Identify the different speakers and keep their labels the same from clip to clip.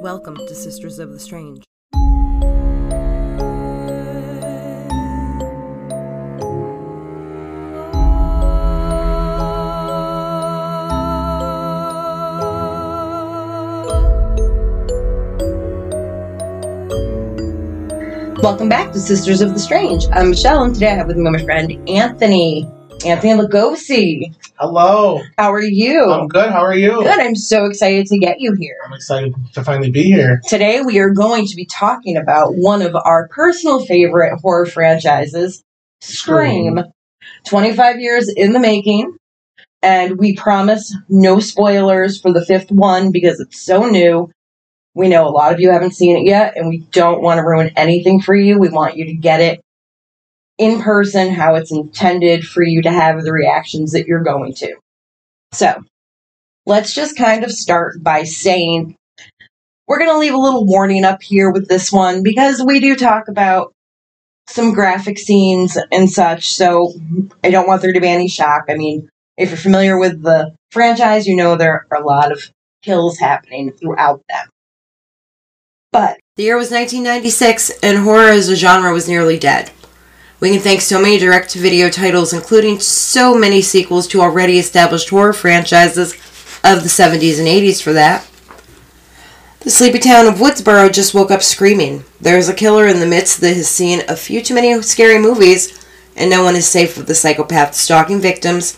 Speaker 1: Welcome to Sisters of the Strange.
Speaker 2: Welcome back to Sisters of the Strange. I'm Michelle, and today I have with me my friend Anthony. Anthony Lugosi.
Speaker 3: Hello.
Speaker 2: How are you?
Speaker 3: I'm good. How are you?
Speaker 2: Good. I'm so excited to get you here.
Speaker 3: I'm excited to finally be here.
Speaker 2: Today we are going to be talking about one of our personal favorite horror franchises, Scream. 25 years in the making. And we promise no spoilers for the fifth one because it's so new. We know a lot of you haven't seen it yet, and we don't want to ruin anything for you. We want you to get it in person, how it's intended for you to have the reactions that you're going to. So let's just kind of start by saying we're going to leave a little warning up here with this one because we do talk about some graphic scenes and such. So I don't want there to be any shock. I mean, if you're familiar with the franchise, you know there are a lot of kills happening throughout them. But
Speaker 1: The year was 1996, and horror as a genre was nearly dead. We can thank so many direct to video titles, including so many sequels to already established horror franchises of the 70s and 80s, for that. The sleepy town of Woodsboro just woke up screaming. There is a killer in the midst that has seen a few too many scary movies, and no one is safe with the psychopath stalking victims,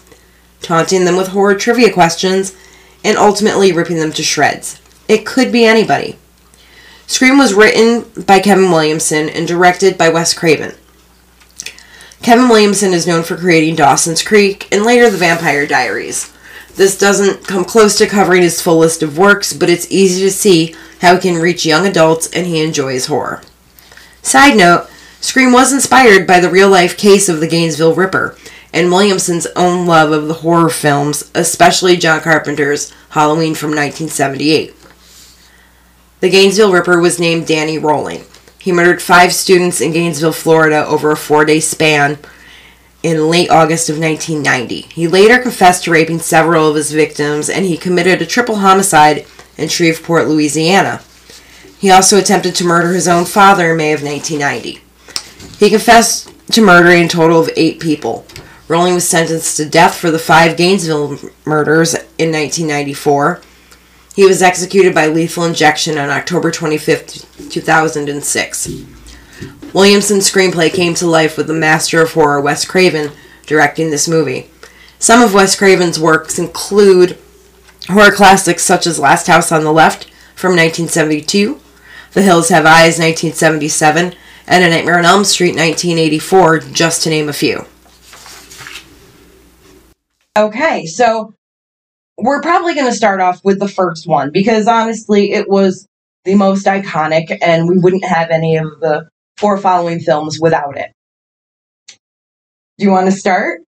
Speaker 1: taunting them with horror trivia questions, and ultimately ripping them to shreds. It could be anybody. Scream was written by Kevin Williamson and directed by Wes Craven. Kevin Williamson is known for creating Dawson's Creek and later The Vampire Diaries. This doesn't come close to covering his full list of works, but it's easy to see how he can reach young adults and he enjoys horror. Side note Scream was inspired by the real life case of the Gainesville Ripper and Williamson's own love of the horror films, especially John Carpenter's Halloween from 1978. The Gainesville Ripper was named Danny Rowling. He murdered five students in Gainesville, Florida over a four day span in late August of 1990. He later confessed to raping several of his victims and he committed a triple homicide in Shreveport, Louisiana. He also attempted to murder his own father in May of 1990. He confessed to murdering a total of eight people. Rowling was sentenced to death for the five Gainesville m- murders in 1994. He was executed by lethal injection on October 25th, 2006. Williamson's screenplay came to life with the master of horror Wes Craven directing this movie. Some of Wes Craven's works include horror classics such as Last House on the Left from 1972, The Hills Have Eyes 1977, and A Nightmare on Elm Street 1984, just to name a few.
Speaker 2: okay, so we're probably going to start off with the first one because honestly, it was the most iconic, and we wouldn't have any of the four following films without it. Do you want to start?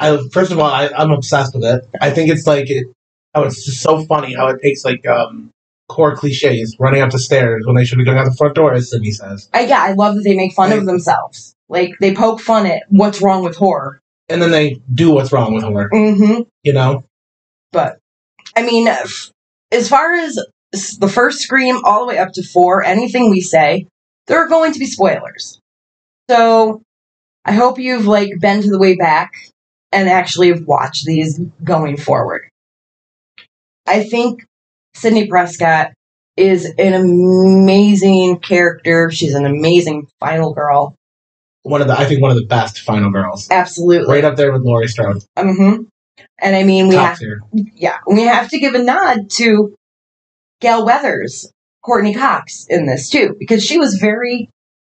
Speaker 3: I first of all, I, I'm obsessed with it. I think it's like it, oh, it's just so funny how it takes like um core cliches running up the stairs when they should be going out the front door, as Sydney says,
Speaker 2: I, yeah, I love that they make fun of
Speaker 3: Right.
Speaker 2: themselves. Like they poke fun at what's wrong with horror.
Speaker 3: and then they do what's wrong with her.
Speaker 2: Mm-hmm.
Speaker 3: You know,
Speaker 2: But I mean, f- as far as s- the first scream all the way up to four, anything we say, there are going to be spoilers. So I hope you've like been to the way back and actually have watched these going forward. I think Sydney Prescott is an amazing character. She's an amazing final girl.
Speaker 3: one of the I think one of the best final girls,
Speaker 2: Absolutely.
Speaker 3: right up there with Laurie Strode,
Speaker 2: Mm-hmm. And I mean, we
Speaker 3: top
Speaker 2: have
Speaker 3: tier.
Speaker 2: yeah, we have to give a nod to Gail Weathers, Courtney Cox in this too, because she was very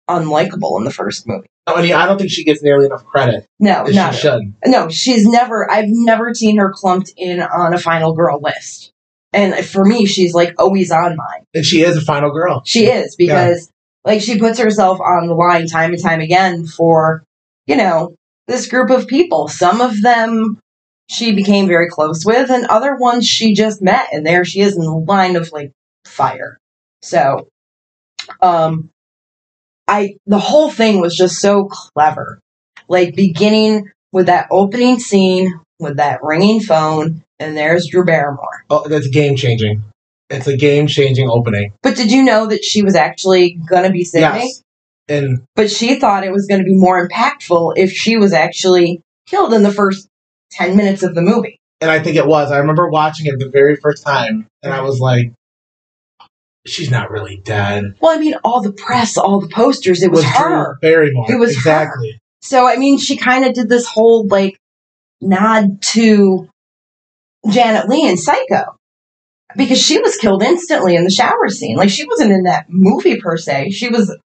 Speaker 2: unlikable in the first movie.
Speaker 3: No, I mean, I don't think she gets nearly enough credit
Speaker 2: No,
Speaker 3: as
Speaker 2: not
Speaker 3: she should.
Speaker 2: no, she's never. I've never seen her clumped in on a final girl list, and for me, she's like always on mine.
Speaker 3: And she is a final girl.
Speaker 2: She is because like she puts herself on the line time and time again for, you know, this group of people. Some of them she became very close with and other ones she just met and there she is in the line of like fire. So um I the whole thing was just so clever. Like beginning with that opening scene with that ringing phone and there's Drew Barrymore.
Speaker 3: Oh, that's game changing. It's a game changing opening.
Speaker 2: But did you know that she was actually gonna be Sydney?
Speaker 3: Yes. And
Speaker 2: But she thought it was gonna be more impactful if she was actually killed in the first ten minutes of the movie.
Speaker 3: and I think it was. I remember watching it the very first time, and I was like, "She's not really dead."
Speaker 2: Well, I mean, all the press, all the posters, it was,
Speaker 3: Drew
Speaker 2: her.
Speaker 3: Barrymore.
Speaker 2: It was her.
Speaker 3: exactly.
Speaker 2: So I mean, she kind of did this whole like nod to Janet Lee in Psycho because she was killed instantly in the shower scene. Like she wasn't in that movie per se. She was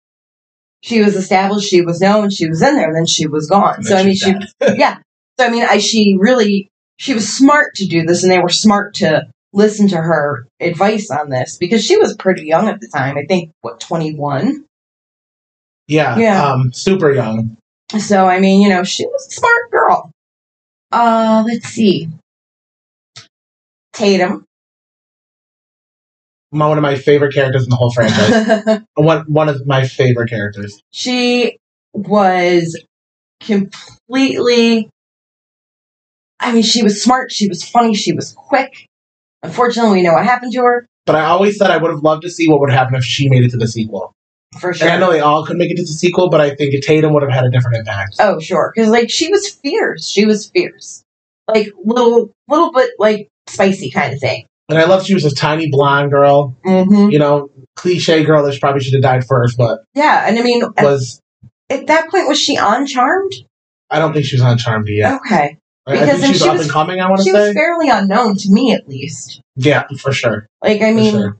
Speaker 2: she was established, she was known, she was in there, and then she was gone.
Speaker 3: And
Speaker 2: so I
Speaker 3: then
Speaker 2: mean,
Speaker 3: she's
Speaker 2: she yeah. So I mean, I she really she was smart to do this, and they were smart to listen to her advice on this because she was pretty young at the time. I think what twenty one.
Speaker 3: Yeah,
Speaker 2: Yeah.
Speaker 3: Um, super young.
Speaker 2: So I mean, you know, she was a smart girl. Uh, let's see. Tatum.
Speaker 3: My- One of my favorite characters in the whole franchise. one one of my favorite characters.
Speaker 2: she was completely I mean, she was smart, she was funny, she was quick. Unfortunately, we know what happened to her.
Speaker 3: But I always said I would have loved to see what would happen if she made it to the sequel.
Speaker 2: For sure.
Speaker 3: And I know they all could make it to the sequel, but I think Tatum would have had a different impact.
Speaker 2: Oh, sure. Because like she was fierce. She was fierce. Like little little bit like spicy kind of thing.
Speaker 3: And I love she was a tiny blonde girl,
Speaker 2: Mm-hmm.
Speaker 3: you know, cliche girl that probably should have died first, but
Speaker 2: Yeah, and I mean at,
Speaker 3: was
Speaker 2: at that point was she on Charmed?
Speaker 3: I don't think she was on Charmed yet.
Speaker 2: Okay.
Speaker 3: I- I
Speaker 2: because
Speaker 3: think
Speaker 2: then
Speaker 3: she's
Speaker 2: she
Speaker 3: up
Speaker 2: was-
Speaker 3: and coming. I want to
Speaker 2: she
Speaker 3: say,
Speaker 2: was fairly unknown to me at least
Speaker 3: yeah, for sure.
Speaker 2: like i
Speaker 3: For
Speaker 2: mean
Speaker 3: sure.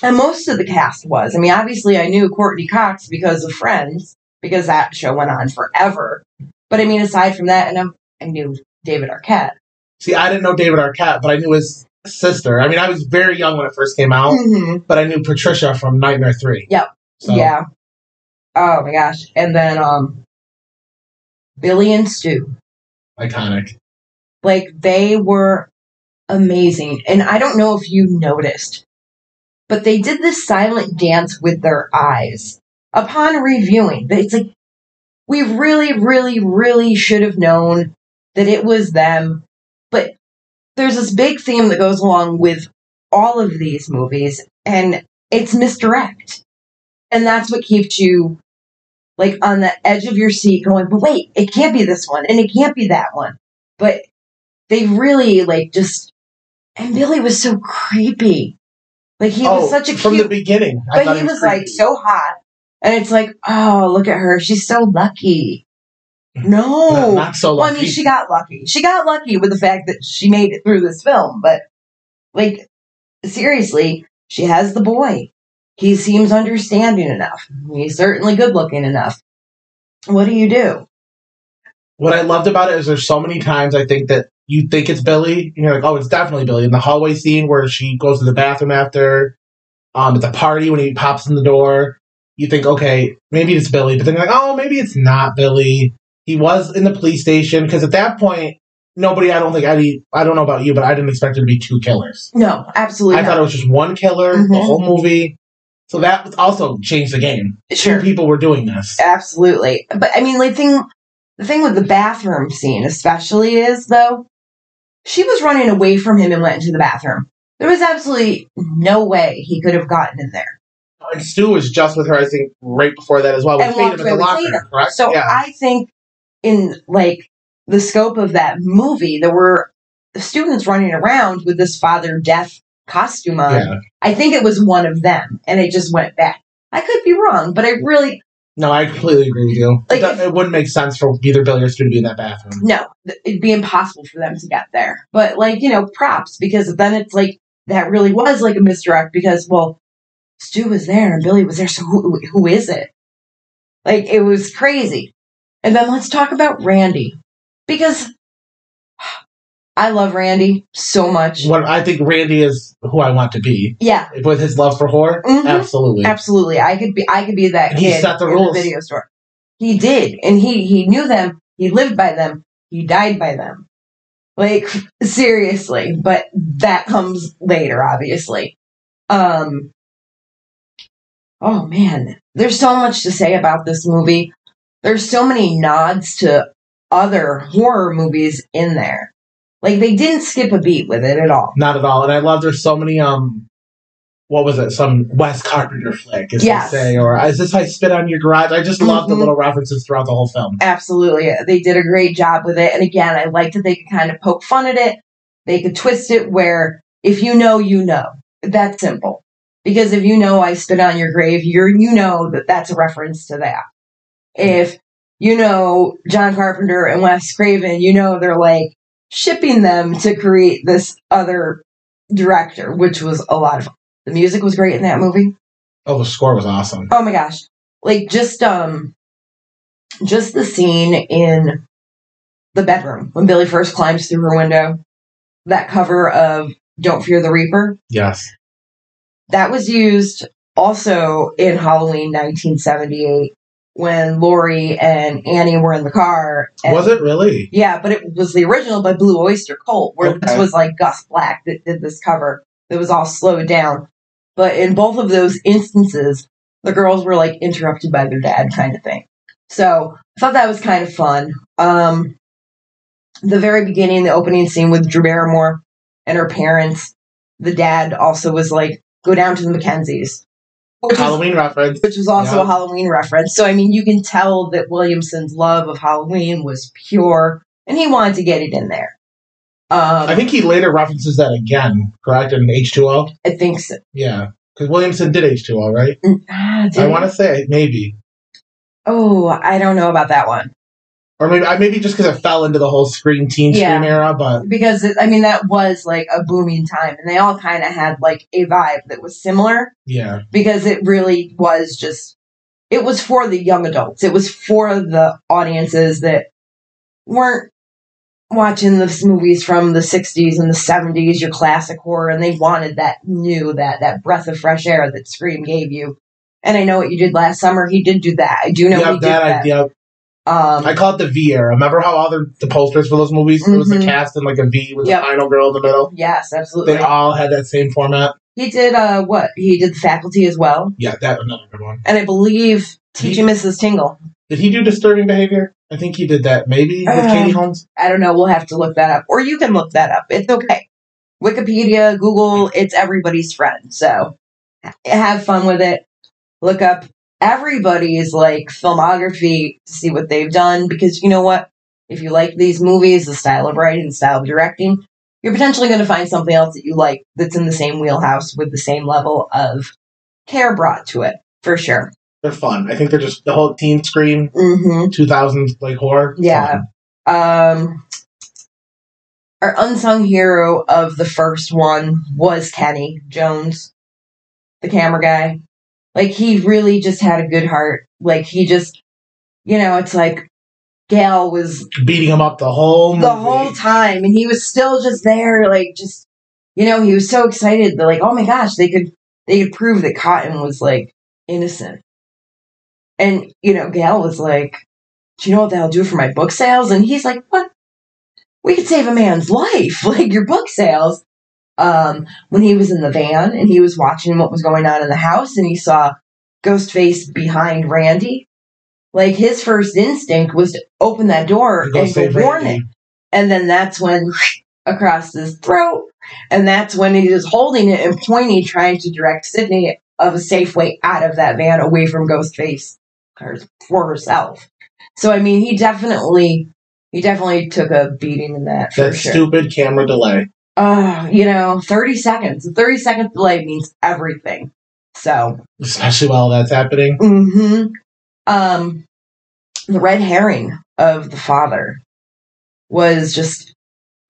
Speaker 2: and most of the cast was i mean obviously i knew courtney cox because of friends because that show went on forever but i mean aside from that and I'm, i knew david arquette
Speaker 3: See, I didn't know David Arquette, but I knew his sister. I mean, I was very young when it first came out, but I knew Patricia from Nightmare Three.
Speaker 2: Hmm. Yep.
Speaker 3: So,
Speaker 2: Mm-hmm. yeah oh my gosh and then um billy and stu
Speaker 3: iconic.
Speaker 2: like they were amazing and i don't know if you noticed but they did this silent dance with their eyes upon reviewing it's like we really really really should have known that it was them but there's this big theme that goes along with all of these movies and it's misdirect and that's what keeps you like on the edge of your seat going but wait it can't be this one and it can't be that one but they really like just and Billy was so creepy. Like he was such a
Speaker 3: Oh, from
Speaker 2: cute
Speaker 3: the beginning. I
Speaker 2: but
Speaker 3: thought
Speaker 2: he
Speaker 3: it
Speaker 2: was like
Speaker 3: creepy.
Speaker 2: so hot. And it's like, oh, look at her. She's so lucky. No.
Speaker 3: Not- not so
Speaker 2: Well,
Speaker 3: lucky.
Speaker 2: I mean, she got lucky. She got lucky with the fact that she made it through this film. But, like, seriously, she has the boy. He seems understanding enough. He's certainly good looking enough. What do you do?
Speaker 3: what I loved about it is there's so many times I think that you think it's Billy, and you're like, oh, it's definitely Billy. In the hallway scene where she goes to the bathroom after, um, at the party when he pops in the door, you think, okay, maybe it's Billy, but then you're like, oh, maybe it's not Billy. He was in the police station because at that point, nobody, I don't think any, I don't know about you, but I didn't expect there to be two killers.
Speaker 2: No, absolutely.
Speaker 3: I thought it was just one killer the
Speaker 2: Mhm.
Speaker 3: whole movie. So that was also changed the game.
Speaker 2: was
Speaker 3: Two people were doing this.
Speaker 2: absolutely. But I mean, like thing, the thing with the bathroom scene, especially, is though she was running away from him and went into the bathroom. There was absolutely no way he could have gotten in there.
Speaker 3: And Stu was just with her, I think, right before that as well. with
Speaker 2: And
Speaker 3: Tatum
Speaker 2: walked
Speaker 3: in the
Speaker 2: away with
Speaker 3: locker,
Speaker 2: Tatum.
Speaker 3: correct?
Speaker 2: So
Speaker 3: yeah.
Speaker 2: I think in like the scope of that movie, there were students running around with this father death costume on.
Speaker 3: yeah.
Speaker 2: I think it was one of them, and it just went back. I could be wrong, but I really
Speaker 3: No, I completely agree with you.
Speaker 2: Like,
Speaker 3: it, do- it wouldn't make sense for either Billy or Stu to be in that bathroom.
Speaker 2: no, th- it'd be impossible for them to get there. But like, you know, props because then it's like that really was like a misdirect because well, Stu was there and Billy was there, so who who is it? Like it was crazy. And then let's talk about Randy because I love Randy so much.
Speaker 3: What I think Randy is who I want to be
Speaker 2: Yeah,
Speaker 3: with his love for horror.
Speaker 2: Mhm.
Speaker 3: Absolutely.
Speaker 2: absolutely. I could be I could be that
Speaker 3: And he
Speaker 2: kid
Speaker 3: set the
Speaker 2: in
Speaker 3: rules.
Speaker 2: the video store. He did, and he he knew them. He lived by them. He died by them. Like seriously, but that comes later, obviously. Um. Oh man, there's so much to say about this movie. There's so many nods to other horror movies in there. Like they didn't skip a beat with it at all.
Speaker 3: Not at all. And I love there's so many um what was it? Some Wes Carpenter flick, as
Speaker 2: Yes. Mm-hmm.
Speaker 3: they say, or is this I spit on your garage? I just love the
Speaker 1: Mhm.
Speaker 3: little references throughout the whole film.
Speaker 2: Absolutely. They did a great job with it. And again, I like that they could kind of poke fun at it. They could twist it where if you know, you know. That's simple. Because if you know I spit on your grave, you're, you know that that's a reference to that. If you know John Carpenter and Wes Craven, you know they're like shipping them to create this other director, which was a lot of fun. The music was great in that movie
Speaker 3: Oh, the score was awesome.
Speaker 2: oh my gosh like just um just the scene in the bedroom when billy first climbs through her window that cover of don't fear the reaper
Speaker 3: Yes.
Speaker 2: that was used also in halloween 1978 when Lori and Annie were in the car. And,
Speaker 3: Was it really?
Speaker 2: Yeah, but it was the original by Blue Oyster Cult, where this
Speaker 3: Okay.
Speaker 2: was like Gus Black that did this cover that was all slowed down. But in both of those instances, the girls were like interrupted by their dad kind of thing. So I thought that was kind of fun. Um, the very beginning, the opening scene with Drew Barrymore and her parents, the dad also was like, go down to the Mackenzies. Which is
Speaker 3: Halloween reference.
Speaker 2: which was also
Speaker 3: Yeah.
Speaker 2: a Halloween reference. So I mean, you can tell that Williamson's love of Halloween was pure, and he wanted to get it in there. Um,
Speaker 3: I think he later references that again, correct? In H2O?
Speaker 2: I think so.
Speaker 3: Yeah. Because Williamson did H2O, right?
Speaker 2: Ah, did
Speaker 3: I
Speaker 2: he?
Speaker 3: want to say maybe.
Speaker 2: oh, I don't know about that one
Speaker 3: Or maybe, I maybe just because it fell into the whole screen teen
Speaker 2: Yeah.
Speaker 3: scream era, but
Speaker 2: because it, I mean that was like a booming time, and they all kind of had like a vibe that was similar
Speaker 3: yeah.
Speaker 2: because it really was just it was for the young adults. It was for the audiences that weren't watching the movies from the 60s and the 70s, your classic horror, and they wanted that new, that that breath of fresh air that Scream gave you. And I know what you did last summer. He did do that. I do know
Speaker 3: you
Speaker 2: he
Speaker 3: have
Speaker 2: did
Speaker 3: that,
Speaker 2: that.
Speaker 3: idea.
Speaker 2: Um,
Speaker 3: I call it the V era. Remember how all the, the posters for those movies, it was the
Speaker 2: Mhm.
Speaker 3: cast in like a V with
Speaker 2: Yep.
Speaker 3: the final girl in the middle?
Speaker 2: yes, absolutely.
Speaker 3: They all had that same format.
Speaker 2: he did uh, what? He did the faculty as well,
Speaker 3: Yeah, that another good one.
Speaker 2: and I believe teaching Mrs. Tingle.
Speaker 3: Did he do disturbing behavior? I think he did that. Maybe with
Speaker 2: Uh,
Speaker 3: Katie Holmes.
Speaker 2: I don't know. We'll have to look that up, or you can look that up. It's okay. Wikipedia, Google, it's everybody's friend. So have fun with it. Look up everybody's like filmography to see what they've done because you know what? If you like these movies, the style of writing, the style of directing, you're potentially going to find something else that you like that's in the same wheelhouse with the same level of care brought to it for sure.
Speaker 3: They're fun. I think they're just the whole teen scream
Speaker 2: Mm-hmm.
Speaker 3: two thousands like horror.
Speaker 2: Yeah.
Speaker 3: Fun.
Speaker 2: um our unsung hero of the first one was Kenny Jones, the camera guy. Like he really just had a good heart. Like he just you know, it's like Gail was
Speaker 3: Beating him up the whole
Speaker 2: the
Speaker 3: movie.
Speaker 2: whole time and he was still just there, like just you know, he was so excited that like, oh my gosh, they could they could prove that Cotton was like innocent. And, you know, Gail was like, Do you know what that'll do for my book sales? And he's like, What? We could save a man's life, like your book sales. Um, when he was in the van and he was watching what was going on in the house and he saw Ghostface behind Randy, like his first instinct was to open that door
Speaker 3: You go
Speaker 2: and go
Speaker 3: save Randy.
Speaker 2: warn it. And then that's when across his throat. And that's when he is holding it and pointing, trying to direct Sydney of a safe way out of that van away from Ghostface her- for herself. So I mean he definitely he definitely took a beating in that for
Speaker 3: That
Speaker 2: sure.
Speaker 3: stupid camera delay.
Speaker 2: Uh, you know, 30 seconds. A 30 second delay means everything. So
Speaker 3: Especially while that's happening.
Speaker 2: hmm Um, the red herring of the father was just.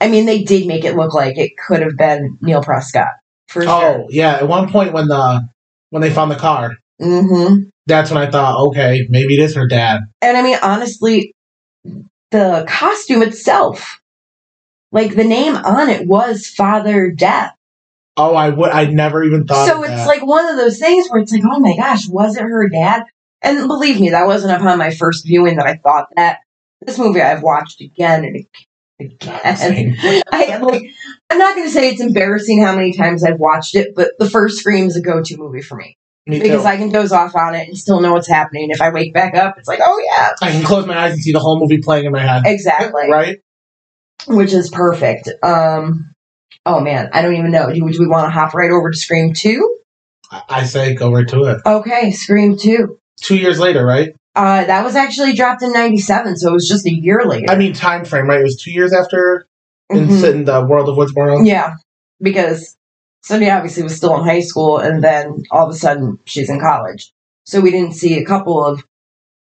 Speaker 2: I mean, they did make it look like it could have been Neil Prescott for
Speaker 3: Oh, yeah. At one point when the when they found the car,
Speaker 2: sure. hmm
Speaker 3: that's when I thought, okay, maybe it is her dad.
Speaker 2: And I mean, honestly, the costume itself, like the name on it, was Father Death.
Speaker 3: Oh, I would I never even thought
Speaker 2: So it's
Speaker 3: of that.
Speaker 2: like one of those things where it's like, oh my gosh, was it her dad? And believe me, that wasn't upon my first viewing that I thought that. This movie I've watched again and again.
Speaker 3: Same.
Speaker 2: I, like, I'm not going to say it's embarrassing how many times I've watched it, but the first Scream is a go to movie for me
Speaker 3: Me
Speaker 2: because
Speaker 3: too.
Speaker 2: I can doze off on it and still know what's happening. If I wake back up, it's like, oh yeah,
Speaker 3: I can close my eyes and see the whole movie playing in my head.
Speaker 2: exactly,
Speaker 3: Right?
Speaker 2: which is perfect. Um, oh man, I don't even know. Do, do we want to hop right over to Scream 2?
Speaker 3: I, I say go right to it.
Speaker 2: Okay, Scream 2.
Speaker 3: Two years later, right?
Speaker 2: Uh, that was actually dropped in 97, so it was just a year later.
Speaker 3: I mean, time frame, right? It was two years after in,
Speaker 2: Mhm.
Speaker 3: in the world of Woodsboro.
Speaker 2: Yeah, because Cindy obviously was still in high school, and then all of a sudden she's in college. So we didn't see a couple of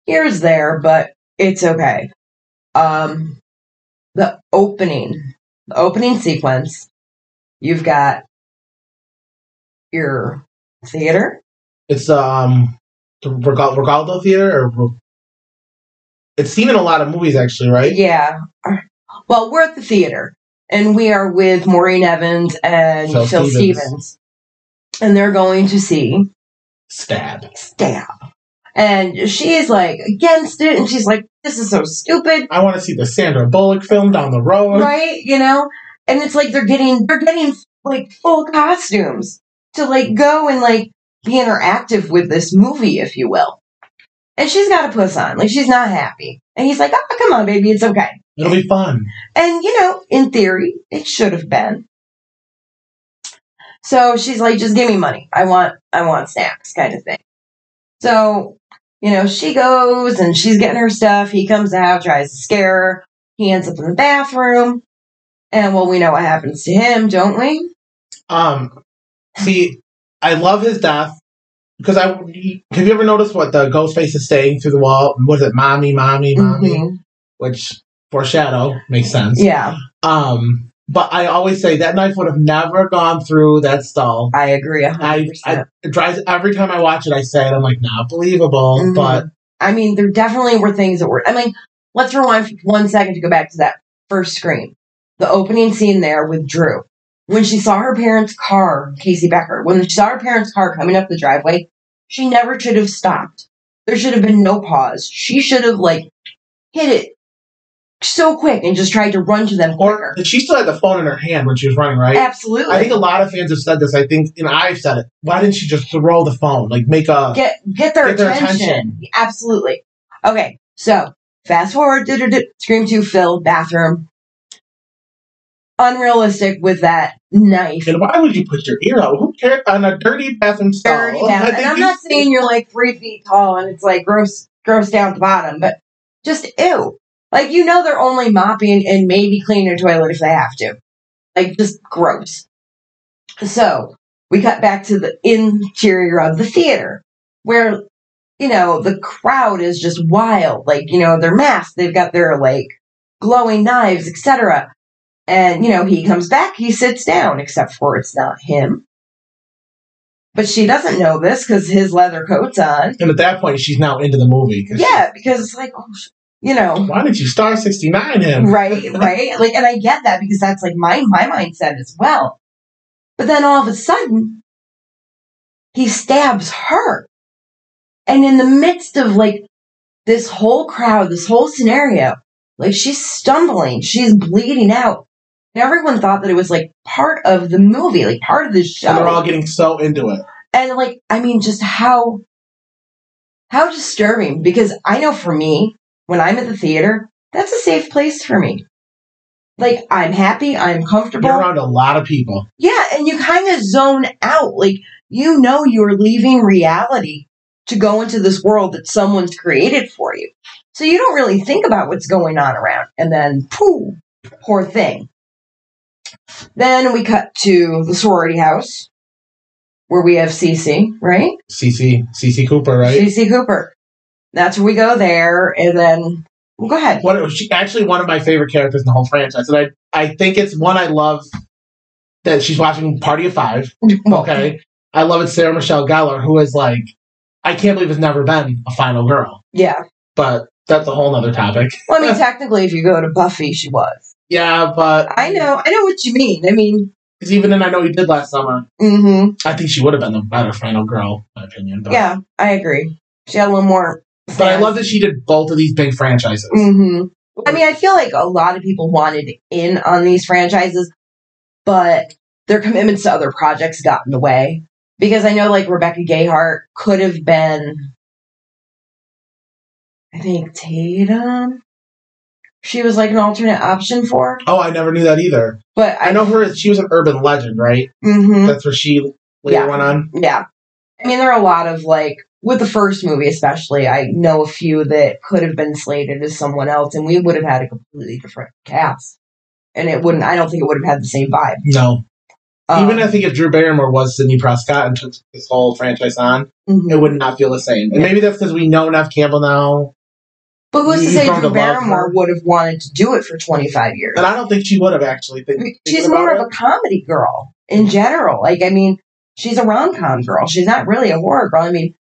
Speaker 2: years there, but it's okay. Um, the opening, the opening sequence, you've got your theater.
Speaker 3: It's um the Regal- Regaldo Theater. Or, Re- it's seen in a lot of movies, actually, right?
Speaker 2: Yeah. Well, we're at the theater, and we are with Maureen Evans and
Speaker 3: Phil
Speaker 2: Phil,
Speaker 3: Stevens.
Speaker 2: Stevens. And they're going to see
Speaker 3: Stab.
Speaker 2: stab. And she's like against it, and she's like, this is so stupid,
Speaker 3: I want to see the Sandra Bullock film down the road.
Speaker 2: right? You know? And it's like they're getting they're getting like full costumes to like go and like be interactive with this movie, if you will. And she's got a puss on, like she's not happy. And he's like, oh, come on, baby, it's okay.
Speaker 3: It'll be fun.
Speaker 2: And, you know, in theory, it should have been. So she's like, just give me money. I want, I want snacks kind of thing. So, you know, she goes and she's getting her stuff. He comes out, tries to scare her. He ends up in the bathroom. And well, we know what happens to him, don't we?
Speaker 3: Um, see, I love his death because I. Have you ever noticed what the ghost face is saying through the wall? Was it mommy, mommy, mommy?
Speaker 2: Mhm.
Speaker 3: Which foreshadow makes sense.
Speaker 2: Yeah,
Speaker 3: Um, but I always say that knife would have never gone through that stall.
Speaker 2: I agree. a
Speaker 3: I,
Speaker 2: 100%.
Speaker 3: I it drives every time I watch it. I say it. I'm like, not believable.
Speaker 2: Mhm.
Speaker 3: Um, But
Speaker 2: I mean, there definitely were things that were. I mean, let's rewind for one second to go back to that first screen, the opening scene there with Drew. When she saw her parents' car, Casey Becker, when she saw her parents' car coming up the driveway, she never should have stopped. There should have been no pause. She should have, like, hit it so quick and just tried to run to them quicker.
Speaker 3: or she still had the phone in her hand when she was running, right?
Speaker 2: Absolutely.
Speaker 3: I think a lot of fans have said this. I think, and I've said it. Why didn't she just throw the phone? Like, make a
Speaker 2: get get their,
Speaker 3: uh, Get their
Speaker 2: attention.
Speaker 3: attention.
Speaker 2: Absolutely. Okay, so fast forward. do-do-do, Scream two. Phil bathroom. Unrealistic with that knife.
Speaker 3: And why would you put your ear out? Who cares on a dirty bathroom stall?
Speaker 2: Dirty
Speaker 3: I
Speaker 2: bath-
Speaker 3: think
Speaker 2: And I'm
Speaker 3: you-
Speaker 2: not saying you're like three feet tall and it's like gross, gross down at the bottom, but just ew. Like you know, they're only mopping and maybe cleaning a toilet if they have to. Like just gross. So we cut back to the interior of the theater where you know the crowd is just wild. Like you know they're masked, they've got their like glowing knives, etc. And you know he comes back, he sits down, except for it's not him. But she doesn't know this because his leather coat's on.
Speaker 3: And at that point, she's now into the movie. 'Cause
Speaker 2: Yeah, because it's like, oh, sh- you know,
Speaker 3: Why did you star sixty nine him?
Speaker 2: right, right. Like, and I get that because that's like my my mindset as well. But then all of a sudden, he stabs her, and in the midst of like this whole crowd, this whole scenario, like she's stumbling, she's bleeding out, and everyone thought that it was like part of the movie, like part of the show
Speaker 3: And they're all getting so into it.
Speaker 2: and like i mean just how how disturbing because i know for me when i'm at the theater that's a safe place for me like i'm happy i'm comfortable
Speaker 3: You're around a lot of people.
Speaker 2: yeah and you kind of zone out like you know you're leaving reality to go into this world that someone's created for you so you don't really think about what's going on around and then poo poor thing then we cut to the sorority house where we have cc right
Speaker 3: CC CC Cooper, right?
Speaker 2: CC Cooper. That's where we go there, and then well, go ahead.
Speaker 3: What she actually one of my favorite characters in the whole franchise, and I I think it's one I love that she's watching Party of Five. Okay, I love it. Sarah Michelle Gellar, who is like, I can't believe has never been a final girl,
Speaker 2: Yeah.
Speaker 3: but that's a whole nother topic.
Speaker 2: Well, I mean, technically, if you go to Buffy, she was.
Speaker 3: Yeah, but
Speaker 2: I know. I know what you mean. I mean,
Speaker 3: because even in I know you did last summer.
Speaker 2: hmm
Speaker 3: I think she would have been the better final girl, in my opinion. But,
Speaker 2: yeah, I agree. She had a little more.
Speaker 3: but I love that she did both of these big franchises.
Speaker 2: hmm I mean, I feel like a lot of people wanted in on these franchises, but their commitments to other projects got in the way. Because I know, like Rebecca Gayhart could have been, I think Tatum. She was like an alternate option for,
Speaker 3: Oh, I never knew that either.
Speaker 2: but I,
Speaker 3: I know her; she was an urban legend, right?
Speaker 2: hmm
Speaker 3: That's where she later
Speaker 2: Yeah.
Speaker 3: went on.
Speaker 2: yeah. I mean, there are a lot of like with the first movie, especially. I know a few that could have been slated as someone else, and we would have had a completely different cast, and it wouldn't. I don't think it would have had the same vibe.
Speaker 3: No.
Speaker 2: Um,
Speaker 3: Even I think if Drew Barrymore was Sidney Prescott and took this whole franchise on,
Speaker 2: mhm.
Speaker 3: it would not feel the same. And maybe that's because we know Nev Campbell now.
Speaker 2: but who's to
Speaker 3: you
Speaker 2: say
Speaker 3: found
Speaker 2: Drew
Speaker 3: a love
Speaker 2: Barrymore
Speaker 3: for-
Speaker 2: would have wanted to do it for twenty five years?
Speaker 3: And I don't think she would have actually.
Speaker 2: I
Speaker 3: Think,
Speaker 2: mean, she's
Speaker 3: thinking about
Speaker 2: more of
Speaker 3: it.
Speaker 2: a comedy girl in general. Like, I mean, she's a rom com girl. She's not really a horror girl. I mean,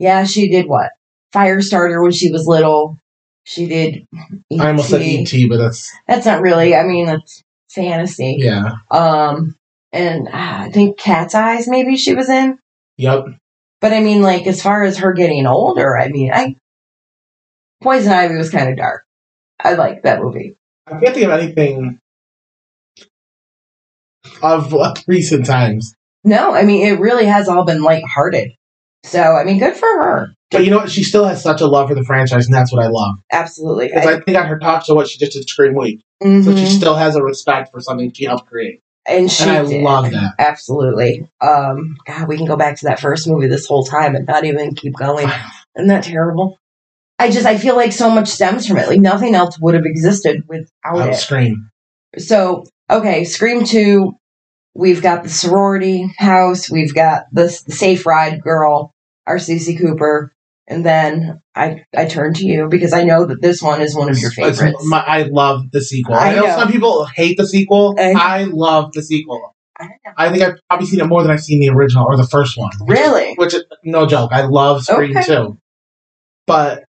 Speaker 2: yeah, she did what Firestarter when she was little. She did. E
Speaker 3: I almost said E E.T., but that's,
Speaker 2: That's not really. I mean, that's fantasy.
Speaker 3: yeah.
Speaker 2: Um, and ah, I think Cat's Eyes maybe she was in.
Speaker 3: Yep.
Speaker 2: But I mean, like as far as her getting older, I mean, I Poison Ivy was kind of dark. I like that movie.
Speaker 3: I can't think of anything of like, recent times.
Speaker 2: No, I mean, it really has all been lighthearted. So I mean, good for her.
Speaker 3: But you know what? She still has such a love for the franchise, and that's what I love.
Speaker 2: Absolutely.
Speaker 3: Because I think on her talk show, what she just did Scream Week. So she
Speaker 2: Mhm.
Speaker 3: still has a respect for something she helped create.
Speaker 2: and she
Speaker 3: and I
Speaker 2: did.
Speaker 3: love that.
Speaker 2: Absolutely. Um, God, we can go back to that first movie this whole time and not even keep going. Isn't that terrible? I just I feel like so much stems from it. Like nothing else would have existed without
Speaker 3: Um,
Speaker 2: it.
Speaker 3: Scream.
Speaker 2: so okay scream 2 we've got the sorority house we've got the, s- the safe ride girl our cc cooper and then i i turn to you because i know that this one is one of your
Speaker 3: It's-
Speaker 2: favorites
Speaker 3: my- I love the sequel.
Speaker 2: I
Speaker 3: I, know,
Speaker 2: know.
Speaker 3: some people hate the sequel.
Speaker 2: I-
Speaker 3: I, love the sequel.
Speaker 2: I don't know.
Speaker 3: I think I've probably seen it more than I've seen the original or the first one.
Speaker 2: really
Speaker 3: Which, no joke, I love Scream
Speaker 2: Okay.
Speaker 3: too. But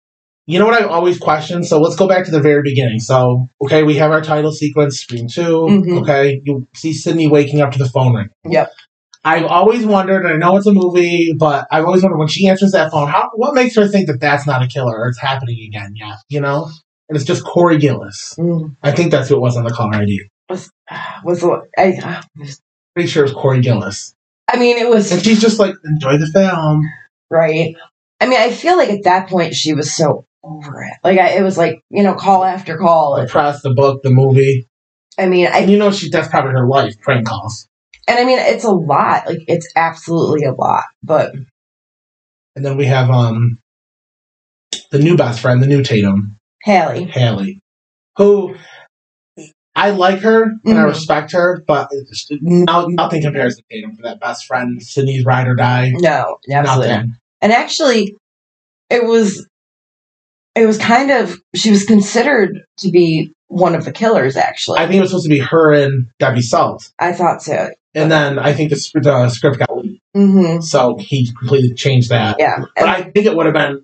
Speaker 3: you know what I've always questioned? So let's go back to the very beginning. So, okay, we have our title sequence, Scream 2.
Speaker 2: Mhm.
Speaker 3: Okay, you see Sydney waking up to the phone ring.
Speaker 2: Yep.
Speaker 3: I've always wondered, and I know it's a movie, but I've always wondered when she answers that phone, how, what makes her think that that's not a killer or it's happening again Yeah, You know? And it's just Corey Gillis.
Speaker 2: Mm.
Speaker 3: I think that's who it was on the caller ID.
Speaker 2: was the- I,
Speaker 3: Pretty sure it was Corey Gillis.
Speaker 2: I mean it
Speaker 3: And
Speaker 2: was
Speaker 3: she's just like, enjoy the film.
Speaker 2: right i mean i feel like at that point she was so over it like I, it was like you know call after call
Speaker 3: The press, the book, the movie.
Speaker 2: i mean i
Speaker 3: And you know she that's probably her life, prank calls.
Speaker 2: and i mean it's a lot like it's absolutely a lot but
Speaker 3: And then we have um the new best friend, the new Tatum,
Speaker 2: hallie
Speaker 3: Haley, who I like her and I
Speaker 2: Mhm.
Speaker 3: respect her, but it's- no, nothing compares to Tatum for that best friend, Sydney's ride or die.
Speaker 2: no absolutely not.
Speaker 3: Nothing.
Speaker 2: and actually it was it was kind of she was considered to be one of the killers actually
Speaker 3: I
Speaker 2: i,
Speaker 3: think it was supposed to be her and Debbie Salt.
Speaker 2: thought so
Speaker 3: And then I think the, sc- the script got leaked,
Speaker 2: hmm
Speaker 3: so he completely changed that.
Speaker 2: yeah
Speaker 3: But I think it would have been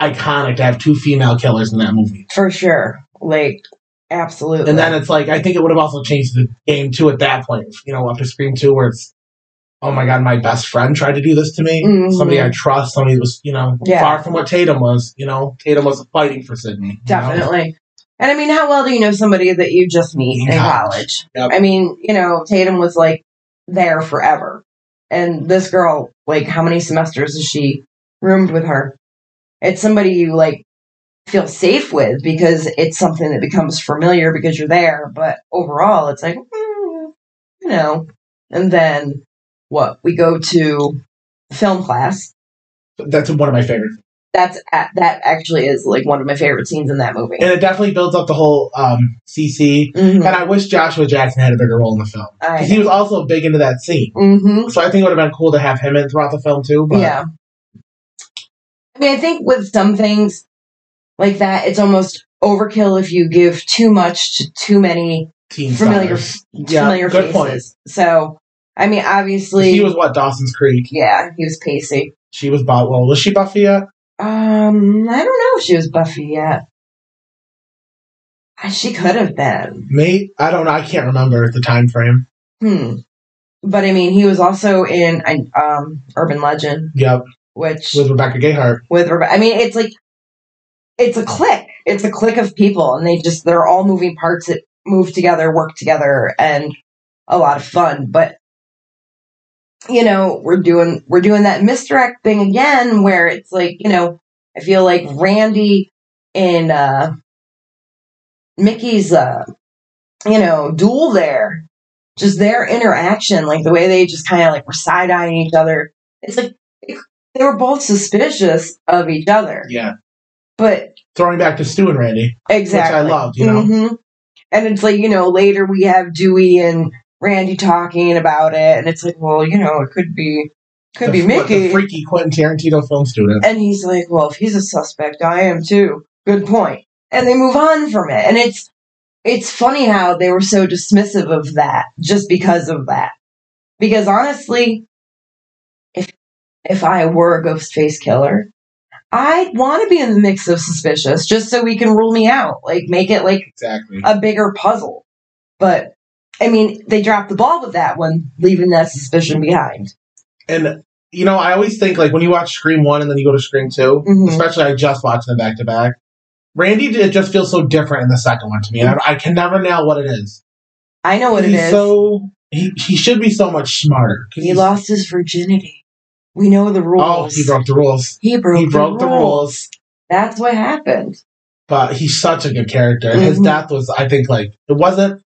Speaker 3: iconic to have two female killers in that movie.
Speaker 2: for sure like absolutely
Speaker 3: And then it's like I think it would have also changed the game too at that point. You know, up to Scream Two, where it's oh my god, my best friend tried to do this to me.
Speaker 2: Mhm.
Speaker 3: Somebody I trust. Somebody that was you know
Speaker 2: Yeah.
Speaker 3: far from what Tatum was. You know, Tatum was fighting for Sydney. you know?
Speaker 2: definitely and i mean how well do you know somebody that you just meet
Speaker 3: In
Speaker 2: in college
Speaker 3: college. Yep.
Speaker 2: i mean you know tatum was like there forever and this girl like how many semesters has she roomed with her it's somebody you like feel safe with because it's something that becomes familiar because you're there but overall it's like mm, you know and then what we go to film class
Speaker 3: That's one of my favorites,
Speaker 2: that's at, that actually is like one of my favorite scenes in that movie
Speaker 3: and it definitely builds up the whole um, CC.
Speaker 2: Mhm.
Speaker 3: And I wish Joshua Jackson had a bigger role in the film
Speaker 2: I-
Speaker 3: because he was also big into that scene.
Speaker 2: Mm-hmm.
Speaker 3: So I think it would have been cool to have him in throughout the film too. But
Speaker 2: yeah. I mean, I think with some things like that, it's almost overkill if you give too much to too many
Speaker 3: teen
Speaker 2: familiar
Speaker 3: stars.
Speaker 2: familiar
Speaker 3: good point.
Speaker 2: faces. So, I mean, obviously,
Speaker 3: He was what Dawson's Creek.
Speaker 2: yeah, he was Pacey.
Speaker 3: She was Bob. Well, was she Buffy uh, yet?
Speaker 2: Um, I don't know if she was Buffy yet. Uh, She could have been.
Speaker 3: May I don't know. I can't remember the time frame.
Speaker 2: Hmm. But I mean, he was also in uh, um, Urban Legend,
Speaker 3: Yep,
Speaker 2: which
Speaker 3: with Rebecca Gayheart.
Speaker 2: with Rebecca. I mean, it's like it's a clique. It's a clique of people, and they just they're all moving parts that move together, work together, and a lot of fun. But you know, we're doing we're doing that misdirect thing again, where it's like you know, I feel like Randy in uh, Mickey's, uh, you know, duel there. Just their interaction, like the way they just kind of like were side eyeing each other. It's like it They were both suspicious of each other,
Speaker 3: Yeah.
Speaker 2: but
Speaker 3: Throwing back to Stu and Randy,
Speaker 2: exactly.
Speaker 3: which I loved, you know.
Speaker 2: hmm And it's like, you know, later we have Dewey and Randy talking about it, and it's like, well, you know, it could be could
Speaker 3: The-
Speaker 2: be
Speaker 3: what,
Speaker 2: Mickey.
Speaker 3: The freaky Quentin Tarantino film student.
Speaker 2: and he's like, Well, if he's a suspect, I am too. Good point. And they move on from it. And it's it's funny how they were so dismissive of that just because of that. Because honestly, if if I were a ghost face killer, I'd want to be in the mix of suspicious just so we can rule me out. Like make it like
Speaker 3: Exactly.
Speaker 2: a bigger puzzle. But I mean, they dropped the ball with that one, leaving that suspicion behind.
Speaker 3: And you know, I always think like when you watch Scream One and then you go to Scream 2
Speaker 2: Mhm.
Speaker 3: especially I just watched them back to back. Randy did just feels so different in the second one to me. I, I can never nail what it is.
Speaker 2: I know what it
Speaker 3: he's
Speaker 2: is.
Speaker 3: so he, he should be so much smarter. 'Cause
Speaker 2: he
Speaker 3: he's-
Speaker 2: lost his virginity. We know the rules.
Speaker 3: Oh, he broke the rules.
Speaker 2: He broke,
Speaker 3: he broke the, rules.
Speaker 2: That's what happened.
Speaker 3: But he's such a good character. And His
Speaker 2: Mhm.
Speaker 3: death was, I think, like it wasn't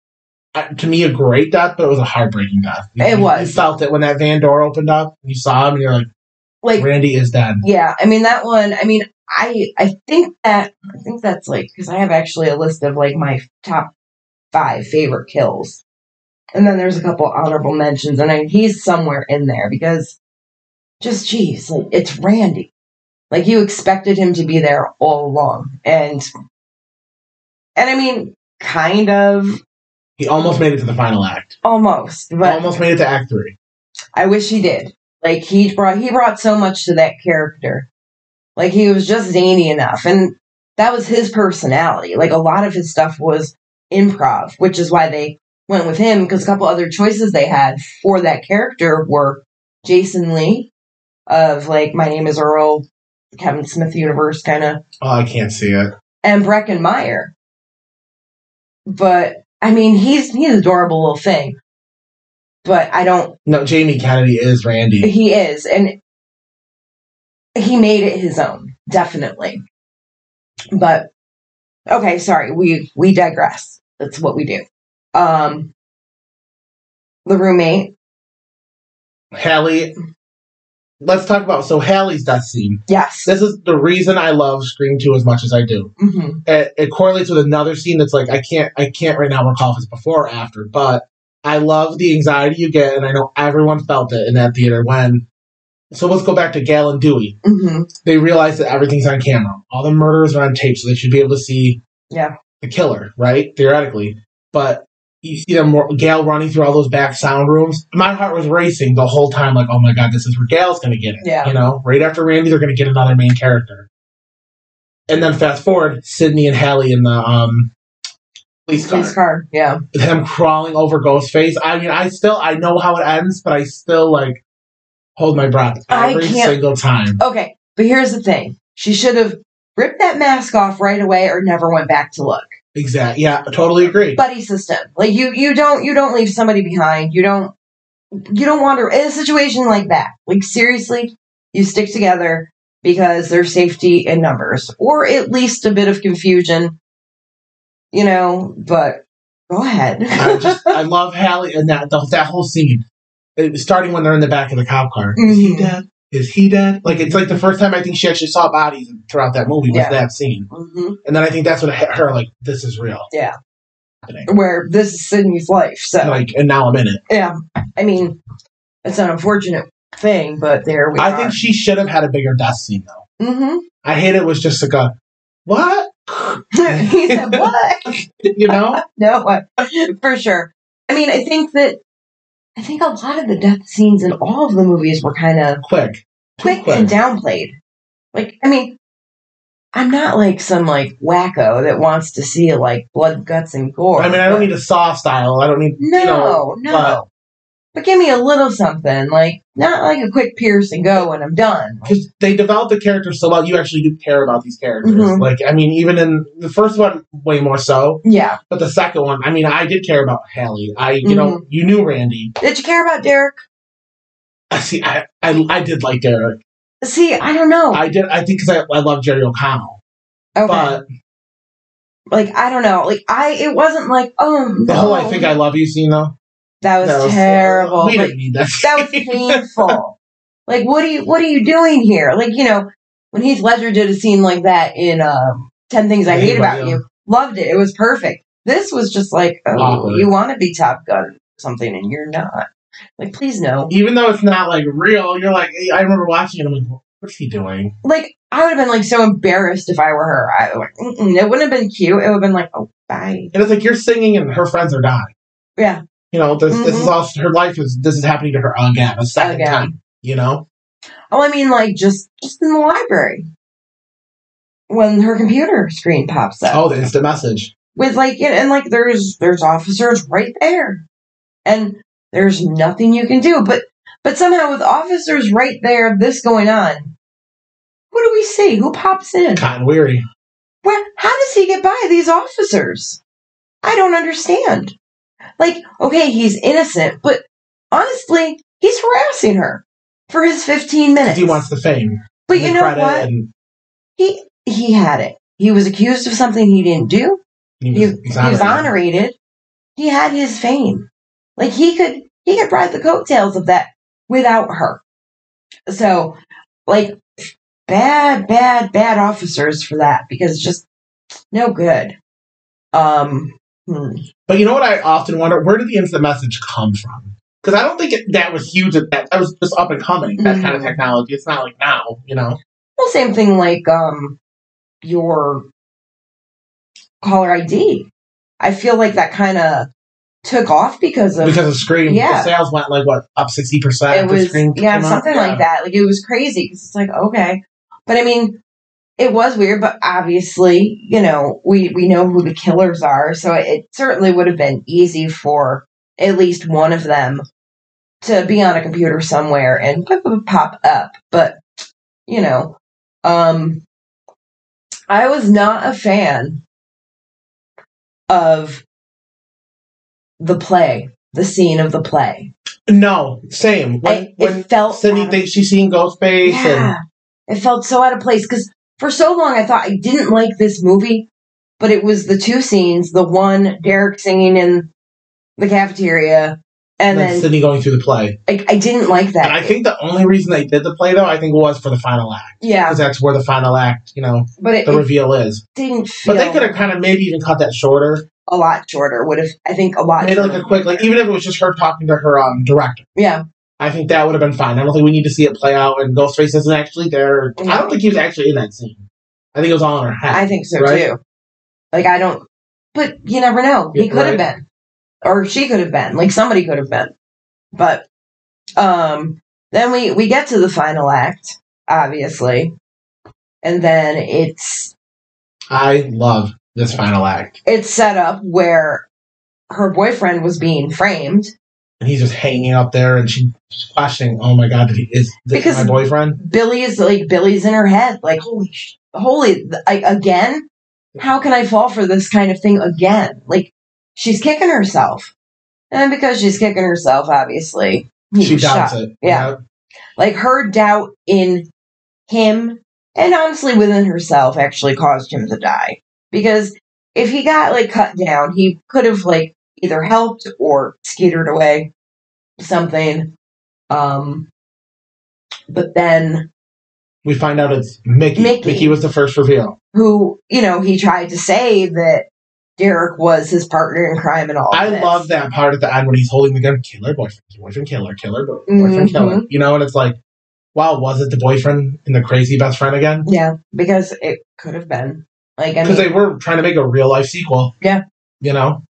Speaker 3: uh, to me a great death, but it was a heartbreaking death. You-
Speaker 2: It
Speaker 3: you-
Speaker 2: was.
Speaker 3: You felt it when that van door opened up. You saw him, and you're like,
Speaker 2: Like,
Speaker 3: Randy is dead.
Speaker 2: yeah, I mean that one. I mean, I I think that I think that's like because I have actually a list of like my top five favorite kills, and then there's a couple honorable mentions, and I, he's somewhere in there because just geez, like it's Randy. Like you expected him to be there all along, and and I mean, kind of
Speaker 3: He almost made it to the final act.
Speaker 2: almost, but
Speaker 3: almost made it to Act Three.
Speaker 2: I wish he did. Like he brought he brought so much to that character. Like he was just zany enough and that was his personality. Like a lot of his stuff was improv, which is why they went with him because a couple other choices they had for that character were Jason Lee of like My Name is Earl, Kevin Smith universe kind of
Speaker 3: Oh, I can't see it.
Speaker 2: and Breckenmeyer. But I mean, he's he's an adorable little thing. But I don't
Speaker 3: No, Jamie Kennedy is Randy.
Speaker 2: he is, and he made it his own, definitely. But okay, sorry, we we digress. That's what we do. Um, the roommate,
Speaker 3: Hallie. Let's talk about so Hallie's death scene.
Speaker 2: yes,
Speaker 3: This is the reason I love Scream Two as much as I do.
Speaker 2: hmm
Speaker 3: It, it correlates with another scene that's like I can't I can't right now recall if it's before or after, but I love the anxiety you get, and I know everyone felt it in that theater when. So let's go back to Gail and Dewey.
Speaker 2: hmm
Speaker 3: They realize that everything's on camera. All the murders are on tape, so they should be able to see
Speaker 2: Yeah.
Speaker 3: the killer, right? Theoretically, but you see them Gail running through all those back sound rooms. My heart was racing the whole time, like, oh my god, this is where Gail's gonna get it.
Speaker 2: Yeah.
Speaker 3: You know, right after Randy, they're gonna get another main character. And then fast forward, Sydney and Hallie in the um police car.
Speaker 2: his car, yeah,
Speaker 3: Them crawling over Ghostface. I mean, I still I know how it ends, but I still like hold my breath
Speaker 2: I
Speaker 3: every
Speaker 2: can't-
Speaker 3: single time.
Speaker 2: okay. But here's the thing: she should have ripped that mask off right away, or never went back to look.
Speaker 3: Exactly. Yeah, I totally agree.
Speaker 2: buddy system. Like you you don't you don't leave somebody behind. You don't you don't wander in a situation like that. Like seriously, you stick together because there's safety in numbers or at least a bit of confusion. You know, but go ahead.
Speaker 3: I just I love Hallie and that the, that whole scene, It- starting when they're in the back of the cop car. Is he
Speaker 2: Mhm.
Speaker 3: dead? Is he dead? Like it's like the first time I think she actually saw bodies throughout that movie was
Speaker 2: Yeah.
Speaker 3: that scene,
Speaker 2: Mhm.
Speaker 3: and then I think that's what hit her like this is real.
Speaker 2: Yeah.
Speaker 3: Happening.
Speaker 2: Where this is Sydney's life.
Speaker 3: And,
Speaker 2: So
Speaker 3: like and now I'm in it.
Speaker 2: yeah. I mean, it's an unfortunate thing, but there we
Speaker 3: I
Speaker 2: are.
Speaker 3: think she should have had a bigger death scene though.
Speaker 2: hmm
Speaker 3: I hate it was just like a what
Speaker 2: he said, What?
Speaker 3: you know
Speaker 2: no, I- for sure. I mean, I think that I think a lot of the death scenes in all of the movies were kind of
Speaker 3: quick, Too
Speaker 2: quick, and downplayed. Like, I mean, I'm not like some like wacko that wants to see like blood, guts, and gore.
Speaker 3: I mean I don't
Speaker 2: but-
Speaker 3: need a saw style. I don't need
Speaker 2: no,
Speaker 3: you know
Speaker 2: no.
Speaker 3: but-
Speaker 2: But, give me a little something, like not like a quick pierce and go, and I'm done.
Speaker 3: because they develop the characters so well. You actually do care about these characters.
Speaker 2: Mhm.
Speaker 3: Like, I mean, even in the first one, way more so.
Speaker 2: Yeah.
Speaker 3: But the second one, I mean, I did care about Hallie. I, you
Speaker 2: Mm-hmm.
Speaker 3: know, you knew Randy.
Speaker 2: Did you care about Derek?
Speaker 3: I see. I, I, I did like Derek.
Speaker 2: See, I don't know.
Speaker 3: I did. I think because I, I love Jerry O'Connell.
Speaker 2: Oh. okay.
Speaker 3: But
Speaker 2: like I don't know. Like I, it wasn't like oh no.
Speaker 3: the whole "I think I love you" scene, though,
Speaker 2: That was
Speaker 3: that
Speaker 2: terrible.
Speaker 3: We
Speaker 2: Like,
Speaker 3: didn't need that.
Speaker 2: that was painful. Like, what are you what are you doing here? Like, you know, when Heath Ledger did a scene like that in um, Ten Things I
Speaker 3: Yeah,
Speaker 2: Hate About
Speaker 3: yeah.
Speaker 2: You, loved it. It was perfect. This was just like, oh,
Speaker 3: Awkward.
Speaker 2: you want to be Top Gun or something, and you're not. Like, please no.
Speaker 3: Even though it's not like real, you're like, I remember watching it. I'm like, what's he doing?
Speaker 2: Like, I would have been like so embarrassed if I were her. I like, mm-mm. it wouldn't have been cute. It would have been like, oh, bye.
Speaker 3: And it's like you're singing, and her friends are dying.
Speaker 2: Yeah.
Speaker 3: You know, this this is
Speaker 2: Mhm.
Speaker 3: all her life is. This is happening to her again, a second
Speaker 2: Again.
Speaker 3: time. You know,
Speaker 2: Oh, I mean, like just just in the library when her computer screen pops up.
Speaker 3: oh, the instant message.
Speaker 2: with like and, and like there's there's officers right there and there's nothing you can do but but somehow with officers right there this going on what do we see who pops in
Speaker 3: Cotton weary.
Speaker 2: where how does he get by these officers i don't understand like okay he's innocent but honestly he's harassing her for his 15 minutes
Speaker 3: He wants the fame,
Speaker 2: but
Speaker 3: the
Speaker 2: you know
Speaker 3: credit,
Speaker 2: what
Speaker 3: and
Speaker 2: he he had it he was accused of something he didn't do
Speaker 3: he
Speaker 2: he,
Speaker 3: was
Speaker 2: he was honorated. He had his fame. Like he could he could ride the coattails of that without her. So like bad, bad, bad officers for that because it's just no good. Um hmm.
Speaker 3: But you know what I often wonder? Where did the instant message come from? Because I don't think it, that was huge. At that. that was just up and coming. That kind of
Speaker 2: Mhm.
Speaker 3: technology. It's not like now, you know.
Speaker 2: well same thing like um your caller ID. I feel like that kinda took off because of
Speaker 3: Because of Scream,
Speaker 2: Yeah.
Speaker 3: the sales went like what up sixty percent.
Speaker 2: it was yeah something like that like it was crazy because it's like okay but i mean it was weird but obviously you know we we know who the killers are so it certainly would have been easy for at least one of them to be on a computer somewhere and pop, pop, pop up but you know um i was not a fan of the play the scene of the play
Speaker 3: No, same. When,
Speaker 2: I-
Speaker 3: when
Speaker 2: it felt out
Speaker 3: Cindy
Speaker 2: of
Speaker 3: thinks she's seen Ghostface, and
Speaker 2: yeah. It felt so out of place because for so long I thought I didn't like this movie, but it was the two scenes the one Derek singing in the cafeteria, and
Speaker 3: and then
Speaker 2: then
Speaker 3: Sydney going through the play.
Speaker 2: like, I didn't like that.
Speaker 3: And I think the only reason they did the play though, I think was for the final act,
Speaker 2: yeah,
Speaker 3: because that's where the final act, you know,
Speaker 2: but it,
Speaker 3: the
Speaker 2: it
Speaker 3: reveal is.
Speaker 2: didn't
Speaker 3: But
Speaker 2: feel
Speaker 3: they could have kind of maybe even cut that shorter,
Speaker 2: a lot shorter. Would have I think a lot
Speaker 3: made it like
Speaker 2: shorter.
Speaker 3: a quick, like even if it was just her talking to her um director.
Speaker 2: yeah
Speaker 3: I think that would have been fine. I don't think we need to see it play out. And Ghostface isn't actually there. I
Speaker 2: No.
Speaker 3: don't think he was actually in that scene. I think it was all in her head.
Speaker 2: I think so
Speaker 3: Right?
Speaker 2: too. Like I don't, but you never know. He
Speaker 3: Yeah,
Speaker 2: could have been, or she could have been. Like somebody could have been. But um, then we we get to the final act, obviously, and then it's
Speaker 3: I love this final act,
Speaker 2: it's set up where her boyfriend was being framed
Speaker 3: and he's just hanging up there, and she- she's questioning, "Oh my god, did he, is this
Speaker 2: Because-
Speaker 3: my boyfriend?"
Speaker 2: Billy is like Billy's in her head, like holy, sh- holy, like again. How can I fall for this kind of thing again? Like she's kicking herself, and because she's kicking herself, obviously he
Speaker 3: She
Speaker 2: was
Speaker 3: doubts
Speaker 2: shot.
Speaker 3: it.
Speaker 2: Yeah. Like her doubt in him, and honestly within herself, actually caused him to die. Because if he got like cut down, he could have like either helped or skatered away, something. Um, but then
Speaker 3: We find out it's Mickey.
Speaker 2: Mickey.
Speaker 3: Mickey. was the first reveal.
Speaker 2: who you know he tried to say that Derek was his partner in crime and all.
Speaker 3: I
Speaker 2: this.
Speaker 3: love that part at the end when he's holding the gun, killer boyfriend, boyfriend, killer, killer, boy-
Speaker 2: Mhm.
Speaker 3: boyfriend, killer. You know, and it's like, wow, was it the boyfriend and the crazy best friend again?
Speaker 2: Yeah, because it could have been like I mean,
Speaker 3: Because they were trying to make a real life sequel.
Speaker 2: Yeah.
Speaker 3: You know?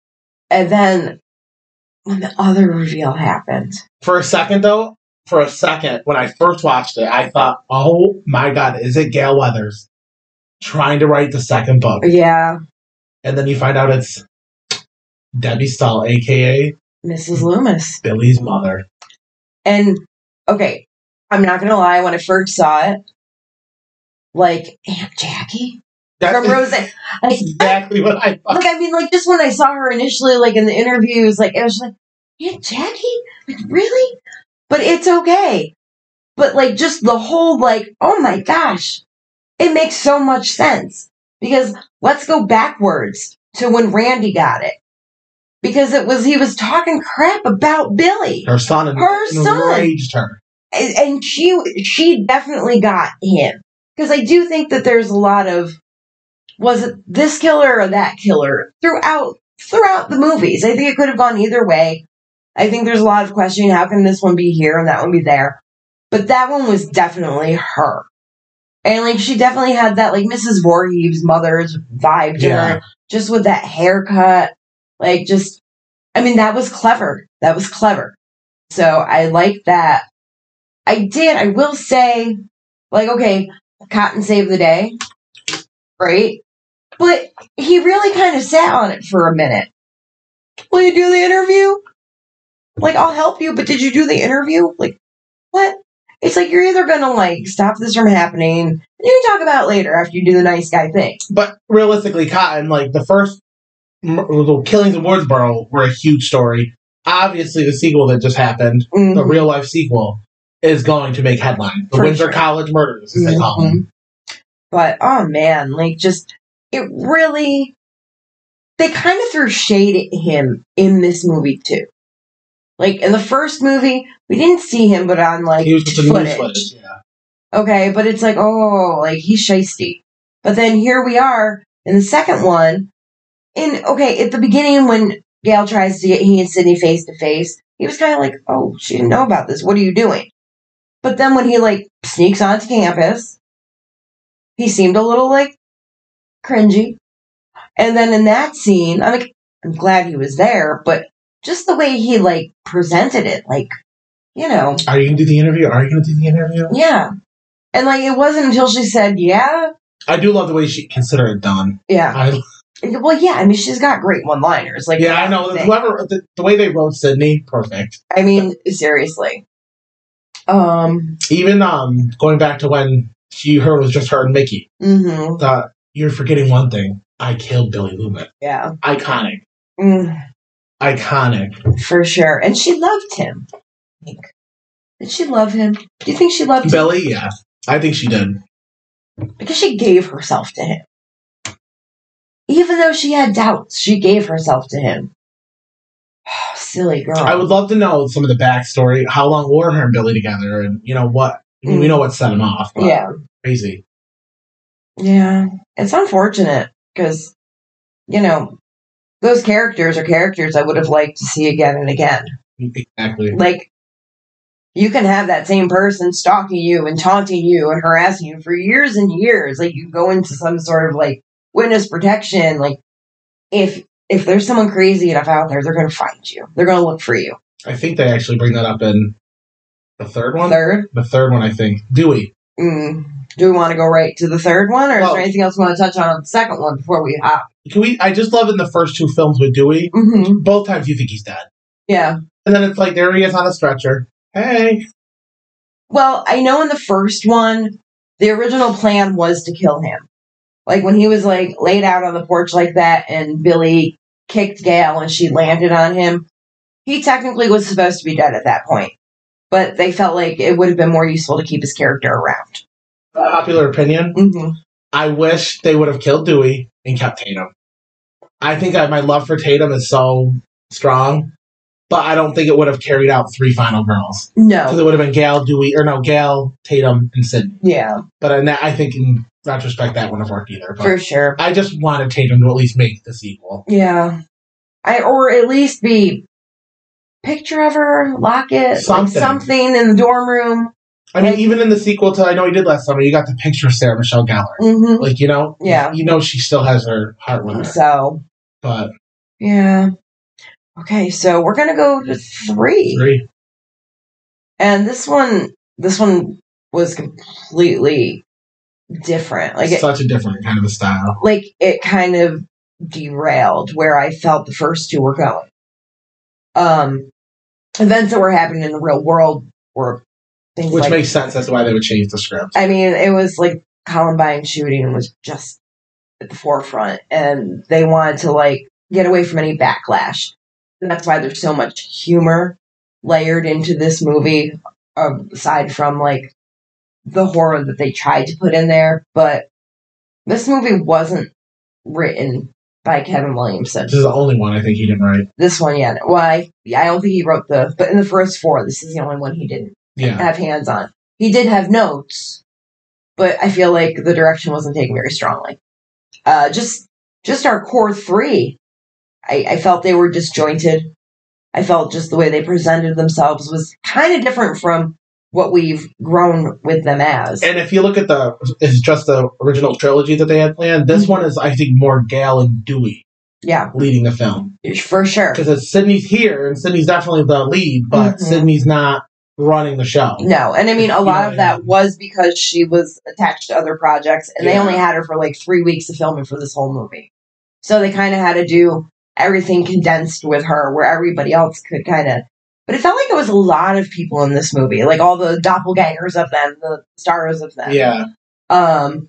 Speaker 2: and then when the other reveal happened,
Speaker 3: For a second, though, for a second, when I first watched it, I thought, oh my God, is it Gail Weathers trying to write the second book?
Speaker 2: yeah,
Speaker 3: And then you find out it's Debbie Stahl, aka
Speaker 2: Mrs. Loomis
Speaker 3: Billy's mother.
Speaker 2: and okay, I'm not gonna lie. When I first saw it, like Aunt Jackie from Roseanne, like
Speaker 3: exactly what I thought.
Speaker 2: like I mean, like just when I saw her initially, like in the interviews, like it was like, Aunt Jackie, like really? But it's okay. But like just the whole like, oh my gosh, it makes so much sense because let's go backwards to when Randy got it because it was he was talking crap about Billy.
Speaker 3: Her son en-
Speaker 2: Her son.
Speaker 3: enraged her.
Speaker 2: and, and she she definitely got him because I do think that there's a lot of was it this killer or that killer throughout throughout the movies. I think it could have gone either way. I think there's a lot of questioning. How can this one be here and that one be there? But that one was definitely her. And like she definitely had that like Mrs. Voorhees mother's vibe to
Speaker 3: Yeah.
Speaker 2: her, just with that haircut. Like just I mean, that was clever. That was clever. So I like that. I did, I will say, like, okay, Cotton saved the day. Great. But he really kind of sat on it for a minute. Will you do the interview? Like, I'll help you, but did you do the interview? Like, what? It's like you're either gonna like stop this from happening, and you can talk about it later after you do the nice guy thing.
Speaker 3: But realistically, Cotton, like the first m- little killings in Woodsboro were a huge story. Obviously, the sequel that just happened, the
Speaker 2: Mhm.
Speaker 3: real life sequel, is going to make headlines. The
Speaker 2: For
Speaker 3: Windsor
Speaker 2: sure.
Speaker 3: College murders, as they call them.
Speaker 2: Mhm. But oh man, like just it really they kind of threw shade at him in this movie too. Like in the first movie, we didn't see him but on like
Speaker 3: He was just a news
Speaker 2: Mm-hmm. footage.
Speaker 3: footage. Yeah.
Speaker 2: Okay, but it's like, oh, like he's shisty. But then here we are in the second one. And okay, at the beginning when Gail tries to get he and Sydney face to face, he was kind of like, oh, she didn't know about this. What are you doing? But then when he like sneaks onto campus, he seemed a little like cringy. And then in that scene, I'm like, I'm glad he was there, but just the way he like presented it, like, you know,
Speaker 3: Are you going to do the interview? Are you going to do the interview?
Speaker 2: yeah. And like it wasn't until she said, Yeah.
Speaker 3: I do love the way she considered it done.
Speaker 2: Yeah.
Speaker 3: I,
Speaker 2: And, Well, yeah, I mean she's got great one liners. Like
Speaker 3: yeah, I know.
Speaker 2: thing.
Speaker 3: Whoever the, the way they wrote Sydney, perfect.
Speaker 2: I mean, seriously. Um
Speaker 3: Even um going back to when she her was just her and Mickey.
Speaker 2: mhm,
Speaker 3: Thought you're forgetting one thing. I killed Billy Lumen.
Speaker 2: yeah.
Speaker 3: Iconic.
Speaker 2: Mm,
Speaker 3: Iconic.
Speaker 2: for sure. And she loved him. I think. Did she love him? Do you think she loved him?
Speaker 3: Billy, yeah. I think she did.
Speaker 2: Because she gave herself to him. Even though she had doubts, she gave herself to him. Silly girl.
Speaker 3: I would love to know some of the backstory. How long were her and Billy together, and you know what? I mean, we know what set him off. but
Speaker 2: yeah.
Speaker 3: crazy.
Speaker 2: Yeah, it's unfortunate because, you know, those characters are characters I would have liked to see again and again.
Speaker 3: Exactly.
Speaker 2: Like, you can have that same person stalking you and taunting you and harassing you for years and years. Like, you go into some sort of like witness protection. Like, if if there's someone crazy enough out there, they're going to find you. They're going to look for you.
Speaker 3: I think they actually bring that up in the third one.
Speaker 2: Third,
Speaker 3: The third one, I think. Dewey.
Speaker 2: mm, do we want to go right to the third one, or is
Speaker 3: Well-
Speaker 2: there anything else we want to touch on on the second one before we hop?
Speaker 3: Can we? I just love in the first two films with Dewey.
Speaker 2: hmm
Speaker 3: Both times you think he's dead,
Speaker 2: Yeah.
Speaker 3: and then it's like there he is on a stretcher. Hey,
Speaker 2: Well, I know in the first one, the original plan was to kill him. Like when he was like laid out on the porch like that and Billy kicked Gail and she landed on him, he technically was supposed to be dead at that point. But they felt like it would have been more useful to keep his character around.
Speaker 3: popular opinion.
Speaker 2: Mm-hmm.
Speaker 3: I wish they would have killed Dewey and kept Tatum. I think I, my love for Tatum is so strong, but I don't think it would have carried out three final girls. Because
Speaker 2: No.
Speaker 3: it would have been Gal, Dewey, or no, Gal, Tatum, and Sydney.
Speaker 2: Yeah,
Speaker 3: But in that, I think in retrospect, that wouldn't have worked either. But
Speaker 2: for sure.
Speaker 3: I just wanted Tatum to at least make the sequel.
Speaker 2: Yeah. I or at least be picture of her, lock it,
Speaker 3: Something.
Speaker 2: Like something in the dorm room.
Speaker 3: I mean,
Speaker 2: Yeah.
Speaker 3: even in the sequel to I Know You Did Last Summer, you got the picture of Sarah Michelle Gellar.
Speaker 2: hmm
Speaker 3: Like, you know?
Speaker 2: Yeah.
Speaker 3: You know she still has her heart with her.
Speaker 2: So
Speaker 3: But
Speaker 2: Yeah. Okay, so we're gonna go to three,
Speaker 3: three.
Speaker 2: and this one, this one was completely different. Like, it,
Speaker 3: such a different kind of a style.
Speaker 2: like it kind of derailed where I felt the first two were going. Um, events that were happening in the real world were things
Speaker 3: Which
Speaker 2: like.
Speaker 3: makes sense. That's why they would change the script.
Speaker 2: I mean, it was like Columbine shooting was just at the forefront, and they wanted to like get away from any backlash. And that's why there's so much humor layered into this movie, um, aside from like the horror that they tried to put in there. But this movie wasn't written by Kevin Williamson.
Speaker 3: This is the only one I think he didn't write.
Speaker 2: This one, yeah. Well, I, I don't think he wrote the, but in the first four, this is the only one he didn't.
Speaker 3: Yeah.
Speaker 2: have hands on. He did have notes, but I feel like the direction wasn't taken very strongly. Uh, just just our core three, I, I felt they were disjointed. I felt just the way they presented themselves was kind of different from what we've grown with them as.
Speaker 3: And if you look at the, it's just the original trilogy that they had planned. This
Speaker 2: Mm-hmm.
Speaker 3: one is, I think, more Gal and Dewey
Speaker 2: yeah,
Speaker 3: leading the film
Speaker 2: for sure.
Speaker 3: because it's Sydney's here and Sydney's definitely the lead, but
Speaker 2: Mhm.
Speaker 3: Sydney's not running the show.
Speaker 2: No, and I mean a
Speaker 3: You
Speaker 2: lot
Speaker 3: know,
Speaker 2: of that
Speaker 3: yeah.
Speaker 2: was because she was attached to other projects, and they
Speaker 3: Yeah.
Speaker 2: only had her for like three weeks of filming for this whole movie. So they kind of had to do everything condensed with her, where everybody else could kind of. But it felt like it was a lot of people in this movie, like all the doppelgangers of them, the stars of them.
Speaker 3: Yeah.
Speaker 2: Um,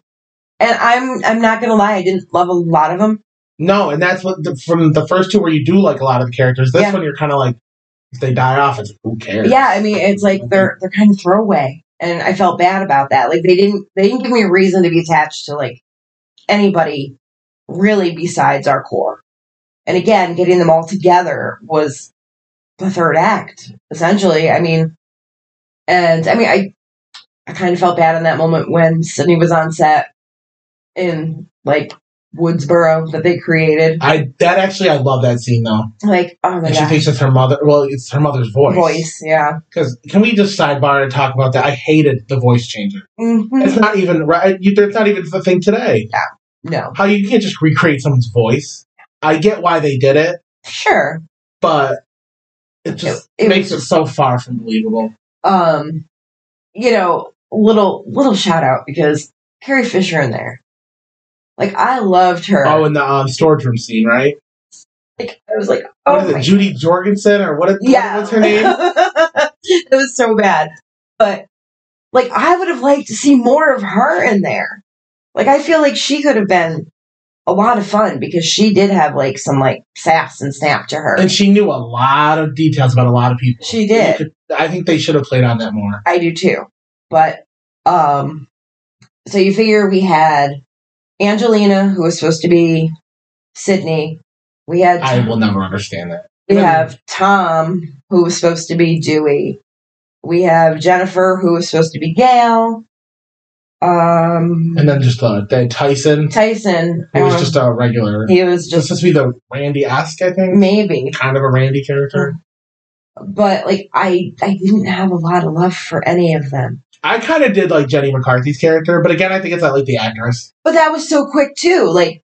Speaker 2: and I'm I'm not gonna lie, I didn't love a lot of them.
Speaker 3: No, and that's what the, from the first two where you do like a lot of the characters. This
Speaker 2: Yeah.
Speaker 3: one you're kind of like, if they die off, it's who cares?
Speaker 2: Yeah, I mean it's like they're they're kind of throwaway, and I felt bad about that. Like they didn't they didn't give me a reason to be attached to like anybody really besides our core. And again, getting them all together was the third act essentially. I mean, and I mean I I kind of felt bad in that moment when Sydney was on set in like Woodsboro that they created.
Speaker 3: I that actually I love that scene though.
Speaker 2: Like oh my
Speaker 3: and she
Speaker 2: god,
Speaker 3: thinks it's her mother. Well, it's her mother's voice.
Speaker 2: voice, yeah.
Speaker 3: Because can we just sidebar and talk about that? I hated the voice changer.
Speaker 2: hmm
Speaker 3: It's not even right. uh, You, it's not even the thing today.
Speaker 2: No,
Speaker 3: How you can't just recreate someone's voice. I get why they did it,
Speaker 2: sure.
Speaker 3: but it just
Speaker 2: It- it
Speaker 3: makes
Speaker 2: was-
Speaker 3: it so far from believable.
Speaker 2: um, you know, little little shout out because Carrie Fisher in there. Like I loved her.
Speaker 3: Oh, and the um, storage room scene, right?
Speaker 2: like, I was like, oh
Speaker 3: What is
Speaker 2: my-
Speaker 3: it, Judy Jorgensen, or what?
Speaker 2: yeah,
Speaker 3: Yeah. What's her name?
Speaker 2: it was so bad, but like I would have liked to see more of her in there. Like I feel like she could have been a lot of fun because she did have like some like sass and snap to her.
Speaker 3: and she knew a lot of details about a lot of people.
Speaker 2: She did.
Speaker 3: You could- I think they should have played on that more.
Speaker 2: I do too. But um so you figure we had Angelina, who was supposed to be Sydney. We had
Speaker 3: I will never understand that.
Speaker 2: we have Tom, who was supposed to be Dewey. We have Jennifer, who was supposed to be Gail. Um
Speaker 3: And then just uh, the Tyson,
Speaker 2: Tyson.
Speaker 3: who was
Speaker 2: um,
Speaker 3: just a regular.
Speaker 2: he was Mm-hmm.
Speaker 3: Just
Speaker 2: just
Speaker 3: supposed to be the Randy esque, I think.
Speaker 2: maybe.
Speaker 3: Kind of a Randy character.
Speaker 2: But like I I didn't have a lot of love for any of them.
Speaker 3: I kind of did like Jenny McCarthy's character, but again, I think it's not like the actress.
Speaker 2: But that was so quick too. Like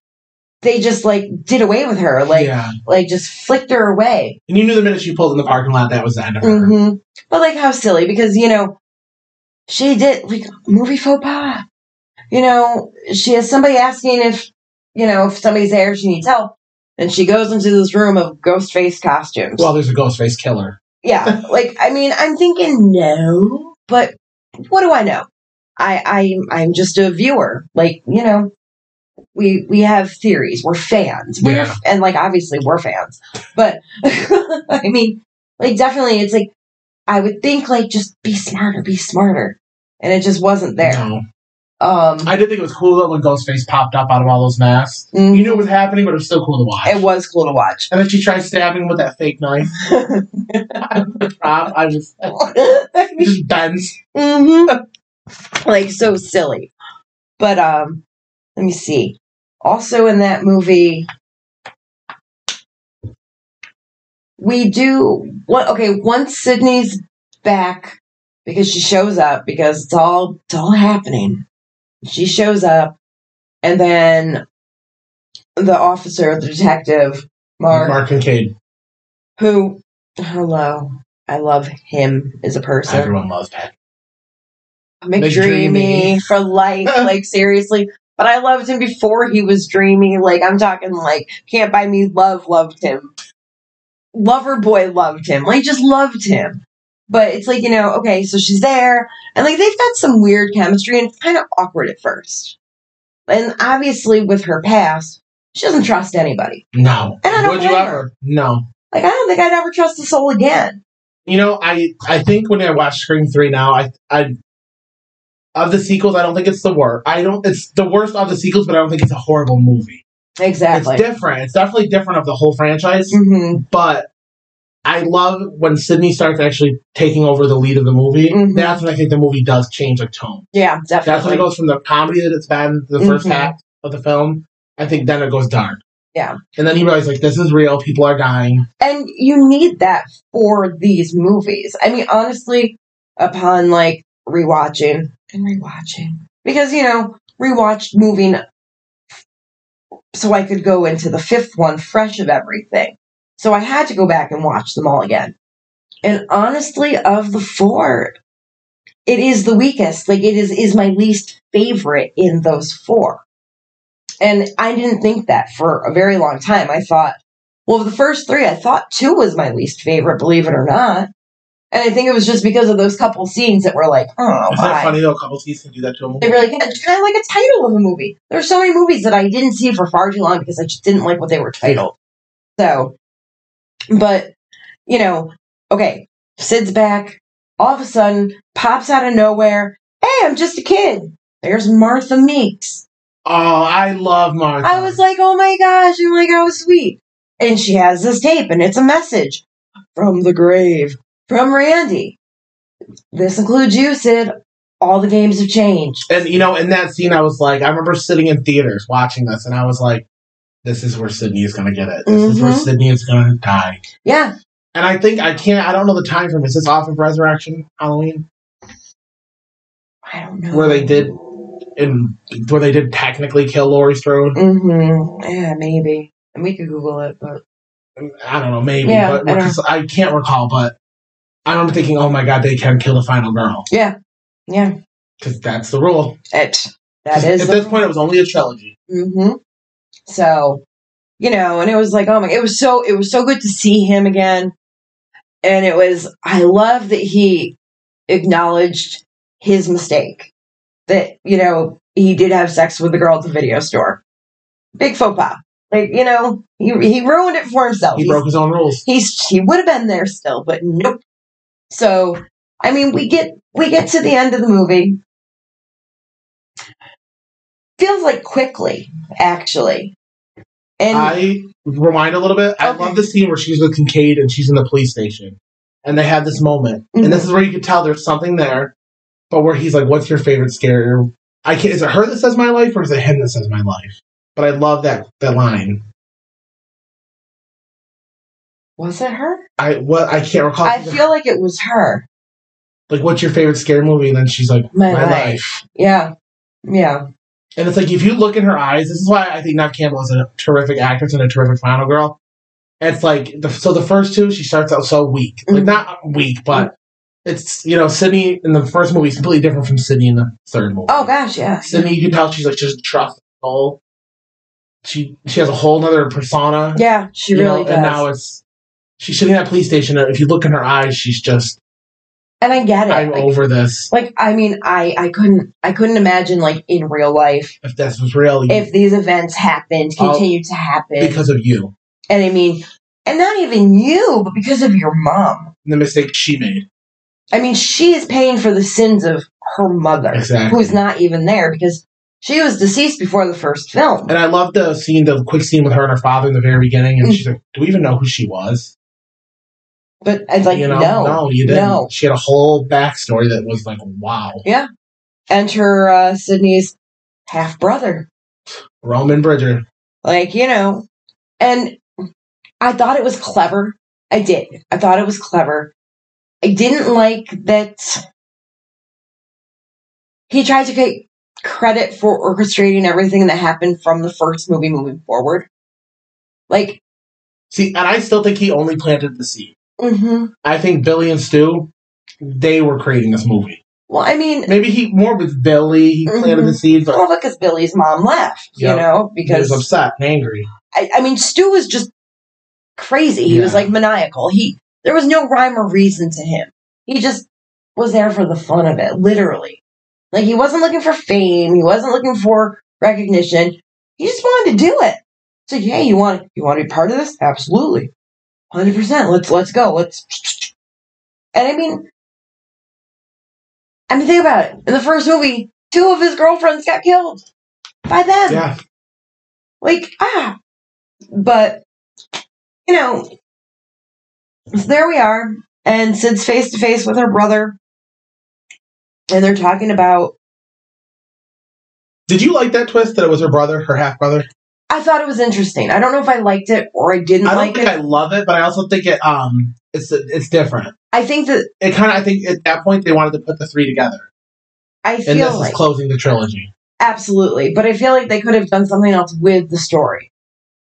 Speaker 2: they just like did away with her. Like
Speaker 3: yeah.
Speaker 2: like just flicked her away.
Speaker 3: And you knew the minute she pulled in the parking lot, that was the end of her.
Speaker 2: hmm But like how silly because you know she did like movie faux pas. You know she has somebody asking if you know if somebody's there she needs help, and she goes into this room of ghost face costumes.
Speaker 3: Well, there's a Ghostface killer.
Speaker 2: yeah, like I mean I'm thinking no, but what do I know? I I I'm just a viewer. Like you know. We we have theories. We're fans. We're
Speaker 3: Yeah.
Speaker 2: and like obviously we're fans. But I mean, like definitely it's like I would think like just be smarter, be smarter. And it just wasn't there.
Speaker 3: No.
Speaker 2: Um
Speaker 3: I did think it was cool though when Ghostface popped up out of all those masks.
Speaker 2: mm,
Speaker 3: You knew it was happening, but it was still cool to watch.
Speaker 2: it was cool to watch.
Speaker 3: and then she tried stabbing him with that fake knife. Rob, I just,
Speaker 2: I
Speaker 3: he
Speaker 2: mean,
Speaker 3: just bends.
Speaker 2: mhm. Like so silly. But um let me see. Also in that movie we do what okay, once Sydney's back because she shows up because it's all it's all happening. She shows up and then the officer, the detective, Mark,
Speaker 3: Mark Kincaid.
Speaker 2: who hello. I love him as a person.
Speaker 3: Everyone loves Pat.
Speaker 2: McDreamy
Speaker 3: McDreamy.
Speaker 2: for life. like seriously. But I loved him before he was dreamy. Like I'm talking like Can't Buy Me Love loved him. Lover Boy loved him. Like just loved him. But it's like, you know, okay, so she's there. And like they've got some weird chemistry and it's kind of awkward at first. And obviously with her past, she doesn't trust anybody.
Speaker 3: No.
Speaker 2: And I don't
Speaker 3: Would you
Speaker 2: blame her.
Speaker 3: ever? No.
Speaker 2: Like I don't think I'd ever trust a soul again.
Speaker 3: You know, I I think when I watch Scream Three now, I I of the sequels, I don't think it's the worst. I don't. It's the worst of the sequels, but I don't think it's a horrible movie.
Speaker 2: Exactly. Mm.
Speaker 3: It's different. It's definitely different of the whole franchise,
Speaker 2: hmm
Speaker 3: but I love when Sydney starts actually taking over the lead of the movie.
Speaker 2: Mhm.
Speaker 3: That's when I think the movie does change a tone.
Speaker 2: Yeah, definitely.
Speaker 3: That's when it goes from the comedy that it's been the 1st
Speaker 2: Mhm.
Speaker 3: half of the film. I think then it goes dark.
Speaker 2: Yeah.
Speaker 3: And then you realize like this is real. People are dying.
Speaker 2: and you need that for these movies. I mean, honestly, upon like rewatching and rewatching, because you know, rewatched moving, so I could go into the fifth one fresh of everything. So I had to go back and watch them all again. And honestly, of the four, it is the weakest. Like it is is my least favorite in those four. And I didn't think that for a very long time. I thought well, of the first three, I thought two was my least favorite, believe it or not. And I think it was just because of those couple scenes that were like, oh, I don't know
Speaker 3: Isn't that
Speaker 2: why.
Speaker 3: funny though? A couple seasons can do that to a movie.
Speaker 2: They really can. It's kind of like a title of a movie. There's so many movies that I didn't see for far too long because I just didn't like what they were titled. So, but, you know, okay, Sid's back. All of a sudden, pops out of nowhere. Hey, I'm just a kid. There's Martha Meeks.
Speaker 3: Oh, I love Martha.
Speaker 2: I was like, oh my gosh, and like how sweet. And she has this tape, and it's a message from the grave from Randy. This includes you, Sid. All the games have changed.
Speaker 3: and you know, in that scene, I was like, I remember sitting in theaters watching this, and I was like, this is where Sydney is gonna get it. This is where
Speaker 2: Mhm.
Speaker 3: Sydney is gonna die.
Speaker 2: Yeah,
Speaker 3: And I think I can't. I don't know the time frame. Is this off of Resurrection Halloween,
Speaker 2: I don't know
Speaker 3: where they did, and where they did technically kill Laurie Strode?
Speaker 2: Mm-hmm. Yeah, maybe. And we could Google it, but
Speaker 3: I don't know, maybe,
Speaker 2: Yeah,
Speaker 3: but
Speaker 2: I don't-
Speaker 3: because I can't recall. But I remember thinking, oh my god, they can kill the final girl
Speaker 2: yeah,
Speaker 3: because that's the rule.
Speaker 2: it that is
Speaker 3: at this point, it was only a trilogy.
Speaker 2: Mm-hmm. So, you know, and it was like, oh my, it was so, it was so good to see him again. And it was, I love that he acknowledged his mistake that, you know, he did have sex with the girl at the video store. Big faux pas. Like, you know, he, he ruined it for himself.
Speaker 3: He
Speaker 2: He's-
Speaker 3: broke his own rules.
Speaker 2: he's he would have been there still, but nope. So I mean we get we get to the end of the movie. Feels like quickly, actually. And
Speaker 3: I rewind a little bit. I
Speaker 2: Okay.
Speaker 3: love the scene where she's with Kincaid and she's in the police station, and they have this moment,
Speaker 2: mm,
Speaker 3: and
Speaker 2: Mm-hmm.
Speaker 3: this is where you can tell there's something there, but where he's like, "What's your favorite scare?" I can't. Is it her that says my life, or is it him that says my life? But I love that that line.
Speaker 2: was it her?
Speaker 3: I what I can't recall.
Speaker 2: I feel like it was her.
Speaker 3: like, "What's your favorite scare movie?" And then she's like,
Speaker 2: My,
Speaker 3: "My,
Speaker 2: life.
Speaker 3: life.
Speaker 2: Yeah. Yeah.
Speaker 3: And it's like if you look in her eyes, this is why I think Nev Campbell is a terrific actress and a terrific final girl. It's like the, so the first two she starts out so weak, like
Speaker 2: Mhm.
Speaker 3: not weak, but it's you know Sydney in the first movie is completely different from Sydney in the third movie.
Speaker 2: Oh gosh, yeah.
Speaker 3: Sydney, you can tell she's like just trust all. She she has a whole nother persona.
Speaker 2: Yeah, she
Speaker 3: you know,
Speaker 2: really does.
Speaker 3: And now it's she's sitting at a police station, and if you look in her eyes, she's just
Speaker 2: and I get it.
Speaker 3: I'm
Speaker 2: like,
Speaker 3: over this.
Speaker 2: like I mean I I couldn't I couldn't imagine like in real life
Speaker 3: If this was real, you-
Speaker 2: if these events happened,
Speaker 3: Oh,
Speaker 2: continue to happen.
Speaker 3: Mm-hmm. because of you,
Speaker 2: And I mean, and not even you, but because of your mom.
Speaker 3: and the mistake she made.
Speaker 2: I mean, she is paying for the sins of her mother,
Speaker 3: Exactly.
Speaker 2: who's not even there because she was deceased before the first film.
Speaker 3: And I love the scene, the quick scene with her and her father in the very beginning.
Speaker 2: Mm.
Speaker 3: And she's like, Do we even know who she was?
Speaker 2: But it's like,
Speaker 3: you know,
Speaker 2: no.
Speaker 3: no, you didn't.
Speaker 2: no.
Speaker 3: She had a whole backstory that was like, wow.
Speaker 2: Enter uh, Sydney's half brother.
Speaker 3: Roman Bridger.
Speaker 2: Like, you know, and I thought it was clever. I did. I thought it was clever. I didn't like that he tried to take credit for orchestrating everything that happened from the first movie moving forward. Like,
Speaker 3: See, and I still think he only planted the seed.
Speaker 2: hmm
Speaker 3: I think Billy and Stu, they were creating this movie.
Speaker 2: well, I mean,
Speaker 3: Maybe he more with Billy, he
Speaker 2: Mm-hmm.
Speaker 3: planted the seeds, but
Speaker 2: well, because Billy's mom left,
Speaker 3: Yeah.
Speaker 2: you know,
Speaker 3: he was
Speaker 2: because
Speaker 3: upset and angry.
Speaker 2: I, I mean, Stu was just crazy. He was
Speaker 3: Yeah.
Speaker 2: like maniacal. He there was no rhyme or reason to him. He just was there for the fun of it, literally. Like he wasn't looking for fame. He wasn't looking for recognition. He just wanted to do it. So yeah, you want you want to be part of this? Absolutely, hundred percent. Let's let's go. Let's. And I mean, I mean, think about it. In the first movie, two of his girlfriends got killed by them
Speaker 3: Yeah.
Speaker 2: like ah but you know So there we are. And Sid's face to face with her brother. And they're talking about.
Speaker 3: Did you like that twist that it was her brother, her half brother?
Speaker 2: I thought it was interesting. I don't know if I liked it or I didn't
Speaker 3: I don't
Speaker 2: like
Speaker 3: think
Speaker 2: it.
Speaker 3: I love it, but I also think it um it's it's different.
Speaker 2: I think that
Speaker 3: It kind of I think at that point they wanted to put the three together,
Speaker 2: I
Speaker 3: and
Speaker 2: feel
Speaker 3: this
Speaker 2: like
Speaker 3: is closing the trilogy.
Speaker 2: absolutely, but I feel like they could have done something else with the story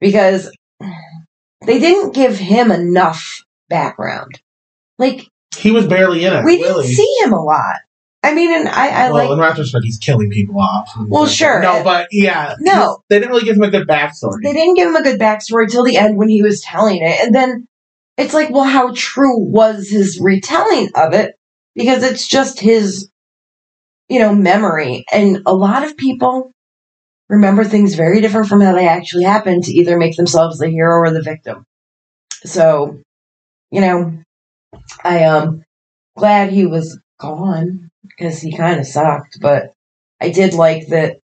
Speaker 2: because they didn't give him enough background. Like
Speaker 3: He was barely in it.
Speaker 2: we
Speaker 3: really.
Speaker 2: didn't see him a lot. I mean, and I, I
Speaker 3: well,
Speaker 2: like
Speaker 3: in retrospect, he's killing people off.
Speaker 2: Well, sure.
Speaker 3: No, but yeah,
Speaker 2: No.
Speaker 3: they didn't really give him a good backstory.
Speaker 2: they didn't give him a good backstory till the end when he was telling it, and then it's like, well, how true was his retelling of it? Because it's just his, you know, memory, and a lot of people remember things very different from how they actually happened to either make themselves the hero or the victim. So, you know, I am glad he was gone because he kind of sucked, but I did like that.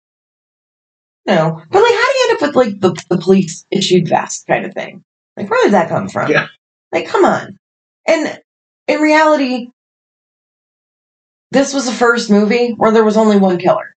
Speaker 2: You know, but like, how do you end up with like the, the police issued vest kind of thing? Like, where did that come from?
Speaker 3: Yeah.
Speaker 2: Like, come on. And in reality, this was the first movie where there was only one killer.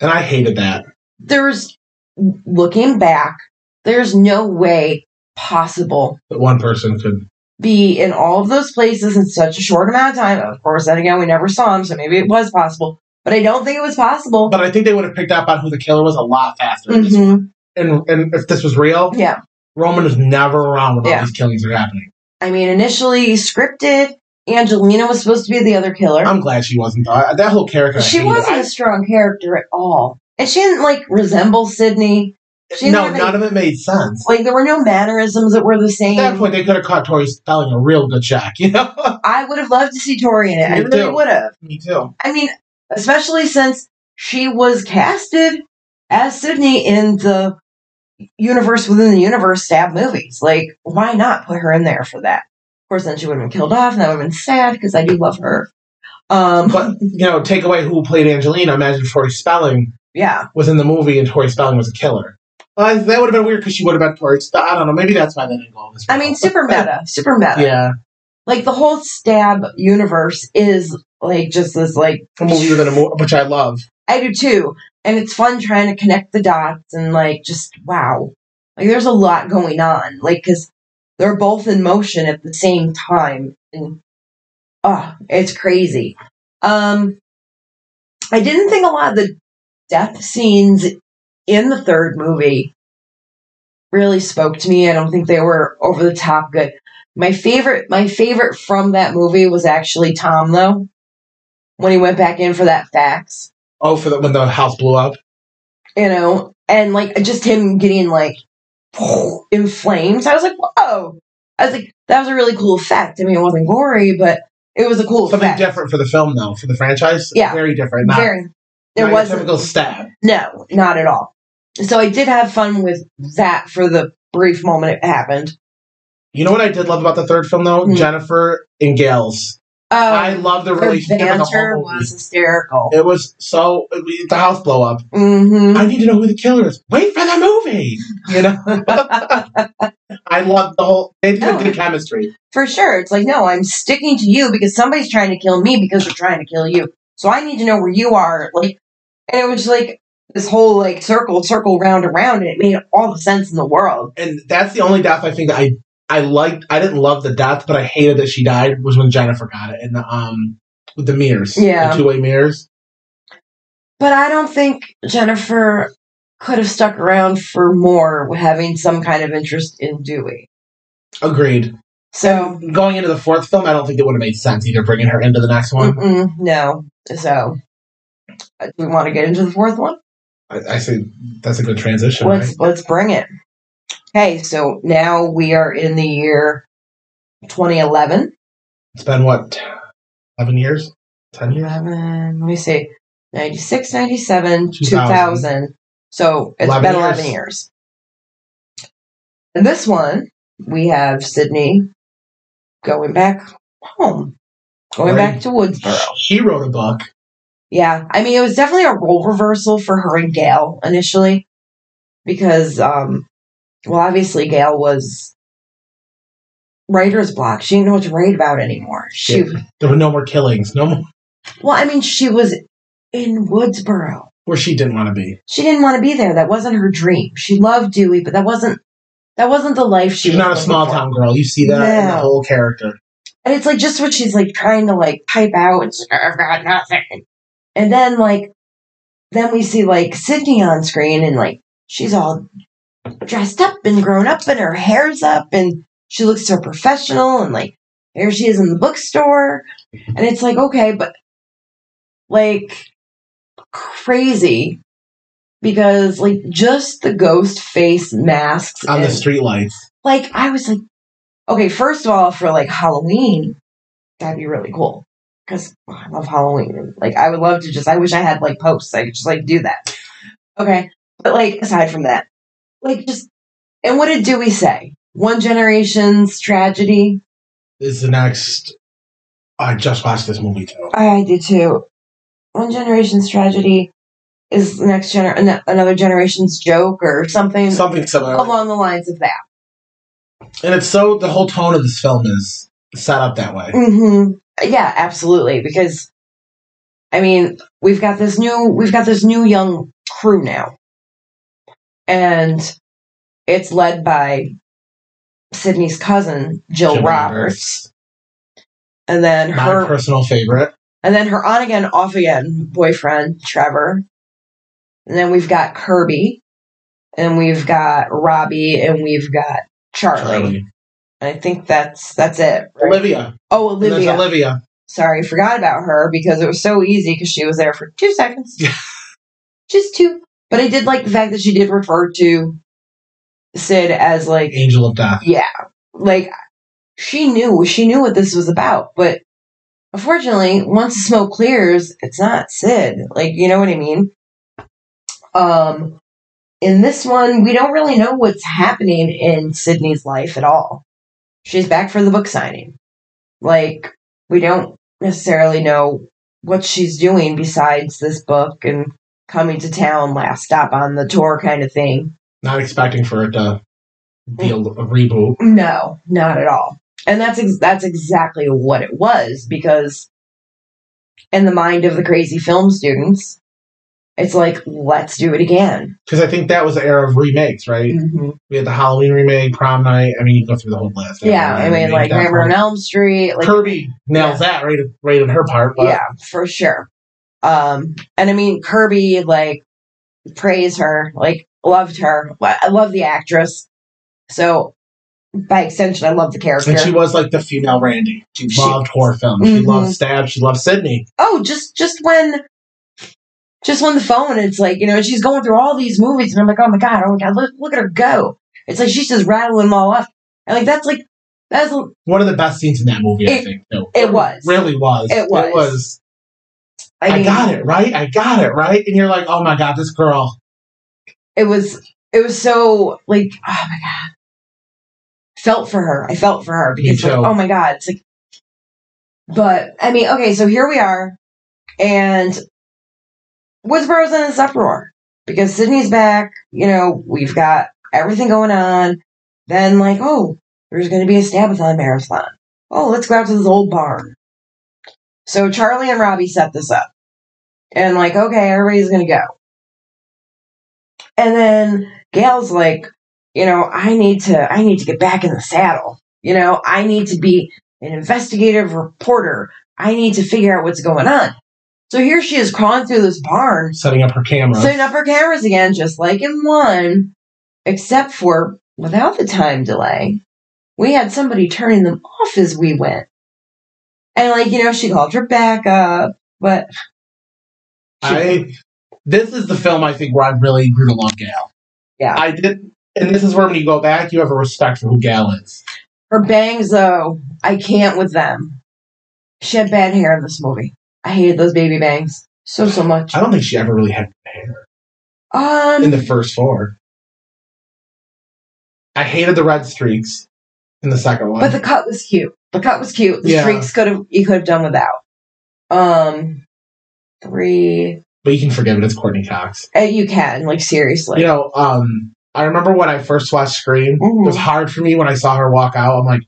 Speaker 3: and I hated that.
Speaker 2: There's, looking back, there's no way possible
Speaker 3: That one person could.
Speaker 2: be in all of those places in such a short amount of time. Of course, then again, we never saw him, so maybe it was possible. But I don't think it was possible.
Speaker 3: But I think they would have picked up on who the killer was a lot faster.
Speaker 2: Mhm.
Speaker 3: And and if this was real,
Speaker 2: Yeah.
Speaker 3: Roman was never around when
Speaker 2: Yeah.
Speaker 3: all these killings are happening.
Speaker 2: I mean, initially scripted, Angelina was supposed to be the other killer.
Speaker 3: I'm glad she wasn't. Uh, that whole character. I
Speaker 2: she
Speaker 3: hated.
Speaker 2: wasn't a
Speaker 3: I-
Speaker 2: strong character at all. And she didn't, like, resemble Sydney. She didn't
Speaker 3: no,
Speaker 2: have any-
Speaker 3: none of it made sense.
Speaker 2: Like, there were no mannerisms that were the
Speaker 3: At that
Speaker 2: same.
Speaker 3: point, they could have caught Tori spelling a real good check. You know.
Speaker 2: I would have loved to see Tori in it. I
Speaker 3: Me
Speaker 2: really
Speaker 3: too.
Speaker 2: would have.
Speaker 3: Me too.
Speaker 2: I mean, especially since she was casted as Sydney in the universe within the universe stab movies. Like, why not put her in there for that? Of course, then she would have been killed off, and that would have been sad because I do love her. Um,
Speaker 3: But you know, take away who played Angelina. Imagine Tori Spelling
Speaker 2: yeah,
Speaker 3: was in the movie and Tori Spelling was a killer. Well, that would have been weird because she would have been Tori. Spe- I don't know. Maybe that's why they didn't go this.
Speaker 2: I
Speaker 3: route.
Speaker 2: mean, super meta, super meta.
Speaker 3: yeah,
Speaker 2: Like the whole stab universe is like just this like
Speaker 3: a movie within a movie, which I love.
Speaker 2: I do too. And it's fun trying to connect the dots and like just wow. Like there's a lot going on. Like cuz they're both in motion at the same time and oh, it's crazy. Um I didn't think a lot of the death scenes in the third movie really spoke to me. I don't think they were over the top good. My favorite my favorite from that movie was actually Tom though. When he went back in for that fax
Speaker 3: Oh, for the when the house blew up.
Speaker 2: you know, and like just him getting like in flames. I was like, whoa. I was like, that was a really cool effect. I mean, it wasn't gory, but it was a cool
Speaker 3: Something
Speaker 2: effect.
Speaker 3: different for the film, though, for the franchise.
Speaker 2: Yeah.
Speaker 3: very different. Not,
Speaker 2: Very.
Speaker 3: not
Speaker 2: There
Speaker 3: your
Speaker 2: wasn't.
Speaker 3: typical stab.
Speaker 2: No, not at all. So I did have fun with that for the brief moment it happened.
Speaker 3: You know what I did love about the third film, though,
Speaker 2: Hmm.
Speaker 3: Jennifer and Gales.
Speaker 2: Um,
Speaker 3: I love the
Speaker 2: her
Speaker 3: relationship. in the
Speaker 2: banter
Speaker 3: whole movie.
Speaker 2: was hysterical.
Speaker 3: It was so we- the house blow up.
Speaker 2: hmm
Speaker 3: I need to know who the killer is. Wait for the movie. You know, I love the whole. They did
Speaker 2: Oh.
Speaker 3: good chemistry.
Speaker 2: for sure. It's like, no, I'm sticking to you because somebody's trying to kill me because they're trying to kill you. So I need to know where you are. Like, and it was like this whole like circle, circle, round and round, and it made all the sense in the world.
Speaker 3: and that's the only death I think I I liked. I didn't love the death, but I hated that she died. Was when Jennifer got it in the um with the mirrors,
Speaker 2: Yeah.
Speaker 3: two way mirrors.
Speaker 2: But I don't think Jennifer could have stuck around for more having some kind of interest in Dewey.
Speaker 3: Agreed.
Speaker 2: So
Speaker 3: Going into the fourth film, I don't think it would have made sense either bringing her into the next one.
Speaker 2: mm-mm, no. So uh, do we want to get into the fourth one?
Speaker 3: I, I say that's a good transition.
Speaker 2: let's
Speaker 3: right?
Speaker 2: let's bring it. Okay, so now we are in the year 2011.
Speaker 3: It's been what eleven years, ten years,
Speaker 2: 11, let me see, 96, 97, 2000.
Speaker 3: 2000.
Speaker 2: So it's
Speaker 3: 11
Speaker 2: been
Speaker 3: years.
Speaker 2: 11 years. And this one, we have Sydney going back home, going
Speaker 3: Right.
Speaker 2: back to Woodsboro.
Speaker 3: She wrote a book.
Speaker 2: Yeah, I mean, it was definitely a role reversal for her and Gail initially because, um, well, obviously, Gail was writer's block. She didn't know what to write about anymore. She,
Speaker 3: There were no more killings. No more
Speaker 2: well, I mean, she was in Woodsboro.
Speaker 3: where she didn't want to be.
Speaker 2: She didn't want to be there. That wasn't her dream. She loved Dewey, but that wasn't that wasn't the life she
Speaker 3: She's
Speaker 2: was
Speaker 3: not a
Speaker 2: looking
Speaker 3: small
Speaker 2: for.
Speaker 3: town girl. You see that in the
Speaker 2: No.
Speaker 3: whole character.
Speaker 2: And it's like just what she's like trying to like pipe out. It's like, I've got nothing. And then like, then we see like Sydney on screen and like she's all dressed up and grown up and her hair's up and she looks so professional and like there she is in the bookstore. And it's like, okay, but like crazy because like just the ghost face masks
Speaker 3: On the
Speaker 2: and-
Speaker 3: streetlights.
Speaker 2: like I was like, okay, first of all, for like Halloween, that'd be really cool because I love Halloween. and, Like I would love to just, I wish I had like posts. I could just like do that. Okay, but like aside from that, like just and what did Dewey say? One generation's tragedy.
Speaker 3: This is the next. I just watched this movie too.
Speaker 2: I do too. One generation's tragedy is the next gener an- another generation's joke or something
Speaker 3: Something similar.
Speaker 2: along the lines of that.
Speaker 3: And it's so the whole tone of this film is set up that way.
Speaker 2: hmm Yeah, absolutely. Because, I mean, we've got this new we've got this new young crew now, and it's led by Sydney's cousin Jill,
Speaker 3: Jill
Speaker 2: Roberts, and then
Speaker 3: My
Speaker 2: her
Speaker 3: personal favorite.
Speaker 2: and then her on again off again boyfriend Trevor, and then we've got Kirby, and we've got Robbie, and we've got Charlie.
Speaker 3: Charlie.
Speaker 2: And I think that's that's it. right?
Speaker 3: Olivia.
Speaker 2: Oh,
Speaker 3: And there's
Speaker 2: Olivia.
Speaker 3: Olivia.
Speaker 2: Sorry, forgot about her because it was so easy because she was there for two seconds. Just two. But I did like the fact that she did refer to Sid as like,
Speaker 3: Angel of Death.
Speaker 2: like she knew, she knew what this was about. But unfortunately, once the smoke clears, it's not Sid. Like, you know what I mean? Um, in this one, we don't really know what's happening in Sydney's life at all. She's back for the book signing. Like, we don't necessarily know what she's doing besides this book and coming to town, last stop on the tour kind of thing.
Speaker 3: Not expecting for it to be a, a reboot.
Speaker 2: No, not at all. And that's ex- that's exactly what it was because in the mind of the crazy film students, it's like let's do it again.
Speaker 3: Because I think that was the era of remakes, right? We had the Halloween remake, prom night. I mean, you go through the whole list.
Speaker 2: Yeah, I mean, like Nightmare on Elm Street, like
Speaker 3: Kirby nails that right, right in her part. But
Speaker 2: yeah, for sure. Um, and I mean, Kirby like praised her, like loved her. Lo- I love the actress. So by extension, I love the character.
Speaker 3: And she was like the female Randy. She
Speaker 2: She-
Speaker 3: loved horror films. She
Speaker 2: Mhm.
Speaker 3: loved Stab. She loved Sydney.
Speaker 2: oh, just just when, just when the phone. It's like you know she's going through all these movies, and I'm like, oh my god, oh my god, look look at her go. It's like she's just rattling them all off, and like that's like that's
Speaker 3: One of the best scenes in that movie, I
Speaker 2: It-
Speaker 3: think. Though.
Speaker 2: it was.
Speaker 3: Really was.
Speaker 2: It was.
Speaker 3: I,
Speaker 2: mean,
Speaker 3: got it, right? I got it, right? And you're like, oh my God, this girl.
Speaker 2: it was it was so like oh my god felt for her i felt for her
Speaker 3: Me
Speaker 2: because like
Speaker 3: too.
Speaker 2: oh my god it's like but i mean okay so here we are and woodsboro's in this uproar because sydney's back you know we've got everything going on then like oh there's going to be a stabathon marathon oh let's go out to this old barn so charlie and robbie set this up and like okay everybody's going to go and then Gail's like, you know, I need to I need to get back in the saddle. You know, I need to be an investigative reporter. I need to figure out what's going on. So here she is crawling through this barn,
Speaker 3: Setting up her camera.
Speaker 2: setting up her cameras again, just like in one, except for without the time delay. We had somebody turning them off as we went. And like, you know, she called her back up, but
Speaker 3: I this is the film I think where I really grew to love Gal.
Speaker 2: Yeah.
Speaker 3: I did and this is where when you go back you have a respect for who Gal is.
Speaker 2: Her bangs, though, I can't with them. She had bad hair in this movie. I hated those baby bangs so so much.
Speaker 3: I don't think she ever really had hair in
Speaker 2: Um,
Speaker 3: the first four. I hated the red streaks in the second one.
Speaker 2: but the cut was cute. The cut was cute. The
Speaker 3: Yeah.
Speaker 2: streaks could have you could have done without. Um, three.
Speaker 3: But you can forgive it, it's Courtney Cox.
Speaker 2: Uh, you can like seriously.
Speaker 3: You know, um I remember when I first watched Scream, it
Speaker 2: Mhm.
Speaker 3: was hard for me when I saw her walk out. I'm like,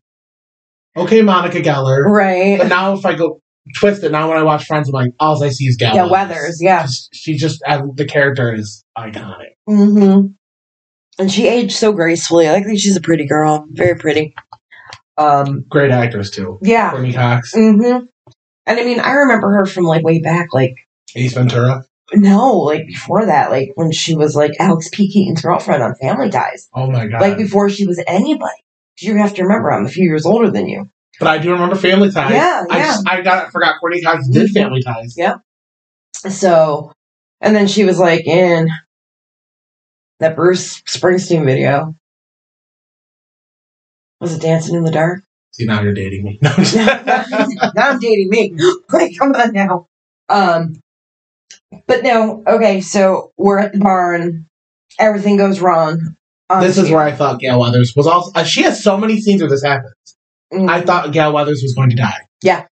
Speaker 3: okay, Monica Geller. But
Speaker 2: Right.
Speaker 3: now if I go twist it, now when I watch Friends, I'm like, all I see is Geller.
Speaker 2: Yeah, Weathers, yeah.
Speaker 3: She just I, the character is iconic.
Speaker 2: Mm-hmm. And she aged so gracefully. I think she's a pretty girl. Very pretty. Um,
Speaker 3: Great actress too.
Speaker 2: yeah.
Speaker 3: Courtney Cox,
Speaker 2: Mm-hmm. And I mean, I remember her from like way back, like
Speaker 3: Ace Ventura.
Speaker 2: no, like before that, like when she was like Alex P. Keaton's girlfriend on Family Ties.
Speaker 3: Oh my god!
Speaker 2: Like before she was anybody. You have to remember, I'm a few years older than you.
Speaker 3: but I do remember Family Ties.
Speaker 2: Yeah,
Speaker 3: I
Speaker 2: yeah.
Speaker 3: just I got forgot Courtney Cox did
Speaker 2: Mhm.
Speaker 3: Family Ties.
Speaker 2: Yeah. So, and then she was like in that Bruce Springsteen video. Was it Dancing in the Dark?
Speaker 3: See now you're dating me. No, I'm just-
Speaker 2: now I'm dating me. Like, come on now. Um, but no, okay, so we're at the barn. Everything goes wrong. Um,
Speaker 3: this is where I thought Gail Weathers was also. Uh, she has so many scenes where this happens.
Speaker 2: Mm.
Speaker 3: I thought Gail Weathers was going to die.
Speaker 2: Yeah.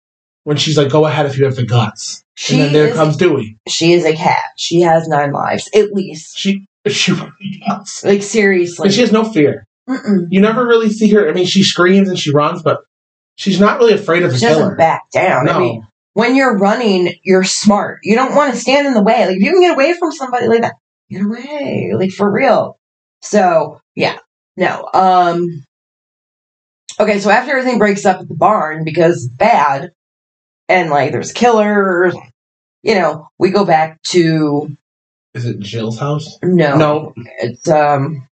Speaker 3: When she's like, "Go ahead if you have the guts,"
Speaker 2: she
Speaker 3: and then there
Speaker 2: is,
Speaker 3: comes Dewey.
Speaker 2: She is a cat. She has nine lives, at least.
Speaker 3: She she really does.
Speaker 2: Like, seriously.
Speaker 3: And she has no fear.
Speaker 2: Mm-mm.
Speaker 3: You never really see her. I mean, she screams and she runs, but she's not really afraid of the
Speaker 2: She doesn't
Speaker 3: killer.
Speaker 2: back down. I mean,
Speaker 3: No,
Speaker 2: when you're running, you're smart. You don't want to stand in the way. Like if you can get away from somebody like that, get away. Like for real. So yeah, no. Um. Okay, so after everything breaks up at the barn because it's bad, and like there's killers, you know, we go back to
Speaker 3: is it Jill's house?
Speaker 2: no,
Speaker 3: No,
Speaker 2: it's um,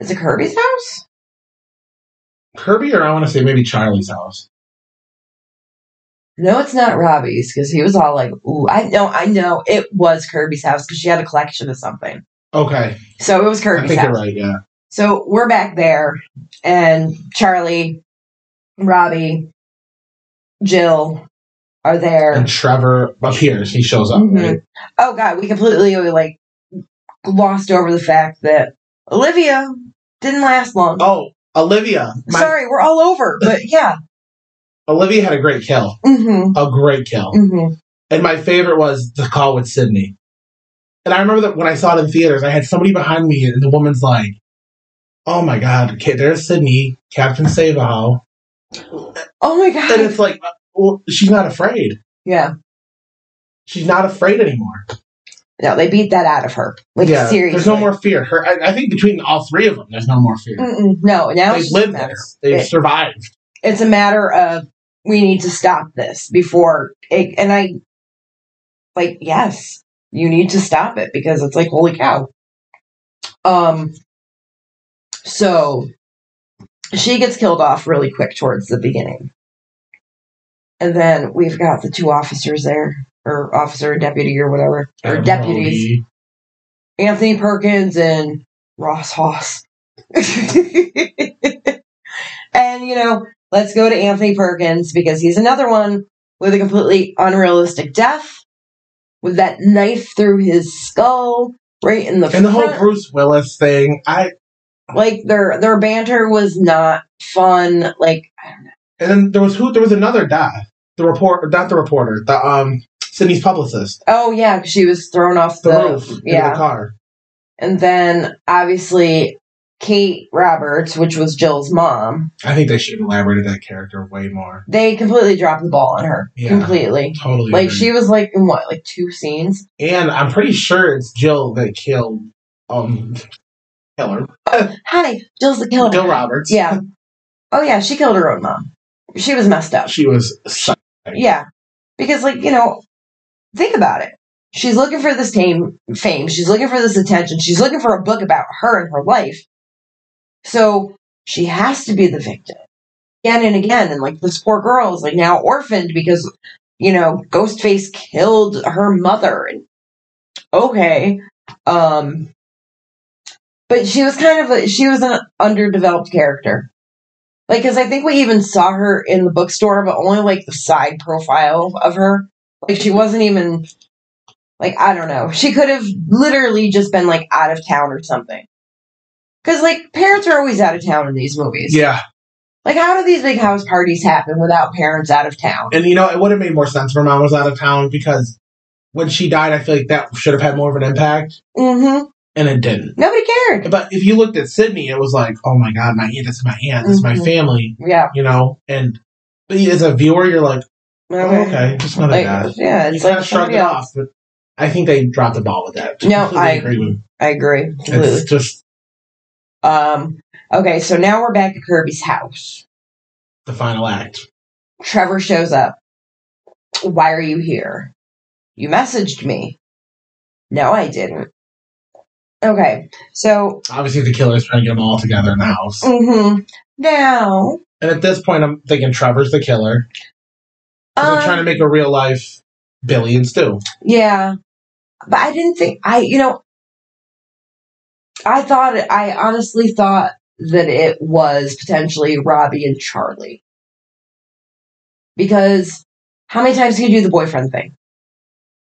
Speaker 2: is it Kirby's house?
Speaker 3: Kirby, or I want to say maybe Charlie's house.
Speaker 2: No, it's not Robbie's because he was all like, "Ooh, I know, I know, it was Kirby's house because she had a collection of something."
Speaker 3: Okay,
Speaker 2: So it was
Speaker 3: I
Speaker 2: Kirby's
Speaker 3: think you're
Speaker 2: house.
Speaker 3: right. Yeah,
Speaker 2: So we're back there, and Charlie, Robbie, Jill are there.
Speaker 3: and Trevor appears. He shows up.
Speaker 2: Mhm.
Speaker 3: right?
Speaker 2: Oh God, we completely like glossed over the fact that Olivia didn't last long.
Speaker 3: Oh, Olivia. My-
Speaker 2: Sorry, we're all over, but yeah.
Speaker 3: Olivia had a great kill.
Speaker 2: Mm-hmm.
Speaker 3: A great kill.
Speaker 2: Mm-hmm.
Speaker 3: And my favorite was the call with Sydney. And I remember that when I saw it in theaters, I had somebody behind me, and the woman's like, "Oh my God, okay, there's Sydney, Captain Savahow,"
Speaker 2: Oh my
Speaker 3: and
Speaker 2: God.
Speaker 3: it's like, well, she's not afraid.
Speaker 2: Yeah.
Speaker 3: She's not afraid anymore.
Speaker 2: No, they beat that out of her. Like seriously.
Speaker 3: there's no more fear. Her, I, I think between all three of them, there's no more fear.
Speaker 2: Mm-mm. Mm, No, now
Speaker 3: They've
Speaker 2: it's
Speaker 3: lived
Speaker 2: just-
Speaker 3: there. They've survived.
Speaker 2: it's a matter of we need to stop this before it, and i like yes you need to stop it because it's like holy cow um so she gets killed off really quick towards the beginning and then we've got the two officers there or officer and deputy or whatever or
Speaker 3: Adam
Speaker 2: deputies
Speaker 3: Brody.
Speaker 2: Anthony Perkins and Ross Haas. and, you know, let's go to Anthony Perkins because he's another one with a completely unrealistic death with that knife through his skull right in the
Speaker 3: and the whole
Speaker 2: front.
Speaker 3: Bruce Willis thing. I
Speaker 2: like their their banter was not fun like
Speaker 3: and then there was who? There was another death. The report, not the reporter. The um, Sydney's publicist.
Speaker 2: oh yeah 'cause she was thrown off
Speaker 3: The
Speaker 2: the,
Speaker 3: roof into
Speaker 2: Oh, yeah
Speaker 3: the car.
Speaker 2: and then obviously Kate Roberts which was Jill's mom
Speaker 3: I think they should have elaborated that character way more.
Speaker 2: they completely dropped the ball on her.
Speaker 3: Yeah.
Speaker 2: Completely.
Speaker 3: Totally.
Speaker 2: Like
Speaker 3: agree.
Speaker 2: she was like in what, like two scenes?
Speaker 3: and I'm pretty sure it's Jill that killed um killer.
Speaker 2: Hi, Jill's the killer.
Speaker 3: Jill Roberts.
Speaker 2: Yeah. Oh yeah, she killed her own mom. She was messed up.
Speaker 3: She was so-
Speaker 2: Yeah. Because like, you know, think about it. She's looking for this tame fame. She's looking for this attention. She's looking for a book about her and her life. So she has to be the victim. Again and again. And like this poor girl is like now orphaned because, you know, Ghostface killed her mother. And okay. Um but she was kind of a, she was an underdeveloped character. Like, because I think we even saw her in the bookstore, but only like the side profile of her. Like, she wasn't even, like, I don't know. She could have literally just been like out of town or something. Because, like, parents are always out of town in these movies.
Speaker 3: yeah.
Speaker 2: Like, how do these big house parties happen without parents out of town?
Speaker 3: And you know, it would have made more sense if her mom was out of town because when she died, I feel like that should have had more of an impact,
Speaker 2: Mm hmm.
Speaker 3: and it didn't.
Speaker 2: Nobody weird.
Speaker 3: But if you looked at Sydney, it was like, oh my god, my aunt, this is my aunt, this is my
Speaker 2: Mhm.
Speaker 3: family,
Speaker 2: Yeah.
Speaker 3: you know. And but as a viewer, you're like, oh, okay, just another
Speaker 2: Like,
Speaker 3: guy.
Speaker 2: yeah,
Speaker 3: You
Speaker 2: it's
Speaker 3: kind
Speaker 2: like
Speaker 3: of shrugged
Speaker 2: somebody
Speaker 3: it
Speaker 2: else.
Speaker 3: off, but I think they dropped the ball with that.
Speaker 2: No,
Speaker 3: Completely
Speaker 2: I-
Speaker 3: agree with.
Speaker 2: I agree. Completely.
Speaker 3: It's just
Speaker 2: Um, okay, so now we're back at Kirby's house.
Speaker 3: the final act.
Speaker 2: Trevor shows up. Why are you here? You messaged me. No, I didn't. Okay, so
Speaker 3: Obviously, the killer's trying to get them all together in the house.
Speaker 2: mhm. now
Speaker 3: And at this point, I'm thinking Trevor's the killer. 'Cause
Speaker 2: um,
Speaker 3: they're trying to make a real life Billy and Stu.
Speaker 2: Yeah. But I didn't think I you know I thought it, I honestly thought that it was potentially Robbie and Charlie. Because how many times can you do the boyfriend thing?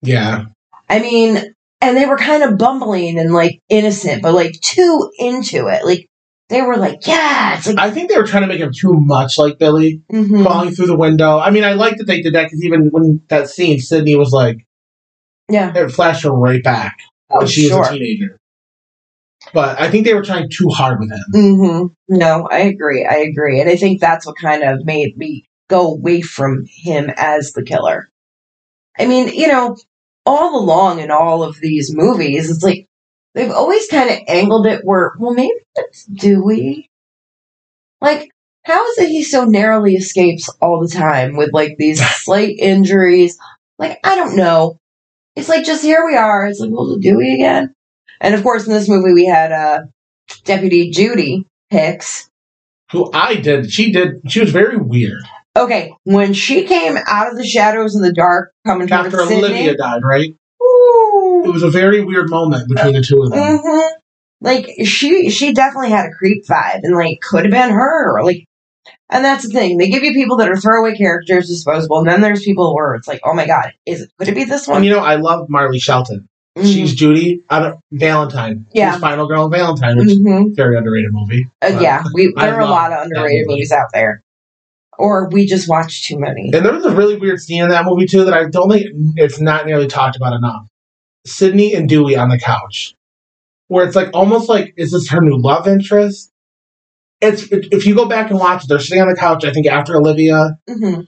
Speaker 3: Yeah.
Speaker 2: I mean, and they were kind of bumbling and like innocent, but like too into it. Like they were like, yeah, it's like
Speaker 3: I think they were trying to make him too much like Billy,
Speaker 2: mhm.
Speaker 3: falling through the window. I mean, I like that they did that because even when that scene, Sydney was like,
Speaker 2: yeah.
Speaker 3: it flashed her right back
Speaker 2: Oh,
Speaker 3: when she
Speaker 2: sure.
Speaker 3: was a teenager. But I think they were trying too hard with him.
Speaker 2: hmm No, I agree. I agree. And I think that's what kind of made me go away from him as the killer. I mean, you know, all along in all of these movies, it's like they've always kind of angled it where, well, maybe it's Dewey. Like, how is it he so narrowly escapes all the time with like these slight injuries? Like, I don't know. It's like just here we are. It's like, well, Dewey again. And of course, in this movie, we had uh, Deputy Judy Hicks.
Speaker 3: Who I did. She did. She was very weird.
Speaker 2: Okay, when she came out of the shadows in the dark, coming towards
Speaker 3: After
Speaker 2: Mm-hmm. Sydney,
Speaker 3: Olivia died, right? It
Speaker 2: ooh,
Speaker 3: was a very weird moment between the two of them.
Speaker 2: mhm. like she she definitely had a creep vibe, and like could have been her, like. And that's the thing. They give you people that are throwaway characters, disposable, and then there's people where it's like, oh my god, is it could it be this
Speaker 3: And
Speaker 2: one?
Speaker 3: you know, I love Marley Shelton. She's Judy out of Valentine.
Speaker 2: Mm-hmm. Yeah.
Speaker 3: She's Final Girl in Valentine, which is
Speaker 2: Mm-hmm.
Speaker 3: a very underrated movie.
Speaker 2: Uh, yeah, we
Speaker 3: I
Speaker 2: there are a
Speaker 3: love
Speaker 2: lot of underrated
Speaker 3: movie.
Speaker 2: movies out there, or we just watch too many.
Speaker 3: And there was a really weird scene in that movie too that I don't think it's not nearly talked about enough. Sydney and Dewey on the couch, where it's like almost like is this her new love interest? It's if if you go back and watch, it, they're sitting on the couch. I think after Olivia,
Speaker 2: hmm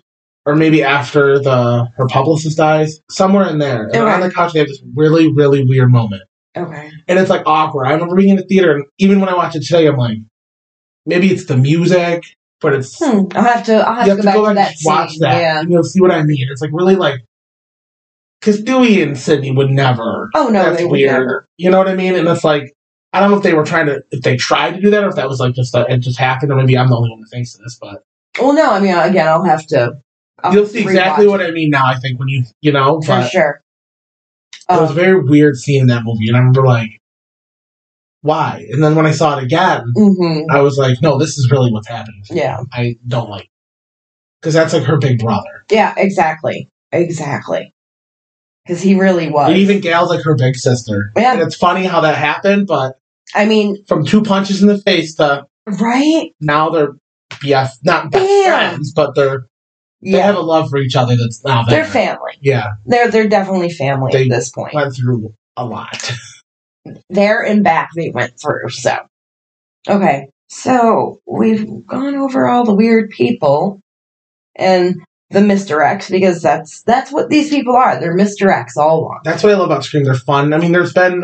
Speaker 3: or maybe after the her publicist dies, somewhere in there. And they're on
Speaker 2: Okay.
Speaker 3: the couch, they have this really really weird moment,
Speaker 2: Okay.
Speaker 3: and it's like awkward. I remember being in the theater, and even when I watch it today, I'm like, maybe it's the music, but it's
Speaker 2: Hmm. I'll have to. I'll have,
Speaker 3: you
Speaker 2: to go back to
Speaker 3: and
Speaker 2: that
Speaker 3: just watch
Speaker 2: scene.
Speaker 3: that,
Speaker 2: Yeah.
Speaker 3: and you'll see what I mean. It's like really like because Dewey and Sydney would never.
Speaker 2: Oh no,
Speaker 3: That's
Speaker 2: they would
Speaker 3: weird.
Speaker 2: never.
Speaker 3: You know what I mean? And it's like I don't know if they were trying to if they tried to do that or if that was like just that it just happened or maybe I'm the only one that thinks this, but
Speaker 2: Well, no, I mean, again, I'll have to. I'll
Speaker 3: you'll see exactly
Speaker 2: rewatch
Speaker 3: what I mean now. I think when you you know,
Speaker 2: it for
Speaker 3: but
Speaker 2: sure.
Speaker 3: it was a
Speaker 2: Um,
Speaker 3: very weird scene in that movie, and I remember like why? And then when I saw it again,
Speaker 2: mhm.
Speaker 3: I was like, no, this is really what's happening.
Speaker 2: Yeah,
Speaker 3: I don't like because that's like her big brother,
Speaker 2: yeah, exactly, exactly. Because he really was.
Speaker 3: and even Gal's like her big sister. And
Speaker 2: yeah,
Speaker 3: it's funny how that happened, but
Speaker 2: I mean,
Speaker 3: from two punches in the face to
Speaker 2: right?
Speaker 3: now they're BF, not best
Speaker 2: Damn.
Speaker 3: friends, but they're they have
Speaker 2: Yeah,
Speaker 3: a love for each other that's now
Speaker 2: they're
Speaker 3: there.
Speaker 2: family.
Speaker 3: yeah,
Speaker 2: They're they're definitely family
Speaker 3: They-
Speaker 2: at this point.
Speaker 3: went through a lot.
Speaker 2: there and back they went through. So, okay. So we've gone over all the weird people and the Mr. X because that's that's what these people are. They're Mr. X all along.
Speaker 3: That's what I love about Scream. They're fun. I mean, there's been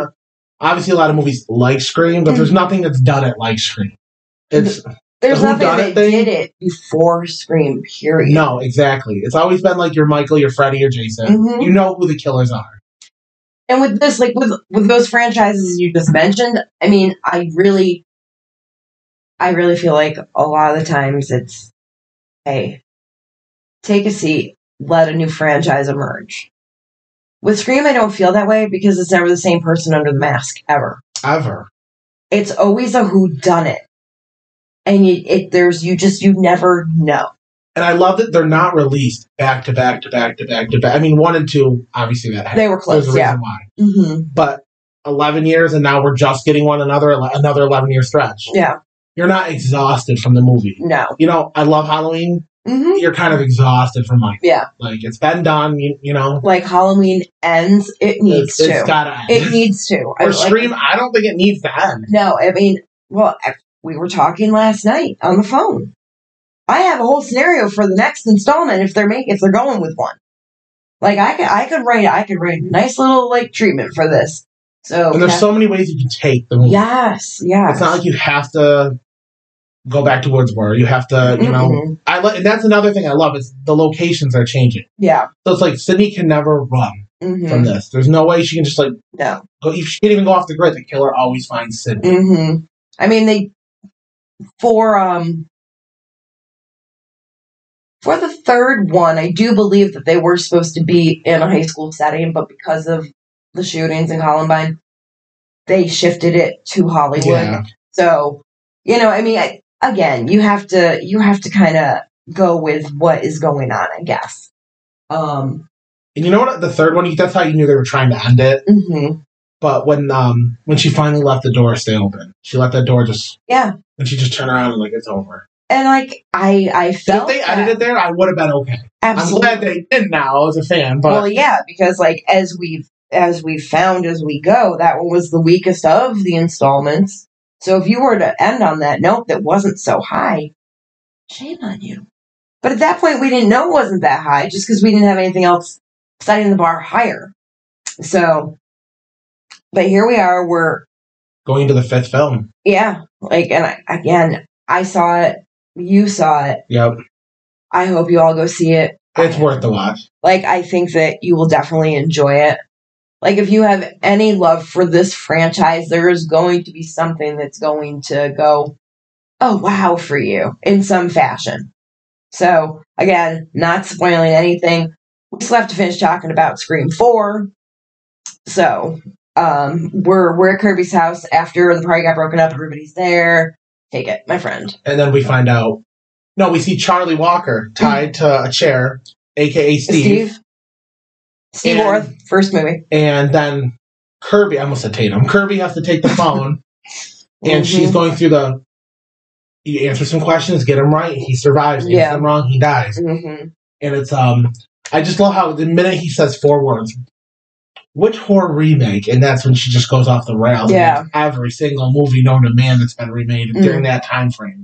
Speaker 3: obviously a lot of movies like Scream, but
Speaker 2: Mm-hmm.
Speaker 3: there's nothing that's done at like Scream. It's
Speaker 2: There's
Speaker 3: The
Speaker 2: nothing that
Speaker 3: whodunit thing?
Speaker 2: did it before Scream. Period.
Speaker 3: no, exactly. It's always been like your Michael, your Freddy, your Jason.
Speaker 2: Mhm.
Speaker 3: You know who the killers are.
Speaker 2: And with this, like with with those franchises you just mentioned, I mean, I really, I really feel like a lot of the times it's, hey, take a seat, let a new franchise emerge. With Scream, I don't feel that way because it's never the same person under the mask ever.
Speaker 3: Ever.
Speaker 2: It's always a who done it, and you, it there's you just you never know.
Speaker 3: And I love that they're not released back to back to back to back to back. I mean, one and two, obviously that happened.
Speaker 2: They were
Speaker 3: There's a
Speaker 2: close,
Speaker 3: reason
Speaker 2: yeah.
Speaker 3: why.
Speaker 2: hmm
Speaker 3: but 11 years and now we're just getting one another another 11 year stretch
Speaker 2: Yeah,
Speaker 3: you're not exhausted from the movie
Speaker 2: Mm-hmm. no,
Speaker 3: you know i love halloween
Speaker 2: hmm
Speaker 3: you're kind of exhausted from like
Speaker 2: Yeah.
Speaker 3: like it's been done you, you know
Speaker 2: Like Halloween ends, it needs
Speaker 3: it's, it's
Speaker 2: to.
Speaker 3: gotta end.
Speaker 2: it needs to. I
Speaker 3: or
Speaker 2: like-
Speaker 3: scream I don't think it needs to end
Speaker 2: No, I mean, well, I- we were talking last night on the phone. I have a whole scenario for the next installment if they're make if they're going with one. Like I could I could write I could write a nice little like treatment for this. So
Speaker 3: and there's so many ways you can take the movie
Speaker 2: yes, yes.
Speaker 3: it's not like you have to go back to Woodsboro you have to you know
Speaker 2: Mm-mm.
Speaker 3: I lo- and that's another thing I love is the locations are changing
Speaker 2: yeah.
Speaker 3: so it's like Sydney can never run
Speaker 2: Mm-hmm.
Speaker 3: from this there's no way she can just like
Speaker 2: no.
Speaker 3: go if she can't even go off the grid the killer always finds Sydney
Speaker 2: Mm-hmm. I mean, they for um for the third one, I do believe that they were supposed to be in a high school setting, but because of the shootings in Columbine, they shifted it to Hollywood.
Speaker 3: yeah
Speaker 2: So, you know, I mean, I, again, you have to you have to kind of go with what is going on, I guess. Um.
Speaker 3: and you know what the third one that's how you knew they were trying to end it
Speaker 2: mhm.
Speaker 3: But when um when she finally left the door stay open, she let that door just
Speaker 2: Yeah.
Speaker 3: and she just turned around and like it's over.
Speaker 2: And like I, I
Speaker 3: If
Speaker 2: felt
Speaker 3: they
Speaker 2: that.
Speaker 3: edited there, I would have been okay.
Speaker 2: absolutely.
Speaker 3: I'm glad they did now as a fan, but
Speaker 2: well, yeah, because like as we've as we found as we go, that one was the weakest of the installments. So if you were to end on that note that wasn't so high, shame on you. But at that point, we didn't know it wasn't that high, just because we didn't have anything else setting the bar higher. So, but here we are. We're
Speaker 3: going to the fifth film.
Speaker 2: yeah, like, and I, again, I saw it. You saw it.
Speaker 3: Yep.
Speaker 2: I hope you all go see it.
Speaker 3: It's
Speaker 2: I-
Speaker 3: worth the watch.
Speaker 2: like I think that you will definitely enjoy it. Like if you have any love for this franchise, there is going to be something that's going to go, oh wow, for you in some fashion. So again, not spoiling anything. We still have to finish talking about Scream Four. So um we're we're at Kirby's house after the party got broken up, everybody's there. Take it, my friend.
Speaker 3: And then we find out no, we see Charlie Walker tied to a chair, aka Steve,
Speaker 2: Steve. Steve
Speaker 3: And-
Speaker 2: Orth, first movie.
Speaker 3: and then Kirby I almost said Tatum. Kirby has to take the phone and she's
Speaker 2: Mhm.
Speaker 3: going through the you answer some questions, get him right, he survives,
Speaker 2: Yeah.
Speaker 3: answer them wrong, he dies.
Speaker 2: Mhm.
Speaker 3: and it's um I just love how the minute he says four words, which horror remake, and that's when she just goes off the rails.
Speaker 2: Yeah. Mm-hmm.
Speaker 3: Like, every single movie known to man that's been remade during that time frame.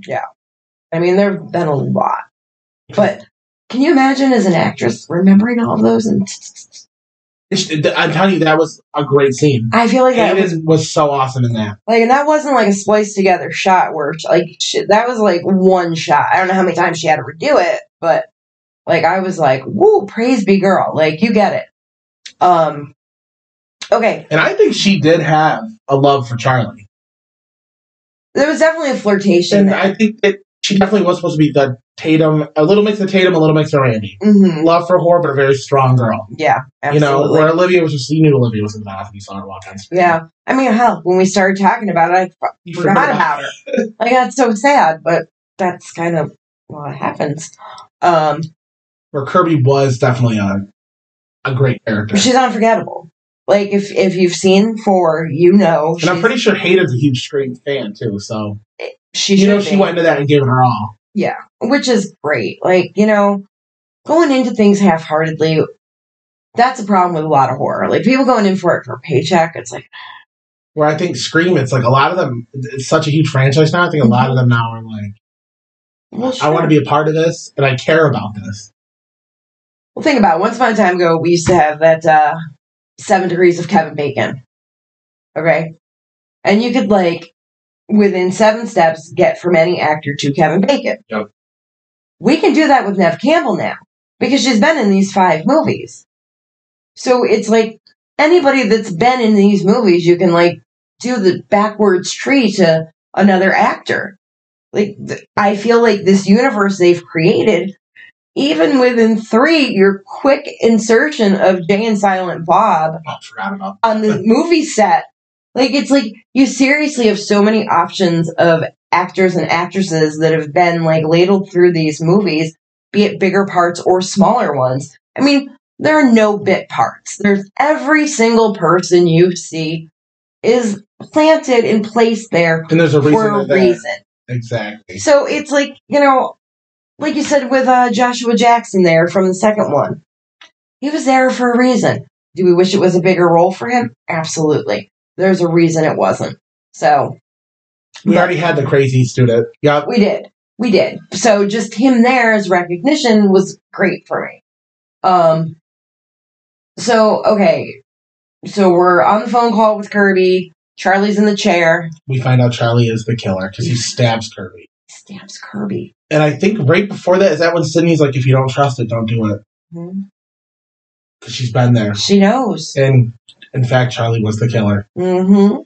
Speaker 2: I mean, there have been a lot. But can you imagine as an actress remembering all of those? And
Speaker 3: It's- th- I'm telling you, that was a great scene.
Speaker 2: I feel like that was
Speaker 3: Hayden was so awesome in that.
Speaker 2: like, and that wasn't like a spliced together shot where like shit, that was like one shot. I don't know how many times she had to redo it, but like I was like, "Woo, praise be girl!" Like you get it. Um. Okay,
Speaker 3: And I think she did have a love for Charlie.
Speaker 2: there was definitely a flirtation.
Speaker 3: And I think that she definitely was supposed to be the Tatum, a little mix of Tatum, a little mix of Randy.
Speaker 2: hmm
Speaker 3: Love for horror, but a very strong girl.
Speaker 2: Yeah,
Speaker 3: You know,
Speaker 2: absolutely.
Speaker 3: where Olivia was just, you knew Olivia was in the bath when you saw her walk on screen.
Speaker 2: yeah, I mean, hell, when we started talking about it, I
Speaker 3: You
Speaker 2: forgot about her. Like that's Oh, so sad, but that's kind of what happens. Um.
Speaker 3: where Kirby was definitely a a great character.
Speaker 2: She's unforgettable. Like if if you've seen four, you know
Speaker 3: and I'm
Speaker 2: she's-
Speaker 3: pretty sure Hayden's a huge Scream fan too, so
Speaker 2: she
Speaker 3: you know
Speaker 2: should
Speaker 3: she
Speaker 2: be,
Speaker 3: went into that and gave it her all.
Speaker 2: which is great. Like you know, going into things half heartedly, that's a problem with a lot of horror. Like people going in for it for a paycheck, it's like
Speaker 3: Where I think Scream, it's like a lot of them. It's such a huge franchise now. I think a lot of them now are like,
Speaker 2: well,
Speaker 3: I want to be a part of this and I care about this.
Speaker 2: Well, think about it. once upon a time ago, we used to have that uh, seven degrees of Kevin Bacon. Okay, and you could like within seven steps get from any actor to Kevin Bacon.
Speaker 3: Yep.
Speaker 2: We can do that with Nev Campbell now because she's been in these five movies. So it's like anybody that's been in these movies, you can like do the backwards tree to another actor. Like th- I feel like this universe they've created even within three, your quick insertion of Jay and Silent Bob
Speaker 3: Oh, I forgot about.
Speaker 2: on the movie set. Like, it's like you seriously have so many options of actors and actresses that have been like ladled through these movies, be it bigger parts or smaller ones. I mean, there are no bit parts. There's every single person you see is planted and placed there
Speaker 3: And there's a reason.
Speaker 2: for a
Speaker 3: they're there.
Speaker 2: reason.
Speaker 3: Exactly.
Speaker 2: So it's like, you know, like you said with uh, Joshua Jackson there from the second one. He was there for a reason. Do we wish it was a bigger role for him? Absolutely. There's a reason it wasn't. So
Speaker 3: We
Speaker 2: Yeah.
Speaker 3: already had the crazy student. Yep.
Speaker 2: we did. We did. So just him there as recognition was great for me. Um so okay. So we're on the phone call with Kirby. Charlie's in the chair.
Speaker 3: We find out Charlie is the killer because he stabs Kirby.
Speaker 2: Stabs Kirby.
Speaker 3: And I think right before that is that when Sydney's like, if you don't trust it, don't do it.
Speaker 2: Mhm.
Speaker 3: Because she's been there.
Speaker 2: She knows.
Speaker 3: And in fact, Charlie was the killer.
Speaker 2: hmm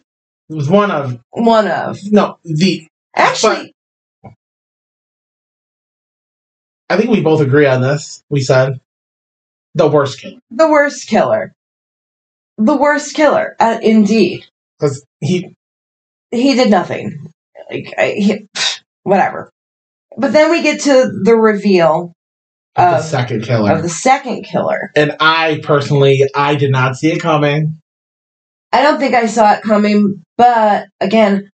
Speaker 3: It was one of,
Speaker 2: One of.
Speaker 3: no, the,
Speaker 2: Actually,
Speaker 3: I think we both agree on this. We said the worst killer.
Speaker 2: the worst killer. The worst killer, uh, indeed.
Speaker 3: Because he,
Speaker 2: he did nothing. Like I, he, whatever. But then we get to the reveal
Speaker 3: of the
Speaker 2: Of-
Speaker 3: second killer.
Speaker 2: of the second killer.
Speaker 3: and I personally, I did not see it coming.
Speaker 2: I don't think I saw it coming, but again,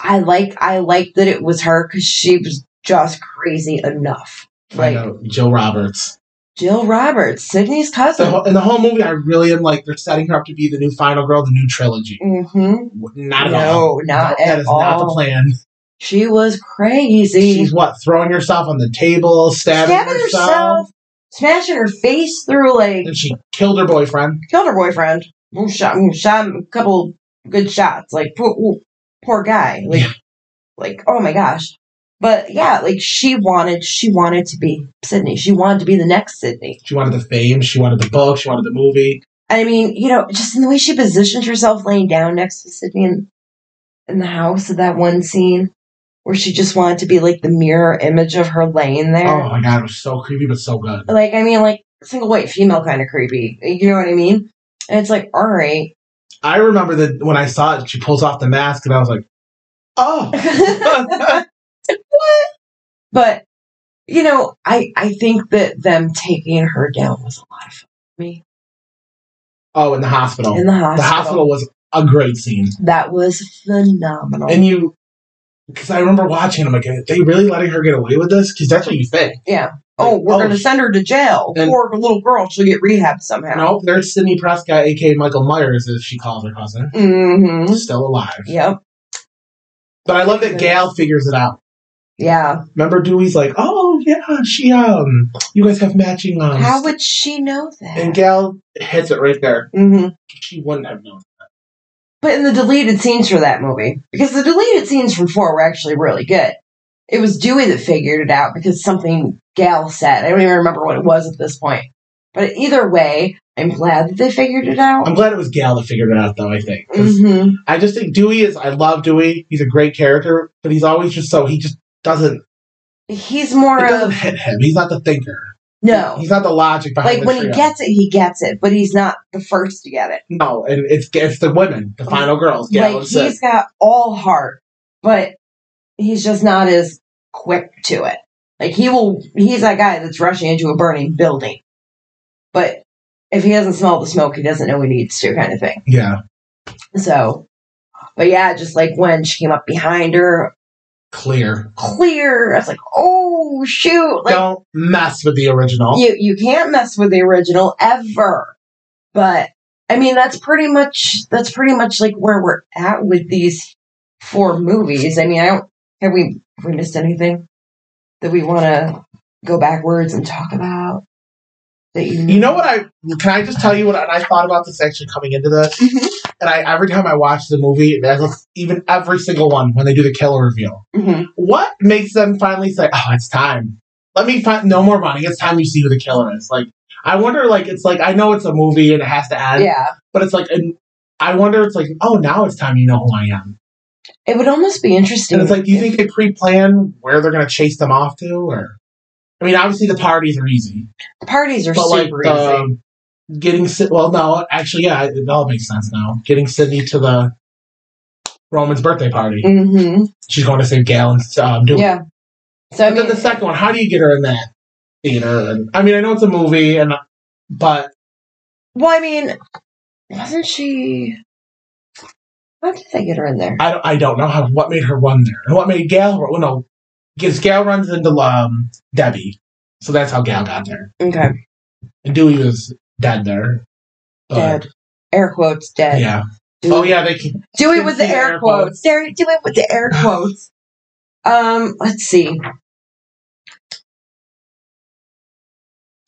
Speaker 2: I like I like that it was her because she was just crazy enough.
Speaker 3: Find
Speaker 2: Like
Speaker 3: out Joe Roberts.
Speaker 2: Jill Roberts, Sydney's
Speaker 3: The
Speaker 2: cousin.
Speaker 3: whole, in the whole movie, I really am like, they're setting her up to be the new final girl, the new trilogy.
Speaker 2: mm-hmm.
Speaker 3: Not at
Speaker 2: no,
Speaker 3: all.
Speaker 2: not
Speaker 3: that
Speaker 2: at
Speaker 3: is
Speaker 2: all.
Speaker 3: not the plan.
Speaker 2: She was crazy.
Speaker 3: She's what throwing herself on the table, stabbing, herself,
Speaker 2: smashing her face through like
Speaker 3: and she killed her boyfriend.
Speaker 2: killed her boyfriend. Boom, Shot, boom, shot him a couple good shots. Like poor, ooh, poor guy. Like,
Speaker 3: Yeah.
Speaker 2: like oh my gosh. But yeah, like she wanted, she wanted to be Sydney. She wanted to be the next Sydney.
Speaker 3: She wanted the fame. She wanted the book. She wanted the movie.
Speaker 2: I mean, you know, just in the way she positioned herself, laying down next to Sydney in, in the house of that one scene where she just wanted to be like the mirror image of her laying there.
Speaker 3: Oh my god, it was so creepy but so good.
Speaker 2: like I mean, like single white female kind of creepy. You know what I mean? And it's like, all right.
Speaker 3: I remember that when I saw it, she pulls off the mask, and I was like, oh.
Speaker 2: what? But you know, I I think that them taking her down was a lot of fun for me
Speaker 3: oh, in the hospital.
Speaker 2: in the hospital.
Speaker 3: The hospital was a great scene.
Speaker 2: That was phenomenal.
Speaker 3: And you, because I remember watching it, I'm like, are they really letting her get away with this? Because that's what you think.
Speaker 2: yeah. Oh, we're
Speaker 3: Oh,
Speaker 2: gonna
Speaker 3: sh-
Speaker 2: send her to jail.
Speaker 3: And-
Speaker 2: Poor little girl. She'll get rehab somehow.
Speaker 3: Nope, there's Sidney Prescott, aka Michael Myers, as she calls her cousin,
Speaker 2: Mm-hmm.
Speaker 3: still alive.
Speaker 2: Yep.
Speaker 3: But I love that Gail figures it out.
Speaker 2: Yeah.
Speaker 3: Remember, Dewey's like, "Oh yeah, she um, you guys have matching um."
Speaker 2: How would she know
Speaker 3: and
Speaker 2: that?
Speaker 3: Gail hits it right there.
Speaker 2: Mm-hmm.
Speaker 3: She wouldn't have known.
Speaker 2: But in the deleted scenes for that movie, because the deleted scenes from four were actually really good. It was Dewey that figured it out because something Gal said. I don't even remember what it was at this point. But either way, I'm glad that they figured it out.
Speaker 3: I'm glad it was Gail that figured it out, though. I think 'Cause
Speaker 2: hmm
Speaker 3: I just think Dewey is. I love Dewey. He's a great character, but he's always just so he just doesn't.
Speaker 2: He's
Speaker 3: It
Speaker 2: more
Speaker 3: doesn't
Speaker 2: of
Speaker 3: hit him. He's not the thinker.
Speaker 2: no,
Speaker 3: he's not the logic behind.
Speaker 2: like
Speaker 3: the
Speaker 2: when he
Speaker 3: trio.
Speaker 2: gets it, he gets it, but he's not the first to get it.
Speaker 3: no, and it's it's the women, the final girls. Gail
Speaker 2: like
Speaker 3: and
Speaker 2: he's
Speaker 3: Sid.
Speaker 2: got all heart, but he's just not as quick to it. Like he will, he's that guy that's rushing into a burning building, but if he doesn't smell the smoke, he doesn't know he needs to, kind of thing.
Speaker 3: yeah,
Speaker 2: So, but yeah, just like when she came up behind her,
Speaker 3: clear.
Speaker 2: clear. I was like, oh shoot! Like
Speaker 3: Don't mess with the original.
Speaker 2: you, you can't mess with the original ever. But I mean, that's pretty much that's pretty much like where we're at with these four movies. I mean, I don't have we have we missed anything that we want to go backwards and talk about that you
Speaker 3: You know what I can I just tell you what I thought about this actually coming into this?
Speaker 2: Mhm.
Speaker 3: And I every time I watch the movie, and I look- even every single one when they do the killer reveal,
Speaker 2: Mhm.
Speaker 3: what makes them finally say, "Oh, it's time. Let me find no more money. It's time you see who the killer is." Like I wonder, like it's like I know it's a movie and it has to end,
Speaker 2: yeah.
Speaker 3: but it's like and I wonder, it's like oh, now it's time you know who I am.
Speaker 2: It would almost be interesting.
Speaker 3: And it's like, do you think they pre-plan where they're gonna chase them off to, or? I mean, obviously the parties are easy.
Speaker 2: the parties are
Speaker 3: but like
Speaker 2: super easy.
Speaker 3: um, getting Sy- well, no, actually, yeah, it, it all makes sense now. Getting Sydney to the Roman's birthday party,
Speaker 2: hmm
Speaker 3: she's going to save Gail and um, do
Speaker 2: Yeah. So I
Speaker 3: And
Speaker 2: mean,
Speaker 3: then the second one, how do you get her in that theater? And I mean, I know it's a movie, and but
Speaker 2: well, I mean, wasn't she? How did they get her in there?
Speaker 3: I don't, I don't know how what made her run there and what made Gail. run- Well, no, because Gal runs into um, Debbie, so that's how Gal got there.
Speaker 2: Okay.
Speaker 3: And Dewey was dead there. But,
Speaker 2: Dead. Air quotes dead.
Speaker 3: Yeah.
Speaker 2: Dewey,
Speaker 3: Oh yeah, they can.
Speaker 2: Do it with the air quotes. Derry, do it with the air quotes. Um, let's see.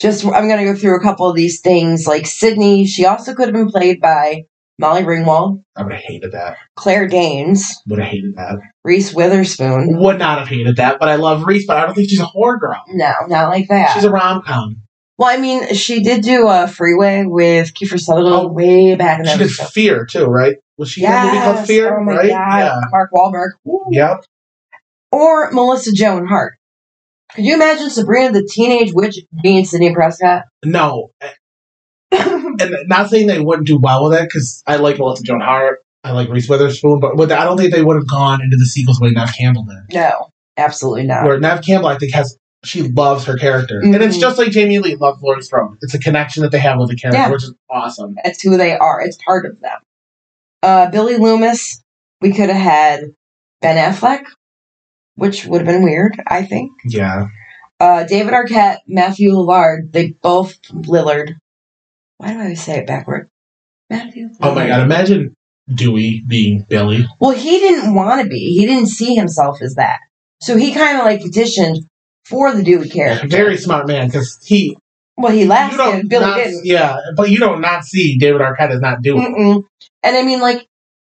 Speaker 2: Just I'm gonna go through a couple of these things. Like Sydney, she also could have been played by Molly Ringwald,
Speaker 3: I would have hated that.
Speaker 2: Claire Danes,
Speaker 3: Would have hated that.
Speaker 2: Reese Witherspoon.
Speaker 3: Would not have hated that. But I love Reese. But I don't think she's a horror girl.
Speaker 2: No, not like that.
Speaker 3: She's a rom com.
Speaker 2: well, I mean, she did do a freeway with Kiefer Sutherland
Speaker 3: Oh.
Speaker 2: way back in
Speaker 3: She
Speaker 2: the
Speaker 3: did Fear too, right? Was she in a movie called Fear?
Speaker 2: oh my
Speaker 3: right?
Speaker 2: God, Mark Wahlberg.
Speaker 3: Yeah. Yep.
Speaker 2: or Melissa Joan Hart. Could you imagine Sabrina the Teenage Witch being Sidney Prescott?
Speaker 3: No, and not saying they wouldn't do well with it because I like Melissa Joan Hart, I like Reese Witherspoon, but with, I don't think they would have gone into the sequels the way Nev Campbell did.
Speaker 2: no, absolutely not.
Speaker 3: Where Nev Campbell, I think, has she loves her character, and it's
Speaker 2: Mhm.
Speaker 3: just like Jamie Lee loved Lawrence Strode. It's a connection that they have with the character,
Speaker 2: Yeah.
Speaker 3: which is awesome.
Speaker 2: That's who they are. It's part of them. Uh, Billy Loomis, we could have had Ben Affleck, which would have been weird, I think.
Speaker 3: Yeah,
Speaker 2: Uh, David Arquette, Matthew Lillard, they both Lillard. Why do I always say it backward? Matthew.
Speaker 3: Oh my
Speaker 2: Lillard.
Speaker 3: god, imagine Dewey being Billy.
Speaker 2: Well, he didn't want to be. He didn't see himself as that. So he kind of like petitioned for the Dewey character.
Speaker 3: Very smart man because he
Speaker 2: Well, he
Speaker 3: you
Speaker 2: laughed
Speaker 3: don't
Speaker 2: and Billy
Speaker 3: not-
Speaker 2: didn't.
Speaker 3: yeah, but you don't not see David Arquette is not Dewey.
Speaker 2: Mm-mm. And I mean, like,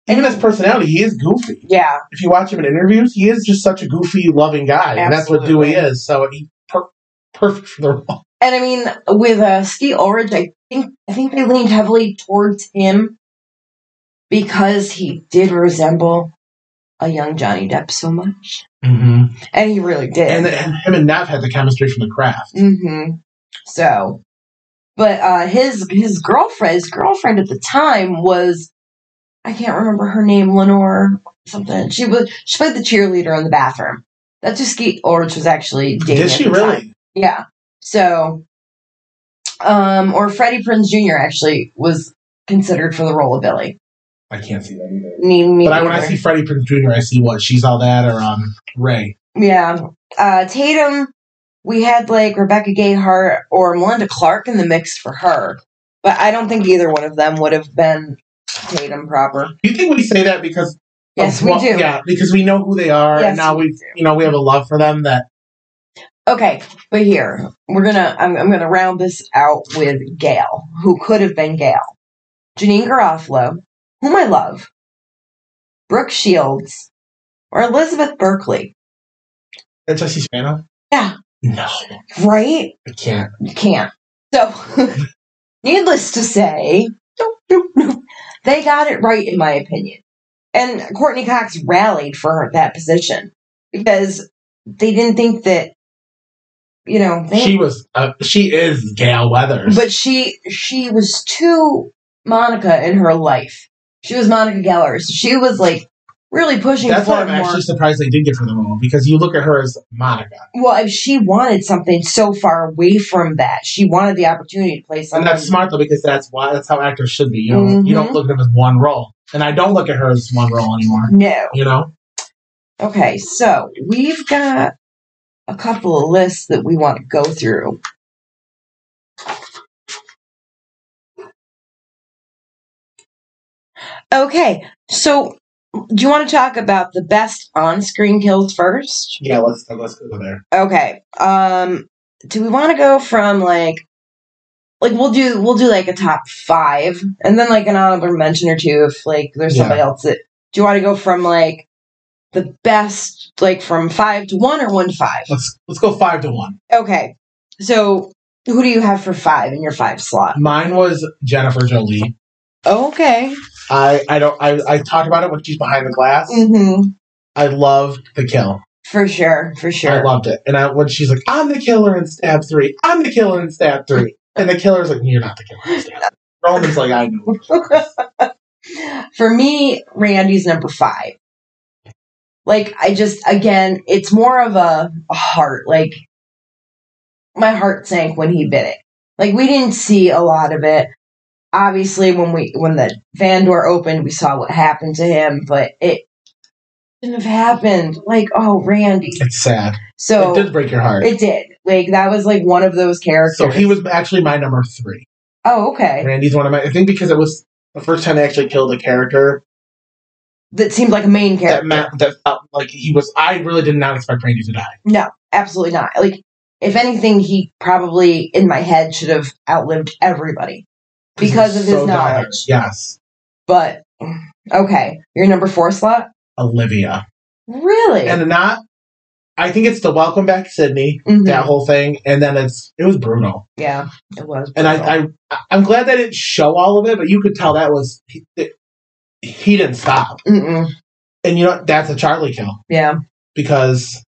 Speaker 3: Even his personality, he is goofy.
Speaker 2: yeah,
Speaker 3: if you watch him in interviews, he is just such a goofy, loving guy, and that's what
Speaker 2: Absolutely.
Speaker 3: Dewey is. So he per- perfect for the role.
Speaker 2: and I mean, with uh, Steve Ulrich, I think I think they leaned heavily towards him because he did resemble a young Johnny Depp so much,
Speaker 3: Mm-hmm.
Speaker 2: and he really did.
Speaker 3: And, and him and Nev had the chemistry from the craft.
Speaker 2: hmm So, but uh, his his girlfriend, his girlfriend at the time was, I can't remember her name, Lenore something. She was she played the cheerleader in the bathroom. That's who Skeet Ulrich was actually dating.
Speaker 3: Did
Speaker 2: at
Speaker 3: she
Speaker 2: the time.
Speaker 3: really?
Speaker 2: Yeah. So, um, or Freddie Prinze Jr. actually was considered for the role of Billy.
Speaker 3: I can't see that either.
Speaker 2: Me, me
Speaker 3: But I, when I
Speaker 2: neither.
Speaker 3: see Freddie Prinze Jr., I see what she's all that or um Ray.
Speaker 2: Yeah. Uh, Tatum, we had like Rebecca Gayhart or Melinda Clark in the mix for her, but I don't think either one of them would have been Tatum proper.
Speaker 3: Do you think we say that because?
Speaker 2: Yes,
Speaker 3: of
Speaker 2: we
Speaker 3: what-
Speaker 2: do.
Speaker 3: Yeah, because we know who they are,
Speaker 2: Yes,
Speaker 3: and now
Speaker 2: we
Speaker 3: we,
Speaker 2: do.
Speaker 3: you know, we have a love for them. That
Speaker 2: Okay, but here we're gonna I'm, I'm gonna round this out with Gail, who could have been Gail, Janine Garofalo, whom I love, Brooke Shields, or Elizabeth Berkley.
Speaker 3: that's Jesse Spano.
Speaker 2: Yeah.
Speaker 3: No,
Speaker 2: Right?
Speaker 3: I can't.
Speaker 2: you can't. So, needless to say, they got it right, in my opinion. And Courtney Cox rallied for her, that position because they didn't think that, you know, they,
Speaker 3: She was. Uh, she is Gail Weathers.
Speaker 2: but she she was too Monica in her life. She was Monica Geller, so she was like really pushing
Speaker 3: that's why
Speaker 2: for
Speaker 3: I'm
Speaker 2: more.
Speaker 3: actually surprised they did get her the role because you look at her as Monica.
Speaker 2: well, if she wanted something so far away from that, she wanted the opportunity to play
Speaker 3: And
Speaker 2: something.
Speaker 3: that's smart though, because that's why that's how actors should be. You don't you don't
Speaker 2: Mhm.
Speaker 3: look at them as one role. And I don't look at her as one role anymore.
Speaker 2: no.
Speaker 3: You know?
Speaker 2: Okay, so we've got a couple of lists that we want to go through. Okay, so do you want to talk about the best on screen kills first?
Speaker 3: Yeah, let's let's go there.
Speaker 2: Okay. Um do we want to go from like like we'll do we'll do like a top 5 and then like an honorable mention or two if like there's
Speaker 3: Yeah.
Speaker 2: somebody else that do you want to go from like the best like from 5 to 1 or 1 to 5?
Speaker 3: Let's let's go five to one.
Speaker 2: Okay. So who do you have for 5 in your 5 slot?
Speaker 3: Mine was Jennifer Jolie.
Speaker 2: Okay.
Speaker 3: I I don't I, I talked about it when she's behind the glass.
Speaker 2: Mhm.
Speaker 3: I loved the kill.
Speaker 2: For sure, for
Speaker 3: I
Speaker 2: sure.
Speaker 3: loved it. And I, when she's like, I'm the killer in stab three, I'm the killer in stab three. And the killer's like, You're not the killer in stab three. Roman's like, I know.
Speaker 2: For me, Randy's number five. Like, I just, again, it's more of a, a heart. Like, my heart sank when he bit it. Like, we didn't see a lot of it. Obviously, when we when the van door opened, we saw what happened to him, but it shouldn't have happened. Like, oh, Randy.
Speaker 3: It's sad. it
Speaker 2: So
Speaker 3: did break your heart.
Speaker 2: it did. Like, that was like one of those characters.
Speaker 3: So he was actually my number three.
Speaker 2: Oh, okay.
Speaker 3: Randy's one of my. I think because it was the first time they actually killed a character
Speaker 2: That seemed like a main character.
Speaker 3: that meant that felt like he was. I really did not expect Randy to die.
Speaker 2: Absolutely not. Like, if anything, he probably in my head should have outlived everybody because
Speaker 3: He
Speaker 2: of
Speaker 3: was
Speaker 2: his
Speaker 3: so dire.
Speaker 2: knowledge.
Speaker 3: Yes,
Speaker 2: But okay, your number four slot.
Speaker 3: Olivia,
Speaker 2: Really?
Speaker 3: and not. I think it's the welcome back Sydney
Speaker 2: Mhm.
Speaker 3: that whole thing, and then it's it was brutal.
Speaker 2: yeah, it was.
Speaker 3: And
Speaker 2: brutal.
Speaker 3: I, I I'm glad they didn't show all of it, but you could tell that was he, he didn't stop.
Speaker 2: Mm-mm.
Speaker 3: And you know that's a Charlie kill
Speaker 2: yeah,
Speaker 3: because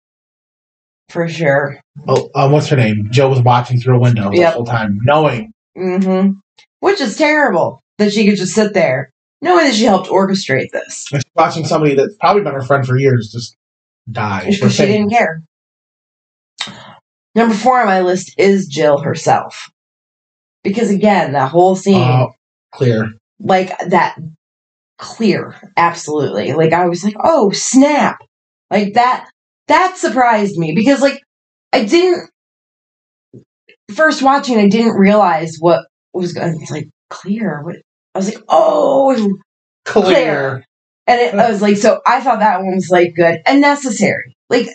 Speaker 2: for sure.
Speaker 3: oh, um, what's her name? Joe was watching through a window
Speaker 2: Yep.
Speaker 3: the whole time, knowing
Speaker 2: hmm Which is terrible that she could just sit there, knowing that she helped orchestrate this
Speaker 3: and she's watching somebody that's probably been her friend for years just die. for
Speaker 2: because she
Speaker 3: fame.
Speaker 2: didn't care. Number four on my list is Jill herself, because again, that whole scene.
Speaker 3: Oh, clear.
Speaker 2: like that clear absolutely like i was like oh snap like that that surprised me because like i didn't first watching i didn't realize what was going it's like clear what i was like oh
Speaker 3: clear,
Speaker 2: Clear. and it, I was like, so I thought that one was like good and necessary. Like,